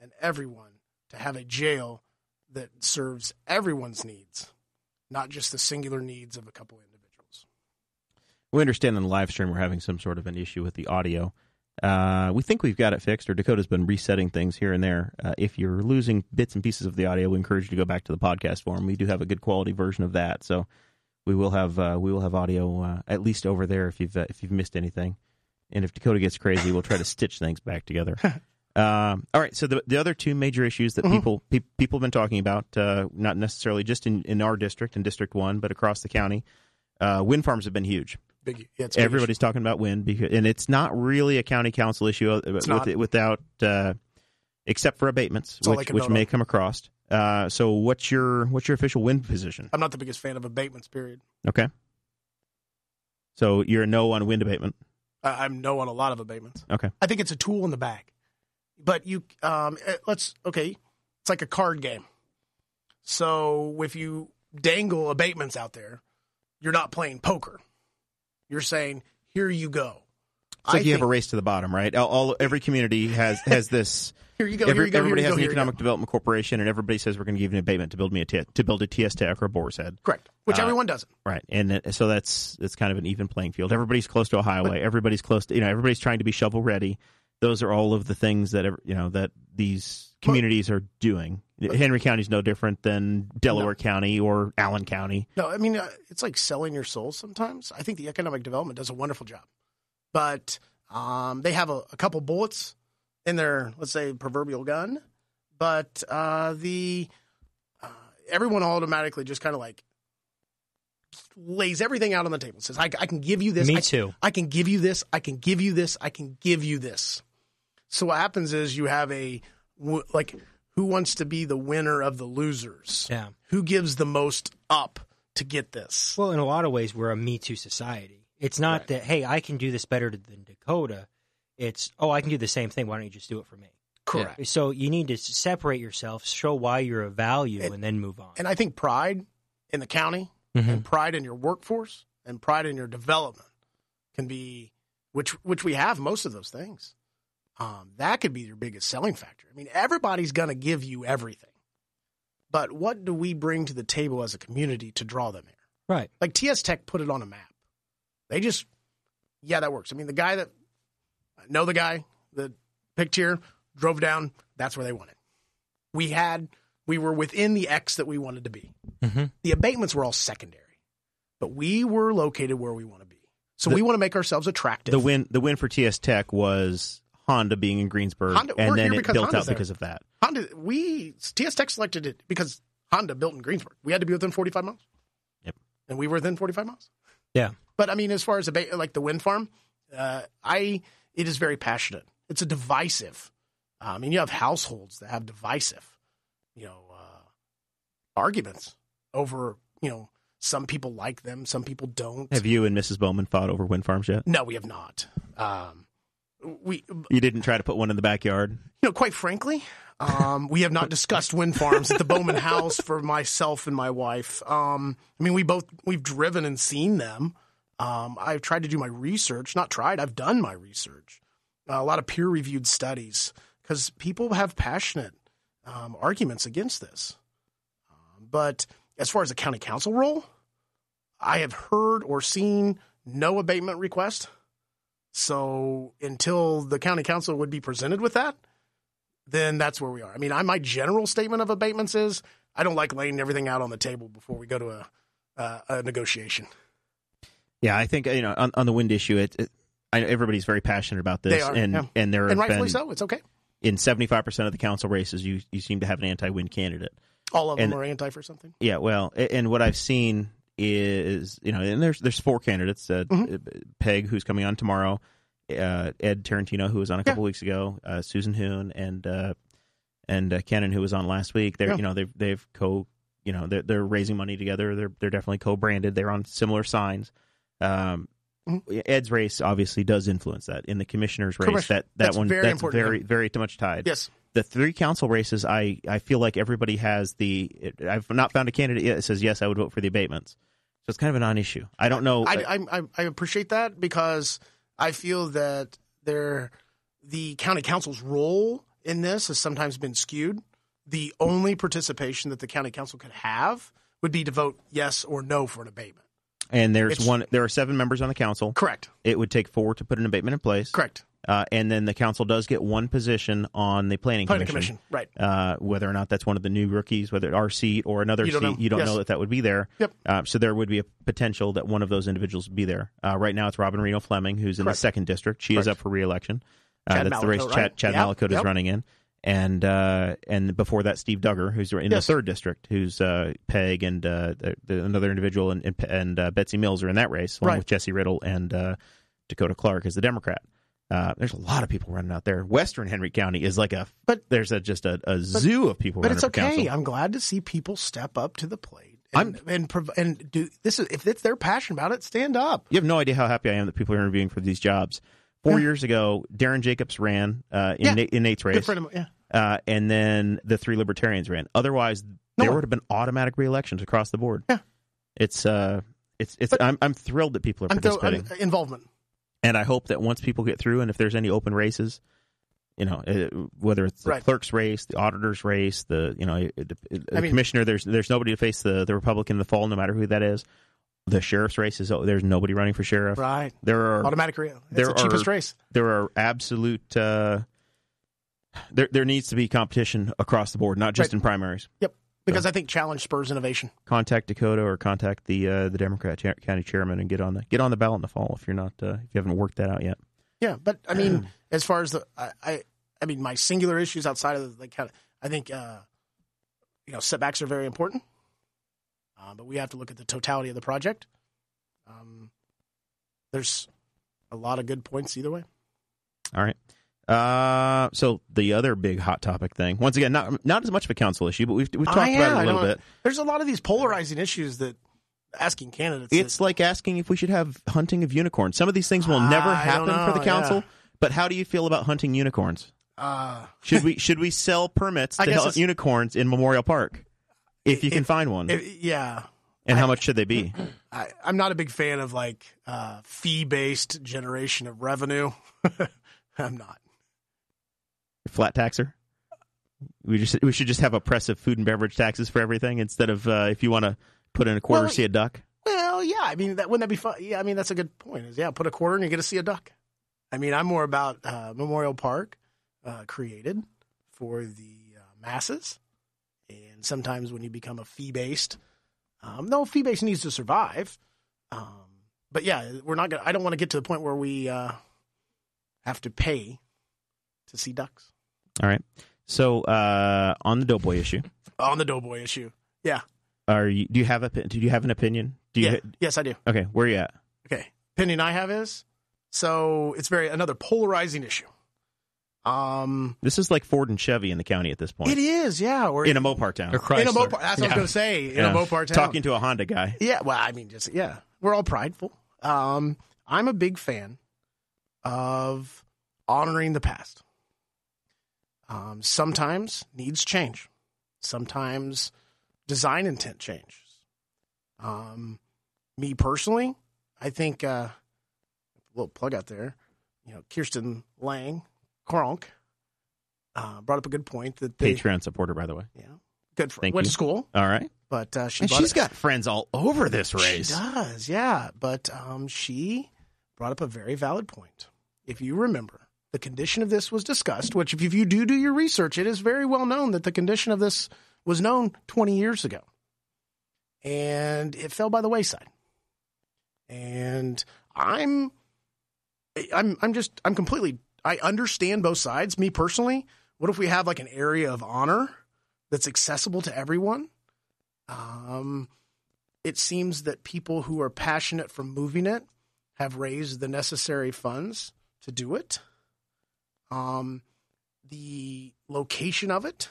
Speaker 4: and everyone to have a jail that serves everyone's needs, not just the singular needs of a couple individuals.
Speaker 1: We understand on the live stream we're having some sort of an issue with the audio. Uh, we think we've got it fixed, or Dakota's been resetting things here and there. Uh, if you're losing bits and pieces of the audio, we encourage you to go back to the podcast form. We do have a good quality version of that, so we will have uh, we will have audio uh, at least over there if you've uh, if you've missed anything. And if Dakota gets crazy, we'll try to stitch things back together. Um, all right. So the the other two major issues that
Speaker 4: Mhm.
Speaker 1: people pe- people have been talking about, uh, not necessarily just in, in our district, in District One, but across the county, uh, wind farms have been huge.
Speaker 4: Big, yeah, it's a big
Speaker 1: Everybody's talking about wind, because, and it's not really a county council issue uh, with
Speaker 4: not.
Speaker 1: it, without, uh, except for abatements,
Speaker 4: It's all they
Speaker 1: which,
Speaker 4: can
Speaker 1: which
Speaker 4: vote
Speaker 1: may
Speaker 4: on.
Speaker 1: come across. Uh, so what's your what's your official wind position?
Speaker 4: I'm not the biggest fan of abatements, period.
Speaker 1: Okay. So you're a no on wind abatement.
Speaker 4: I, I'm no on a lot of abatements.
Speaker 1: Okay.
Speaker 4: I think it's a tool in the bag. But you, um, eh, let's okay, it's like a card game. So if you dangle abatements out there, you're not playing poker. You're saying, "Here you go."
Speaker 1: It's
Speaker 4: I
Speaker 1: like you have a
Speaker 4: think,
Speaker 1: race to the bottom, right? All, all every community has has this.
Speaker 4: here you go.
Speaker 1: every-
Speaker 4: here you go.
Speaker 1: everybody
Speaker 4: here you
Speaker 1: has
Speaker 4: go,
Speaker 1: an
Speaker 4: here you go.
Speaker 1: economic development corporation, and everybody says we're going to give you an abatement to build me a t- to build a TS to Echo Boar's Head,
Speaker 4: correct, which
Speaker 1: Uh,
Speaker 4: everyone doesn't.
Speaker 1: right? And it- so that's it's kind of an even playing field. Everybody's close to a highway. everybody's close to you know. Everybody's trying to be shovel ready. Those are all of the things that ev- you know that these communities are doing. Henry County's no different than Delaware County or Allen County.
Speaker 4: No, I mean uh, it's like selling your soul sometimes. I think the economic development does a wonderful job, but um, they have a, a couple bullets in their let's say proverbial gun, but uh, the uh, everyone automatically just kind of like lays everything out on the table. Says, "I, I can give you this.
Speaker 3: Me
Speaker 4: I,
Speaker 3: too.
Speaker 4: I can give you this. I can give you this. I can give you this." So what happens is you have a w- like who wants to be the winner of the losers?
Speaker 3: Yeah.
Speaker 4: Who gives the most up to get this?
Speaker 3: Well, in a lot of ways, we're a Me Too society. It's not
Speaker 4: Right.
Speaker 3: that hey, I can do this better than Dakota. It's oh, I can do the same thing. Why don't you just do it for me?
Speaker 4: Correct.
Speaker 3: So you need to s- separate yourself, show why you're of value,
Speaker 4: And-
Speaker 3: and, then move on.
Speaker 4: And I think pride in the county
Speaker 3: Mm-hmm.
Speaker 4: and pride in your workforce and pride in your development can be which which we have most of those things. Um, that could be your biggest selling factor. I mean, everybody's going to give you everything, but what do we bring to the table as a community to draw them here?
Speaker 3: Right.
Speaker 4: Like TS Tech put it on a map. They just, yeah, that works. I mean, the guy that I know the guy that picked here drove down. That's where they wanted. We had we were within the X that we wanted to be.
Speaker 3: Mhm.
Speaker 4: The abatements were all secondary, but we were located where we want to be. So we want to make ourselves attractive.
Speaker 1: The win the win for TS Tech was Honda being in Greensburg,
Speaker 4: Honda-
Speaker 1: and
Speaker 4: we're
Speaker 1: then
Speaker 4: here
Speaker 1: it
Speaker 4: because
Speaker 1: built
Speaker 4: Honda's
Speaker 1: out
Speaker 4: there.
Speaker 1: because of that.
Speaker 4: Honda, we TS Tech selected it because Honda built in Greensburg. We had to be within 45 miles.
Speaker 1: Yep.
Speaker 4: And we were within 45 miles.
Speaker 3: Yeah.
Speaker 4: But I mean, as far as the ba- like the wind farm, uh, I it is very passionate. It's a divisive. uh, I mean, you have households that have divisive, you know, uh, arguments over you know some people like them, some people don't.
Speaker 1: Have you and Mrs. Bowman fought over wind farms yet?
Speaker 4: no, we have not. Um, we
Speaker 1: You didn't try to put one in the backyard.
Speaker 4: you know, quite frankly, um, we have not discussed wind farms at the Bowman House for myself and my wife. Um, I mean, we both we've driven and seen them. Um, I've tried to do my research, not tried. I've done my research, uh, a lot of peer reviewed studies because people have passionate um, arguments against this. Um, but as far as the county council role, I have heard or seen no abatement request. So until the county council would be presented with that, then that's where we are. I mean, I my general statement of abatements is I don't like laying everything out on the table before we go to a uh, a negotiation.
Speaker 1: Yeah, I think you know on, on the wind issue. It, it I know everybody's very passionate about this,
Speaker 4: They are,
Speaker 1: and
Speaker 4: yeah.
Speaker 1: and there have
Speaker 4: and rightfully
Speaker 1: been
Speaker 4: so. It's okay.
Speaker 1: in seventy five percent of the council races, you you seem to have an anti wind candidate.
Speaker 4: All of
Speaker 1: and-
Speaker 4: them are anti for something.
Speaker 1: Yeah, well, a- and what I've seen is you know, and there's there's four candidates. Uh,
Speaker 4: Mhm.
Speaker 1: Peg, who's coming on tomorrow, uh, Ed Tarantino, who was on a couple weeks ago, uh, Susan Hoon, and uh, and uh, Kenan, who was on last week. They're
Speaker 4: Yeah.
Speaker 1: you know they've they've co you know they're, they're raising money together. They're they're definitely co-branded. They're on similar signs. Um,
Speaker 4: Mm-hmm.
Speaker 1: Ed's race obviously does influence that. In the commissioner's race,
Speaker 4: Correct.
Speaker 1: that that
Speaker 4: That's
Speaker 1: one
Speaker 4: very
Speaker 1: that's
Speaker 4: important to
Speaker 1: very very too much tied
Speaker 4: Yes.
Speaker 1: the three council races, I, I feel like everybody has the. I've not found a candidate yet that says yes, I would vote for the abatements. So it's kind of a non-issue. I don't know.
Speaker 4: I, I, I, I appreciate that because I feel that there, the county council's role in this has sometimes been skewed. The only participation that the county council could have would be to vote yes or no for an abatement.
Speaker 1: and there's
Speaker 4: it's-
Speaker 1: one. There are seven members on the council.
Speaker 4: Correct.
Speaker 1: It would take four to put an abatement in place.
Speaker 4: Correct.
Speaker 1: Uh, and then the council does get one position on the planning,
Speaker 4: Planning commission. Right.
Speaker 1: Uh, whether or not that's one of the new rookies, whether our seat or another
Speaker 4: You
Speaker 1: seat,
Speaker 4: don't know.
Speaker 1: you don't
Speaker 4: Yes.
Speaker 1: know that that would be there.
Speaker 4: Yep.
Speaker 1: Uh, so there would be a potential that one of those individuals would be there. Uh, right now, it's Robin Reno Fleming, who's in
Speaker 4: Correct.
Speaker 1: the second district. She is
Speaker 4: Correct.
Speaker 1: up for reelection. Uh,
Speaker 4: Chad
Speaker 1: that's the race
Speaker 4: Malakot,
Speaker 1: Chad,
Speaker 4: right?
Speaker 1: Chad
Speaker 4: Yeah.
Speaker 1: Malakot is
Speaker 4: Yep.
Speaker 1: running in, and uh, and before that, Steve Duggar, who's in
Speaker 4: Yes.
Speaker 1: the third district, who's uh, Peg and uh, the, the, another individual and and, and uh, Betsy Mills are in that race, along
Speaker 4: Right.
Speaker 1: with Jesse Riddle and uh, Dakota Clark as the Democrat. Uh, there's a lot of people running out there. Western Henry County is like a
Speaker 4: But-
Speaker 1: there's a just a, a zoo of people.
Speaker 4: But
Speaker 1: running
Speaker 4: it's
Speaker 1: for
Speaker 4: okay.
Speaker 1: council.
Speaker 4: I'm glad to see people step up to the plate and and, prov- and do this is if it's their passion about it, stand up.
Speaker 1: You have no idea how happy I am that people are interviewing for these jobs. Four
Speaker 4: Yeah.
Speaker 1: years ago, Darren Jacobs ran uh, in,
Speaker 4: Yeah.
Speaker 1: Nate, in Nate's
Speaker 4: Good
Speaker 1: race,
Speaker 4: friend of mine. Yeah.
Speaker 1: uh, and then the three libertarians ran. Otherwise, there
Speaker 4: one.
Speaker 1: would have been automatic reelections across the board.
Speaker 4: Yeah.
Speaker 1: It's uh, it's it's. I'm I'm thrilled that people are
Speaker 4: I'm, throw,
Speaker 1: participating,
Speaker 4: I'm involvement.
Speaker 1: and I hope that once people get through, and if there's any open races, you know, uh, whether it's the
Speaker 4: Right.
Speaker 1: clerk's race, the auditor's race, the you know, uh, the, the
Speaker 4: I mean-
Speaker 1: commissioner. There's there's nobody to face the the Republican in the fall, no matter who that is. The sheriff's race is oh, there's nobody running for sheriff.
Speaker 4: Right.
Speaker 1: There are
Speaker 4: Automatic. re- It's
Speaker 1: there
Speaker 4: the cheapest
Speaker 1: are-
Speaker 4: race.
Speaker 1: there are absolute uh, there there needs to be competition across the board, not just
Speaker 4: Right.
Speaker 1: in primaries.
Speaker 4: Because I think challenge spurs innovation.
Speaker 1: Contact Dakota or contact the uh, the Democrat cha- county chairman and get on the get on the ballot in the fall if you're not uh, if you haven't worked that out yet.
Speaker 4: Yeah, but I mean, as far as the I, I, I mean, my singular issues outside of the kind of I think uh, you know setbacks are very important, uh, but we have to look at the totality of the project. Um, there's a lot of good points either way.
Speaker 1: All right. Uh, so the other big hot topic thing, once again, not not as much of a council issue, but we've we've talked
Speaker 4: Ah, yeah,
Speaker 1: about
Speaker 4: I
Speaker 1: it a little
Speaker 4: know.
Speaker 1: bit.
Speaker 4: There's a lot of these polarizing issues that asking candidates.
Speaker 1: It's like asking if we should have hunting of unicorns. Some of these things will never
Speaker 4: Ah, I don't
Speaker 1: happen for
Speaker 4: know,
Speaker 1: the council.
Speaker 4: yeah.
Speaker 1: But how do you feel about hunting unicorns?
Speaker 4: that, uh,
Speaker 1: Should we should we sell permits
Speaker 4: I
Speaker 1: to
Speaker 4: guess
Speaker 1: hunt
Speaker 4: it's-
Speaker 1: unicorns in Memorial Park if you can
Speaker 4: If-
Speaker 1: find one?
Speaker 4: it- yeah.
Speaker 1: and how much should they be?
Speaker 4: I, I'm not a big fan of like uh, fee based generation of revenue. I'm not.
Speaker 1: Flat taxer. We just we should just have oppressive food and beverage taxes for everything instead of uh, if you want to put in a quarter
Speaker 4: Well,
Speaker 1: see a duck.
Speaker 4: Well, yeah. I mean, that wouldn't that be fun? Yeah, I mean, that's a good point. Is yeah, put a quarter and you get to see a duck. I mean, I'm more about uh, Memorial Park uh, created for the uh, masses, and sometimes when you become a fee based, um, no fee based needs to survive. Um, but yeah, we're not gonna. I don't want to get to the point where we uh, have to pay to see ducks
Speaker 1: All right. So uh, on the Doughboy issue,
Speaker 4: on the Doughboy issue.
Speaker 1: are you, do you have a do you have an opinion? Do you
Speaker 4: yeah. yes, I do.
Speaker 1: okay? Where you at?
Speaker 4: Okay. Opinion I have is so it's very another polarizing issue. Um,
Speaker 1: This is like Ford and Chevy in the county at this
Speaker 4: it
Speaker 1: point
Speaker 4: is, yeah. Or
Speaker 1: in a Mopar town.
Speaker 2: A Chrysler.
Speaker 4: in a Mopar. That's what I was going to say. In
Speaker 1: Yeah.
Speaker 4: a Mopar town.
Speaker 1: talking to a Honda guy.
Speaker 4: Yeah. Well, I mean, just yeah, we're all prideful. Um, I'm a big fan of honoring the past. Um, sometimes needs change. Sometimes design intent changes. Um, me personally, I think uh, little plug out there. You know, Kirsten Lang, Kronk, uh, brought up a good point that they,
Speaker 1: Patreon supporter, by the way.
Speaker 4: yeah, good for,
Speaker 1: Thank
Speaker 4: went
Speaker 1: you.
Speaker 4: to school,
Speaker 1: All right,
Speaker 4: but uh, she
Speaker 1: and
Speaker 4: brought
Speaker 1: she's
Speaker 4: it-
Speaker 1: got friends all over this race.
Speaker 4: she does, yeah. But um, she brought up a very valid point. If you remember, the condition of this was discussed, which, if you do do your research, it is very well known that the condition of this was known 20 years ago. And it fell by the wayside. And I'm. I'm I'm just I'm completely I understand both sides. Me personally, what if we have like an area of honor that's accessible to everyone? Um, it seems that people who are passionate for moving it have raised the necessary funds to do it. Um, the location of it.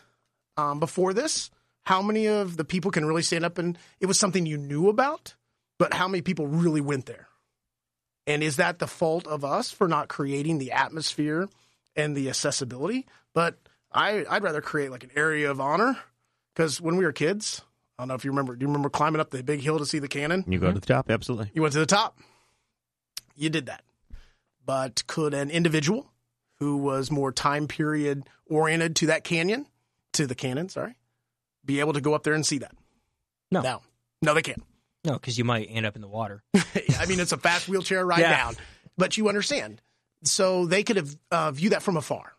Speaker 4: Um, before this, how many of the people can really stand up and it was something you knew about, but how many people really went there? And is that the fault of us for not creating the atmosphere and the accessibility? But I, I'd rather create like an area of honor because when we were kids, I don't know if you remember. Do you remember climbing up the big hill to see the cannon?
Speaker 1: You go to the top, absolutely.
Speaker 4: You went to the top. You did that. But could an individual who was more time period oriented to that canyon, to the cannon, sorry, be able to go up there and see that?
Speaker 3: No.
Speaker 4: No, no they can't.
Speaker 3: No, because you might end up in the water.
Speaker 4: I mean, it's a fast wheelchair ride
Speaker 3: Yeah.
Speaker 4: down, but you understand. So they could have uh, viewed that from afar.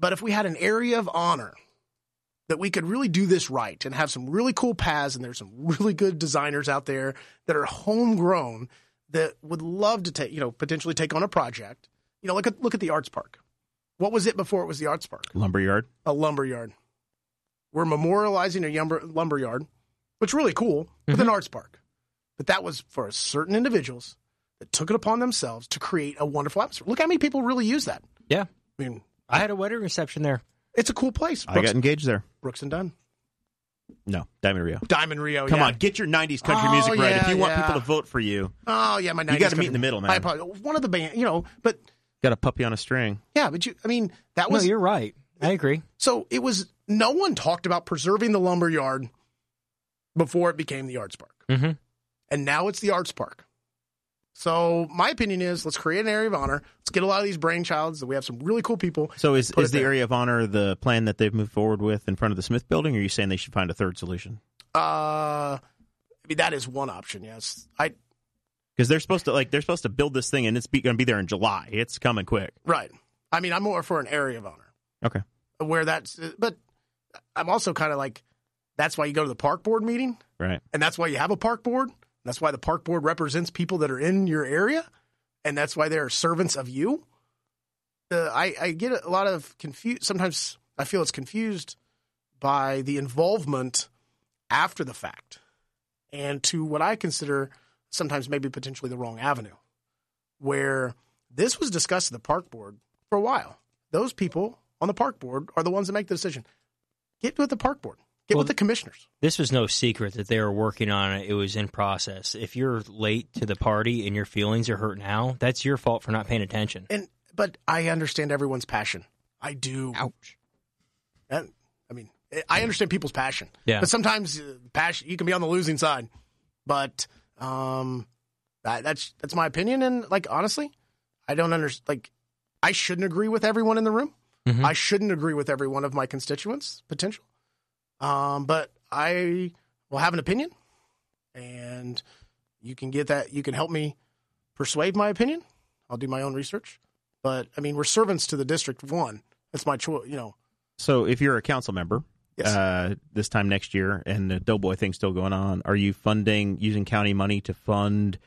Speaker 4: But if we had an area of honor that we could really do this right and have some really cool paths, and there's some really good designers out there that are homegrown that would love to take, you know, potentially take on a project. You know, look at look at the arts park. What was it before it was the arts park?
Speaker 1: Lumberyard.
Speaker 4: a lumber yard. We're memorializing a lumber, lumber yard, which is really cool, with an arts park. But that was for certain individuals that took it upon themselves to create a wonderful atmosphere. Look how many people really use that.
Speaker 3: Yeah.
Speaker 4: I mean,
Speaker 3: I had a wedding reception there.
Speaker 4: it's a cool place.
Speaker 1: I
Speaker 4: Brooks,
Speaker 1: got engaged there.
Speaker 4: Brooks and Dunn.
Speaker 1: No, Diamond Rio.
Speaker 4: Diamond Rio.
Speaker 1: Come
Speaker 4: Oh, yeah.
Speaker 1: on, get your '90s country
Speaker 4: Oh,
Speaker 1: music right.
Speaker 4: yeah,
Speaker 1: If you want
Speaker 4: yeah.
Speaker 1: people to vote for you,
Speaker 4: Oh, yeah, my 90s.
Speaker 1: gotta meet
Speaker 4: country-
Speaker 1: in the middle,
Speaker 4: I
Speaker 1: man.
Speaker 4: apologize. One of the band, you know, but
Speaker 1: got a puppy on a string.
Speaker 4: yeah, but you, I mean, that was
Speaker 3: no, you're right. I agree.
Speaker 4: So it was no one talked about preserving the lumber yard before it became the arts park.
Speaker 3: Mhm.
Speaker 4: And now it's the arts park. So my opinion is let's create an area of honor. Let's get a lot of these brainchilds that we have some really cool people.
Speaker 1: So is
Speaker 4: Put
Speaker 1: is
Speaker 4: it
Speaker 1: the
Speaker 4: there.
Speaker 1: area of honor the plan that they've moved forward with in front of the Smith Building? Or are you saying they should find a third solution?
Speaker 4: Uh I mean that is one option, yes. I
Speaker 1: Because they're supposed to like they're supposed to build this thing and it's going to be there in July. It's coming quick.
Speaker 4: right. I mean I'm more for an area of honor.
Speaker 1: Okay.
Speaker 4: Where that's but I'm also kind of like that's why you go to the park board meeting
Speaker 1: Right.
Speaker 4: and that's why you have a park board. That's why the park board represents people that are in your area, and that's why they are servants of you. The I, I get a lot of confused. Sometimes I feel it's confused by the involvement after the fact, and to what I consider sometimes maybe potentially the wrong avenue, where this was discussed at the park board for a while. Those people on the park board are the ones that make the decision. Get with the park board. Get
Speaker 3: Well,
Speaker 4: with the commissioners.
Speaker 3: This was no secret that they were working on it. It was in process. If you're late to the party and your feelings are hurt now, that's your fault for not paying attention.
Speaker 4: and but I understand everyone's passion. I do.
Speaker 2: Ouch.
Speaker 4: That- I mean, I understand people's passion.
Speaker 3: Yeah.
Speaker 4: But sometimes uh, passion, you can be on the losing side. But um, that, that's that's my opinion. And like honestly, I don't understand. Like, I shouldn't agree with everyone in the room.
Speaker 3: Mhm.
Speaker 4: I shouldn't agree with every one of my constituents potential. Um, but I will have an opinion, and you can get that. You can help me persuade my opinion. I'll do my own research. But I mean, we're servants to the district one. That's my choice. You know,
Speaker 1: So if you're a council member
Speaker 4: Yes.
Speaker 1: uh, this time next year and the Doughboy thing's still going on, are you funding using county money to fund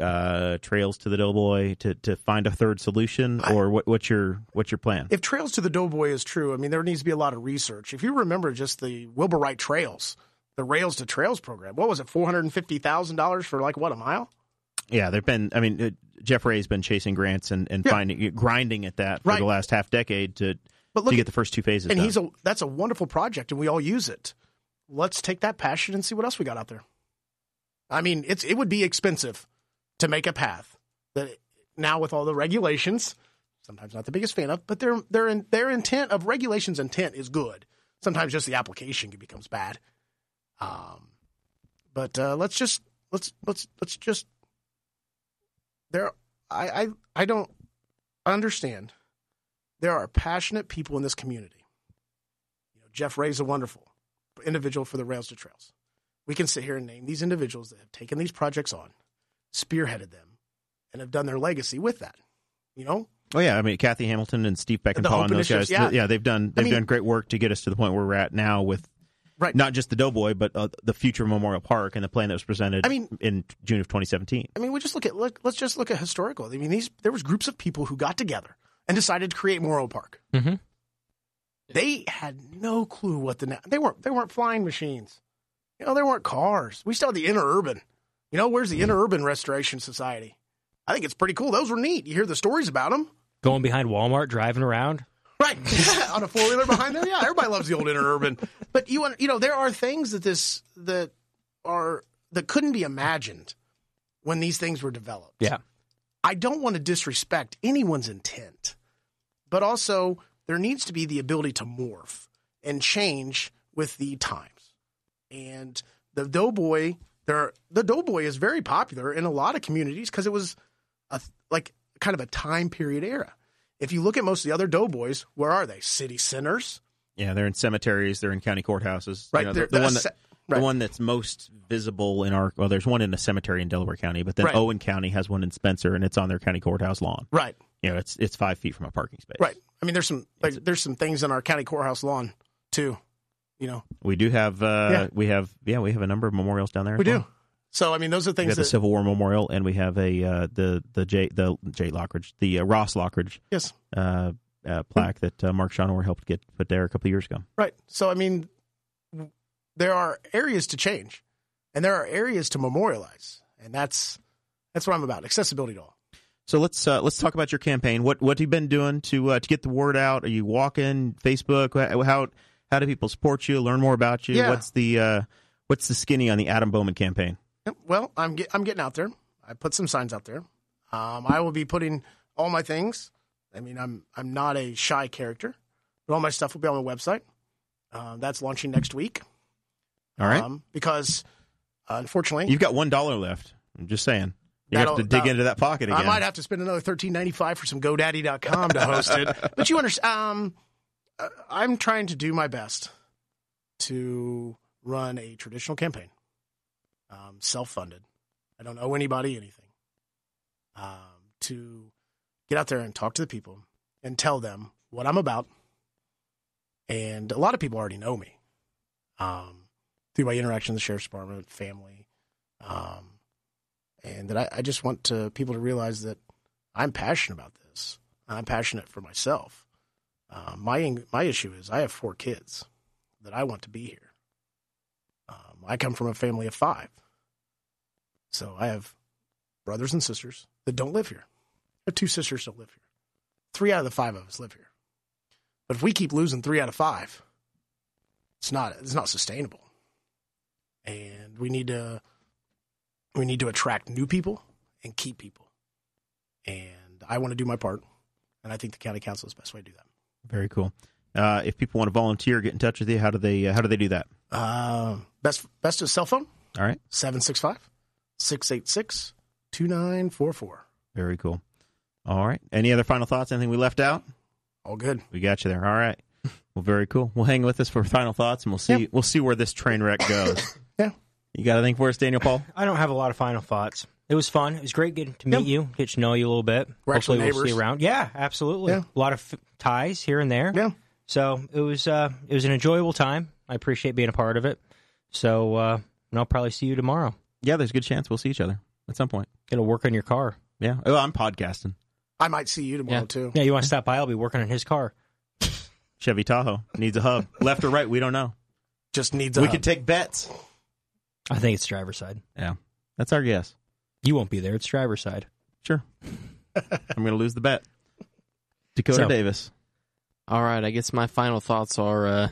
Speaker 1: uh, trails to the Doughboy to to find a third solution,
Speaker 4: I-
Speaker 1: or what, what's your what's your plan?
Speaker 4: if Trails to the Doughboy is true, I mean, there needs to be a lot of research. If you remember just the Wilbur Wright Trails, the Rails to Trails program, what was it, $450,000 for like what, a mile?
Speaker 1: Yeah, they've been. I mean, uh, Jeff Ray's been chasing grants and and
Speaker 4: Yeah.
Speaker 1: finding grinding at that for
Speaker 4: Right.
Speaker 1: the last half decade to
Speaker 4: But
Speaker 1: to
Speaker 4: look,
Speaker 1: get the first two phases.
Speaker 4: and
Speaker 1: done.
Speaker 4: he's a, that's a wonderful project and we all use it. Let's take that passion and see what else we got out there. I mean, it's, it would be expensive to make a path that now with all the regulations, sometimes not the biggest fan of, but their, their, their intent of regulations intent is good. Sometimes just the application becomes bad. Um, but uh, let's just let's let's let's just there. I I I don't understand. There are passionate people in this community. You know, Jeff Ray's a wonderful individual for the Rails to Trails. We can sit here and name these individuals that have taken these projects on, spearheaded them, and have done their legacy with that. You know,
Speaker 1: oh yeah, I mean Kathy Hamilton and Steve Beckenpaw
Speaker 4: The Hope
Speaker 1: and those
Speaker 4: Initiatives,
Speaker 1: guys.
Speaker 4: yeah.
Speaker 1: yeah, they've done they've
Speaker 4: mean-
Speaker 1: done great work to get us to the point where we're at now with
Speaker 4: Right.
Speaker 1: not just the Doughboy but uh, the future Memorial Park and the plan that was presented.
Speaker 4: I mean-
Speaker 1: in June of 2017.
Speaker 4: I mean, we just look at look, let's just look at historical. I mean, these there was groups of people who got together and decided to create Morrow Park.
Speaker 3: Mhm.
Speaker 4: They had no clue what the na- they weren't they weren't flying machines, you know, they weren't cars. We still had the interurban. You know, where's the interurban restoration society? I think it's pretty cool. Those were neat. You hear the stories about them.
Speaker 3: Going behind Walmart, driving around.
Speaker 4: Right. Yeah, on a four wheeler behind there. Yeah, everybody loves the old interurban. But you want you know, there are things that this that are that couldn't be imagined when these things were developed.
Speaker 3: Yeah.
Speaker 4: I don't want to disrespect anyone's intent, but also there needs to be the ability to morph and change with the times. And the Doughboy, there the Doughboy is very popular in a lot of communities because it was a like kind of a time period era. If you look at most of the other Doughboys, where are they? City centers,
Speaker 1: Yeah, they're in cemeteries. They're in county courthouses.
Speaker 4: right?
Speaker 1: You know,
Speaker 4: They're-
Speaker 1: the, the
Speaker 4: they're
Speaker 1: one
Speaker 4: se-
Speaker 1: that,
Speaker 4: right.
Speaker 1: the one that's most visible in our well, there's one in a cemetery in Delaware County, but then
Speaker 4: Right.
Speaker 1: Owen County has one in Spencer, and it's on their county courthouse lawn.
Speaker 4: right,
Speaker 1: You know, it's it's five feet from a parking space.
Speaker 4: right. I mean, there's some like, there's some things on our county courthouse lawn too. You know,
Speaker 1: We do have uh,
Speaker 4: Yeah.
Speaker 1: we have yeah we have a number of memorials down there.
Speaker 4: we
Speaker 1: as well.
Speaker 4: do. So I mean, those are
Speaker 1: We
Speaker 4: things
Speaker 1: have the
Speaker 4: that
Speaker 1: Civil War Memorial, and we have a uh, the the J the J Lockridge the uh, Ross Lockridge
Speaker 4: yes,
Speaker 1: uh, uh, plaque that uh, Mark Schonauer helped get put there a couple years ago.
Speaker 4: right. So I mean, w- there are areas to change, and there are areas to memorialize, and that's that's what I'm about. Accessibility to all.
Speaker 1: So let's uh, let's talk about your campaign. What what have you been doing to uh, to get the word out? Are you walking Facebook? Wh- How how do people support you? Learn more about you?
Speaker 4: Yeah.
Speaker 1: What's the uh, what's the skinny on the Adam Bowman campaign?
Speaker 4: Yep, Well, I'm get, I'm getting out there. I put some signs out there. Um, I will be putting all my things. I mean, I'm I'm not a shy character, but all my stuff will be on my website. Um, that's launching next week.
Speaker 1: All right,
Speaker 4: Um, because uh, unfortunately,
Speaker 1: you've got one dollar left. I'm just saying you have
Speaker 4: That'll-
Speaker 1: to dig
Speaker 4: that'll-
Speaker 1: into that pocket again.
Speaker 4: I might have to spend another thirteen ninety five for some GoDaddy.com to host it. But you understand? Um, uh, I'm trying to do my best to run a traditional campaign, um, self funded. I don't owe anybody anything. Um, to get out there and talk to the people and tell them what I'm about. And a lot of people already know me um, through my interaction with the sheriff's department, family. Um, and that I, I just want to people to realize that I'm passionate about this. I'm passionate for myself. Uh, my my issue is I have four kids that I want to be here. Um, I come from a family of five, so I have brothers and sisters that don't live here. I have two sisters that live here. Three out of the five of us live here. But if we keep losing three out of five, it's not it's not sustainable. And we need to we need to attract new people and keep people. And I want to do my part. And I think the county council is the best way to do that.
Speaker 1: Very cool. Uh, if people want to volunteer, get in touch with you. How do they uh, how do they do that?
Speaker 4: Uh, best best is cell phone,
Speaker 1: All right.
Speaker 4: 765 686 2944.
Speaker 1: Very cool. All right. Any other final thoughts? Anything we left out?
Speaker 4: All good.
Speaker 1: We got you there. All right. Well, very cool. We'll hang with us for final thoughts, and we'll see. We'll see where this train wreck goes.
Speaker 4: Yeah.
Speaker 1: You got anything for us, Daniel Paul?
Speaker 3: I don't have a lot of final thoughts. It was fun. It was great getting to meet you, get to know you a little bit.
Speaker 4: We're actually
Speaker 3: Hopefully, we'll see
Speaker 4: neighbors.
Speaker 3: around. Yeah, absolutely.
Speaker 4: Yeah.
Speaker 3: A lot of f- ties here and there.
Speaker 4: Yeah.
Speaker 3: So it was uh, it was an enjoyable time. I appreciate being a part of it. So uh, and I'll probably see you tomorrow.
Speaker 1: Yeah, there's a good chance we'll see each other at some point.
Speaker 3: It'll work on your car.
Speaker 1: Yeah. Oh, I'm podcasting.
Speaker 4: I might see you tomorrow
Speaker 2: Yeah.
Speaker 4: too.
Speaker 3: Yeah, you want to stop by? I'll be working on his car.
Speaker 1: Chevy Tahoe needs a hub, left or right. We don't know. Uh,
Speaker 4: Just needs a
Speaker 1: We
Speaker 4: hug.
Speaker 1: could take bets.
Speaker 3: I think it's driver's side.
Speaker 1: Yeah, that's our guess.
Speaker 3: You won't be there. It's driver's side.
Speaker 1: Sure. I'm going to lose the bet. Dakota
Speaker 3: So-
Speaker 1: Davis.
Speaker 2: All right, I guess my final thoughts are uh,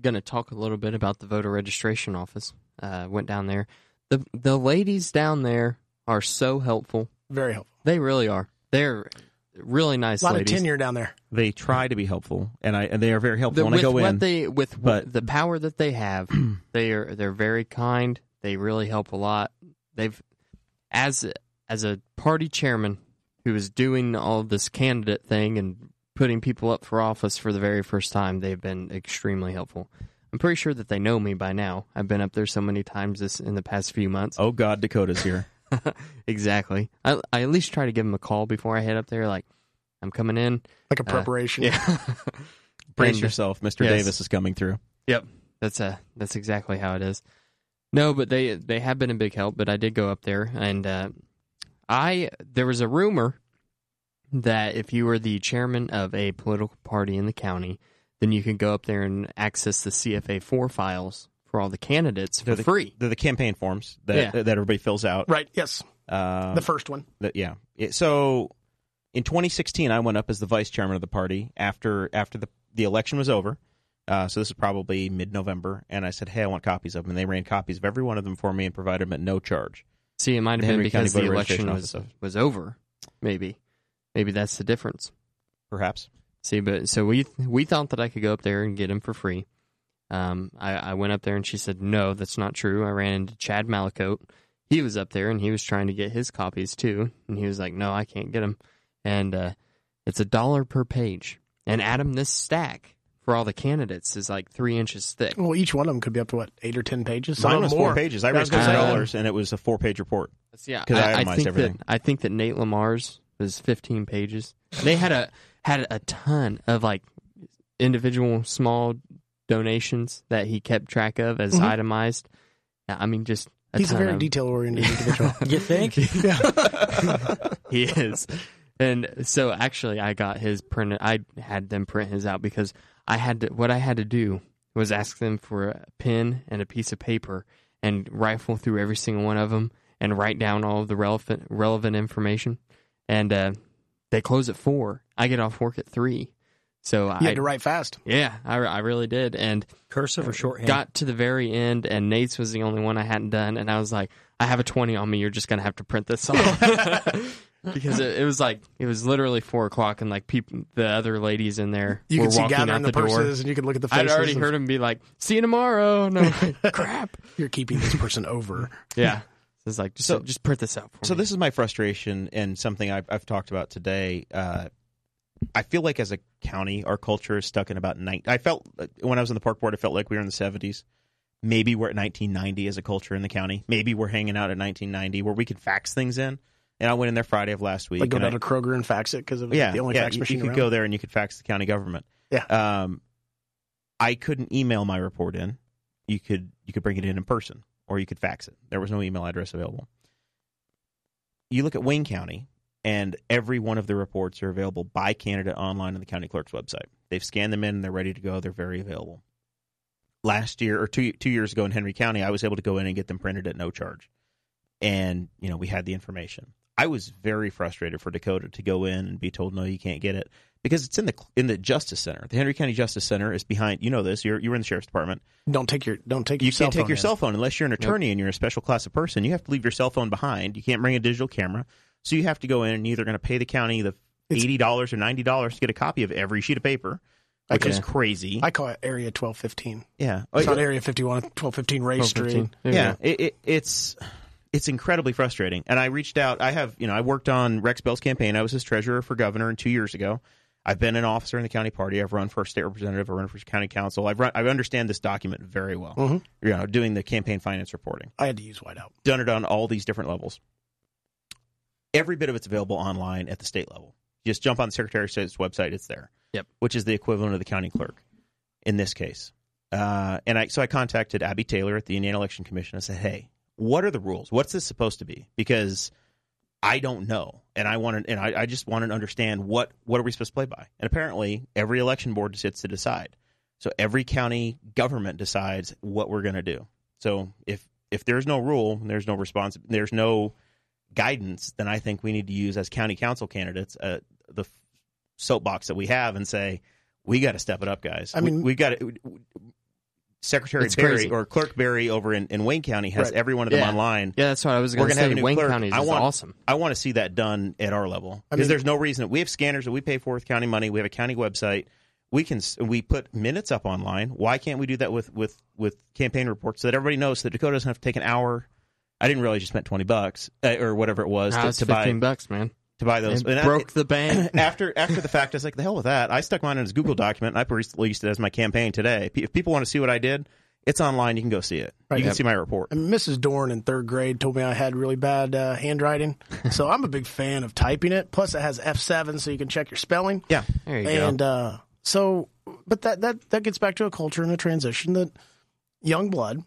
Speaker 2: going to talk a little bit about the voter registration office. Uh, went down there. The the ladies down there are so helpful.
Speaker 4: Very helpful.
Speaker 2: They really are. They're really nice
Speaker 4: A lot
Speaker 2: ladies.
Speaker 4: of tenure down there.
Speaker 1: They try to be helpful, and I and they are very helpful
Speaker 2: The-
Speaker 1: when
Speaker 2: with
Speaker 1: I go
Speaker 2: what
Speaker 1: in.
Speaker 2: they with
Speaker 1: but-
Speaker 2: what, the power that they have, they are they're very kind. They really help a lot. They've as as a party chairman who is doing all this candidate thing and putting people up for office for the very first time, they've been extremely helpful. I'm pretty sure that they know me by now. I've been up there so many times this in the past few months.
Speaker 1: oh God, Dakota's here.
Speaker 2: exactly. I, I at least try to give them a call before I head up there. Like, I'm coming in.
Speaker 4: Like a preparation.
Speaker 2: Yeah.
Speaker 1: Brace
Speaker 2: And-
Speaker 1: yourself, Mr.
Speaker 2: Yes.
Speaker 1: Davis is coming through.
Speaker 2: Yep. That's a that's exactly how it is. No, but they they have been a big help. But I did go up there, and uh, I there was a rumor that if you were the chairman of a political party in the county, then you could go up there and access the CFA four files for all the candidates for
Speaker 1: the,
Speaker 2: free.
Speaker 1: They're the campaign forms that
Speaker 2: Yeah.
Speaker 1: that everybody fills out.
Speaker 4: Right. Yes.
Speaker 1: Uh,
Speaker 4: the first one.
Speaker 1: that- yeah. It- so in 2016, I went up as the vice chairman of the party after after the the election was over. Uh, so this is probably mid November, and I said, "Hey, I want copies of them." And they ran copies of every one of them for me and provided them at no charge.
Speaker 2: See, it might
Speaker 1: The
Speaker 2: have
Speaker 1: Henry
Speaker 2: been
Speaker 1: County
Speaker 2: because the
Speaker 1: Voter
Speaker 2: election
Speaker 1: Registration
Speaker 2: was
Speaker 1: Office
Speaker 2: was over. Maybe, maybe that's the difference.
Speaker 1: Perhaps
Speaker 2: See, but so we we thought that I could go up there and get him for free. Um, I, I went up there and she said, "No, that's not true." I ran into Chad Malicote. He was up there and he was trying to get his copies too, and he was like, "No, I can't get them." And uh, it's a dollar per page. And Adam, this stack for all the candidates is like three inches thick.
Speaker 4: Well, each one of them could be up to what eight or ten pages. Some
Speaker 1: mine
Speaker 4: of
Speaker 1: was
Speaker 4: them more.
Speaker 1: four pages. I
Speaker 4: Yeah, I was
Speaker 1: raised two
Speaker 2: gonna say-
Speaker 1: dollars, and it was a four page report.
Speaker 2: Yeah,
Speaker 1: 'Cause I itemized
Speaker 2: think
Speaker 1: everything.
Speaker 2: That, I think that Nate Lamar's was 15 pages. They had a had a ton of like individual small donations that he kept track of as
Speaker 4: Mhm.
Speaker 2: itemized. Yeah, I mean, just a
Speaker 4: He's a
Speaker 2: ton
Speaker 4: very
Speaker 2: of,
Speaker 4: detail oriented individual.
Speaker 3: You think?
Speaker 2: he is. And so actually, I got his print. I had them print his out because I had to. What I had to do was ask them for a pen and a piece of paper and rifle through every single one of them and write down all of the relevant relevant information. And uh, they close at four. I get off work at three. So
Speaker 4: You
Speaker 2: I
Speaker 4: had to write fast.
Speaker 2: yeah, I, I really did. And
Speaker 3: Cursive or shorthand?
Speaker 2: got to the very end, and Nate's was the only one I hadn't done, and I was like, "I have a twenty on me. You're just gonna have to print this off," because it, it was like it was literally four o'clock, and like people, the other ladies in there,
Speaker 4: You
Speaker 2: were
Speaker 4: could see
Speaker 2: walking out
Speaker 4: gathering the,
Speaker 2: the, door.
Speaker 4: purses, and you could look at the
Speaker 2: I'd
Speaker 4: faces.
Speaker 2: already
Speaker 4: and
Speaker 2: heard him be like, "See you tomorrow." No crap.
Speaker 4: You're keeping this person over.
Speaker 2: Yeah, so it's like just
Speaker 1: So-
Speaker 2: just print this out. For
Speaker 1: So
Speaker 2: me.
Speaker 1: this is my frustration and something I've, I've talked about today. Uh, I feel like as a county, our culture is stuck in about nine. I felt uh, when I was in the park board, I felt like we were in the seventies. Maybe we're at 1990 as a culture in the county. Maybe we're hanging out at 1990 where we can fax things in. And I went in there Friday of last week.
Speaker 4: Like go
Speaker 1: and I-
Speaker 4: down to Kroger and fax it because it was
Speaker 1: yeah,
Speaker 4: the only
Speaker 1: yeah,
Speaker 4: fax
Speaker 1: you,
Speaker 4: machine
Speaker 1: you could
Speaker 4: around.
Speaker 1: go there and you could fax the county government.
Speaker 4: Yeah.
Speaker 1: Um, I couldn't email my report in. You could you could bring it in in person, or you could fax it. There was no email address available. You look at Wayne County, and every one of the reports are available by candidate online on the county clerk's website. They've scanned them in, they're ready to go. They're very available. Last year or two two years ago in Henry County, I was able to go in and get them printed at no charge, and you know we had the information. I was very frustrated for Dakota to go in and be told no, you can't get it because it's in the in the Justice Center. The Henry County Justice Center is behind. You know this. You're you were in the sheriff's department.
Speaker 4: Don't take your don't take
Speaker 1: You
Speaker 4: your cell
Speaker 1: can't take
Speaker 4: phone
Speaker 1: your
Speaker 4: in.
Speaker 1: cell phone unless you're an attorney and you're a special class of person. You have to leave your cell phone behind. You can't bring a digital camera. So you have to go in and either going to pay the county the
Speaker 4: It's-
Speaker 1: eighty dollars or ninety dollars to get a copy of every sheet of paper,
Speaker 4: I
Speaker 1: which is
Speaker 4: can-
Speaker 1: crazy.
Speaker 4: I call it Area 1215.
Speaker 1: Oh, yeah,
Speaker 4: It's not Area 51, 1215 Ray
Speaker 2: 12:15.
Speaker 4: Street.
Speaker 2: There you
Speaker 1: yeah.
Speaker 2: go.
Speaker 1: It, it, it's it's incredibly frustrating. And I reached out. I have you know I worked on Rex Bell's campaign. I was his treasurer for governor and two years ago. I've been an officer in the county party. I've run for state representative. I run for county council. I've run. I understand this document very well.
Speaker 4: Mhm.
Speaker 2: Mm-hmm.
Speaker 1: You know, doing the campaign finance reporting
Speaker 4: I had to use whiteout.
Speaker 1: done it on all these different levels. Every bit of it's available online at the state level. Just jump on the Secretary of State's website; it's there.
Speaker 2: Yep.
Speaker 1: Which is the equivalent of the county clerk in this case. Uh, and I so I contacted Abby Taylor at the Indiana Election Commission. I said, "Hey, what are the rules? What's this supposed to be? Because I don't know, and I want to, and I, I just want to understand what what are we supposed to play by? And apparently, every election board sits to decide. So every county government decides what we're going to do. So if if there's no rule, and there's no response, there's no guidance, then I think we need to use as county council candidates uh, the f- soapbox that we have and say we got to step it up, guys.
Speaker 4: I
Speaker 1: We-
Speaker 4: mean-
Speaker 1: we got to. Secretary
Speaker 2: It's
Speaker 1: Barry
Speaker 2: crazy.
Speaker 1: or Clerk Barry over in, in Wayne County has
Speaker 4: Right.
Speaker 1: every one of them
Speaker 2: Yeah.
Speaker 1: online.
Speaker 2: yeah. That's what I was
Speaker 1: We're
Speaker 2: going to
Speaker 1: gonna have a
Speaker 2: say.
Speaker 1: new
Speaker 2: Wayne
Speaker 1: clerk.
Speaker 2: County is
Speaker 1: I want-
Speaker 2: awesome.
Speaker 1: I want to see that done at our level
Speaker 4: I
Speaker 1: because
Speaker 4: mean-
Speaker 1: there's no reason that we have scanners that we pay for with county money. We have a county website. We can s- we put minutes up online. Why can't we do that with with with campaign reports so that everybody knows so that Dakota doesn't have to take an hour? I didn't realize you spent twenty bucks uh, or whatever it was
Speaker 2: Nah,
Speaker 1: to,
Speaker 2: it's
Speaker 1: to buy
Speaker 2: fifteen bucks, man.
Speaker 1: to buy those.
Speaker 2: It
Speaker 1: And I-
Speaker 2: broke the bank.
Speaker 1: after after the fact, I was like, the hell with that. I stuck mine in his Google document. and I released it as my campaign today. If people want to see what I did, it's online. You can go see it.
Speaker 4: Right.
Speaker 1: you can
Speaker 4: Yep.
Speaker 1: see my report.
Speaker 4: And Mrs. Dorn in third grade told me I had really bad uh, handwriting, so I'm a big fan of typing it. Plus, it has F7, so you can check your spelling.
Speaker 1: Yeah,
Speaker 2: There you go.
Speaker 4: and uh, so, but that that that gets back to a culture and a transition that young blood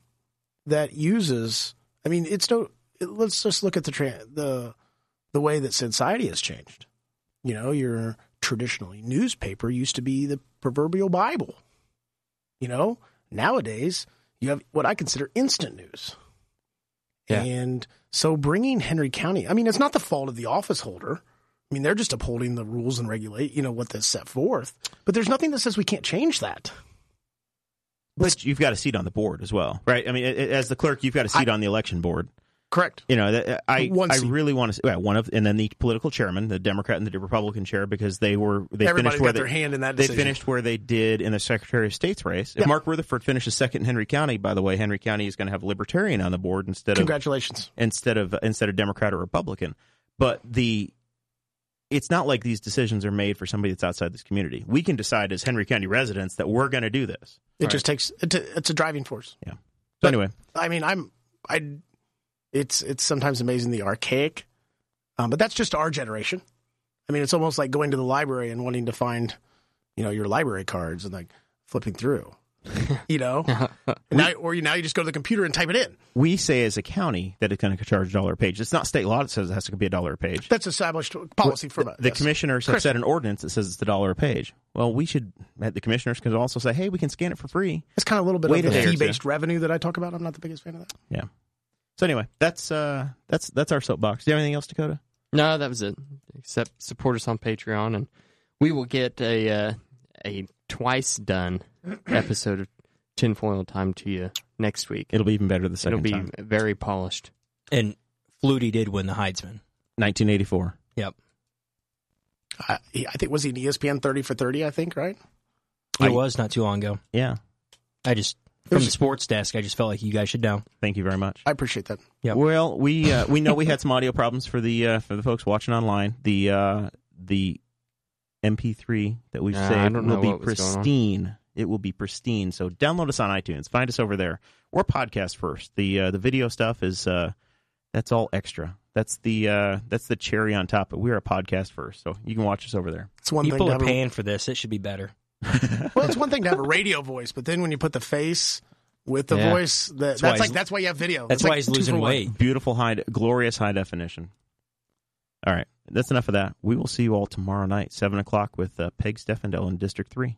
Speaker 4: that uses. I mean, it's no. It, let's just look at the tra- the the way that society has changed. You know, your traditionally newspaper used to be the proverbial Bible. You know, nowadays you have what I consider instant news.
Speaker 3: Yeah.
Speaker 4: And so bringing Henry County, I mean, it's not the fault of the office holder. I mean, they're just upholding the rules and regulate, you know, what they set forth. But there's nothing that says we can't change that.
Speaker 1: But you've got a seat on the board as well, right? I mean, a- a- as the clerk, you've got a seat on the election board.
Speaker 4: Correct.
Speaker 1: You know, that- I
Speaker 4: One
Speaker 1: I
Speaker 4: seat.
Speaker 1: really want to yeah, one of and then the political chairman, the Democrat and the Republican chair, because they were they
Speaker 4: Everybody's
Speaker 1: finished where
Speaker 4: got their
Speaker 1: they,
Speaker 4: hand in that
Speaker 1: they
Speaker 4: decision.
Speaker 1: finished where they did in the Secretary of State's race. If
Speaker 4: Yeah.
Speaker 1: Mark Rutherford finishes second in Henry County, by the way, Henry County is going to have a Libertarian on the board instead of
Speaker 4: Congratulations.
Speaker 1: instead of instead of Democrat or Republican. But the it's not like these decisions are made for somebody that's outside this community. We can decide as Henry County residents that we're going to do this.
Speaker 4: It just takes it to, it's a driving force.
Speaker 1: So anyway,
Speaker 4: I mean, I'm I. It's it's sometimes amazing the archaic, um, but that's just our generation. I mean, it's almost like going to the library and wanting to find, you know, your library cards and like flipping through, you know. And now, or you now you just go to the computer and type it in.
Speaker 1: we say as a county that it's going to charge a dollar a page. It's not state law that says it has to be a dollar a page.
Speaker 4: That's established policy for
Speaker 1: The
Speaker 4: us.
Speaker 1: commissioners have set an ordinance that says it's a dollar a page. Well, we should. The commissioners can also say, "Hey, we can scan it for free."
Speaker 4: That's kind of a little bit
Speaker 1: Wait a
Speaker 4: of the
Speaker 1: day or two.
Speaker 4: fee based revenue that I talk about. I'm not the biggest fan of that.
Speaker 1: Yeah. So anyway, that's uh, that's that's our soapbox. Do you have anything else, Dakota?
Speaker 2: No, that was it. Except support us on Patreon, and we will get a uh, a twice done episode of Tinfoil Time to you next week.
Speaker 1: It'll be even better the 2nd
Speaker 2: It'll be
Speaker 1: time.
Speaker 2: very polished.
Speaker 3: And Flutie did win the Heisman.
Speaker 1: 1984.
Speaker 3: Yep.
Speaker 4: I, I think was he E an ESPN 30 for 30? I think right.
Speaker 3: It
Speaker 1: I-
Speaker 3: was not too long ago.
Speaker 1: Yeah.
Speaker 3: I just from the sports desk, I just felt like you guys should know.
Speaker 1: Thank you very much.
Speaker 4: I appreciate that.
Speaker 3: Yep.
Speaker 1: Well, we uh, we know we had some audio problems for the uh, for the folks watching online. The uh, the MP3 that we've
Speaker 2: Yeah, I
Speaker 1: saved
Speaker 2: don't
Speaker 1: will
Speaker 2: know
Speaker 1: be
Speaker 2: what was going on.
Speaker 1: pristine. It will be pristine. So download us on iTunes. Find us over there. Or podcast first. The uh, the video stuff is uh, that's all extra. That's the uh, that's the cherry on top. But we're a podcast first, so you can watch us over there.
Speaker 4: It's one
Speaker 3: People
Speaker 4: thing to
Speaker 3: are
Speaker 4: have a-
Speaker 3: paying for this. It should be better.
Speaker 4: Well, it's one thing to have a radio voice, but then when you put the face with the
Speaker 2: Yeah.
Speaker 4: voice, that, that's,
Speaker 3: why
Speaker 4: like
Speaker 3: he's-
Speaker 4: that's why you have video.
Speaker 3: That's
Speaker 4: It's like
Speaker 3: why he's
Speaker 4: two
Speaker 3: losing
Speaker 4: for one.
Speaker 3: weight.
Speaker 1: Beautiful high, glorious high definition. All right, that's enough of that. We will see you all tomorrow night, seven o'clock, with uh, Peg Steffendel in District Three.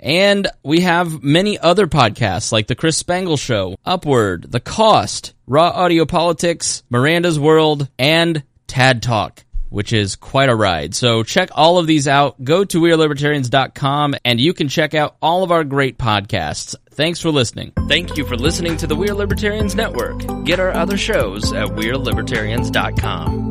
Speaker 5: And we have many other podcasts like The Chris Spangle Show, Upward, The Cost, Raw Audio Politics, Miranda's World, and Tad Talk. Which is quite a ride. So check all of these out. Go to WeareLibertarians.com and you can check out all of our great podcasts. Thanks for listening. Thank you for listening to the We're Libertarians Network. Get our other shows at WeareLibertarians.com.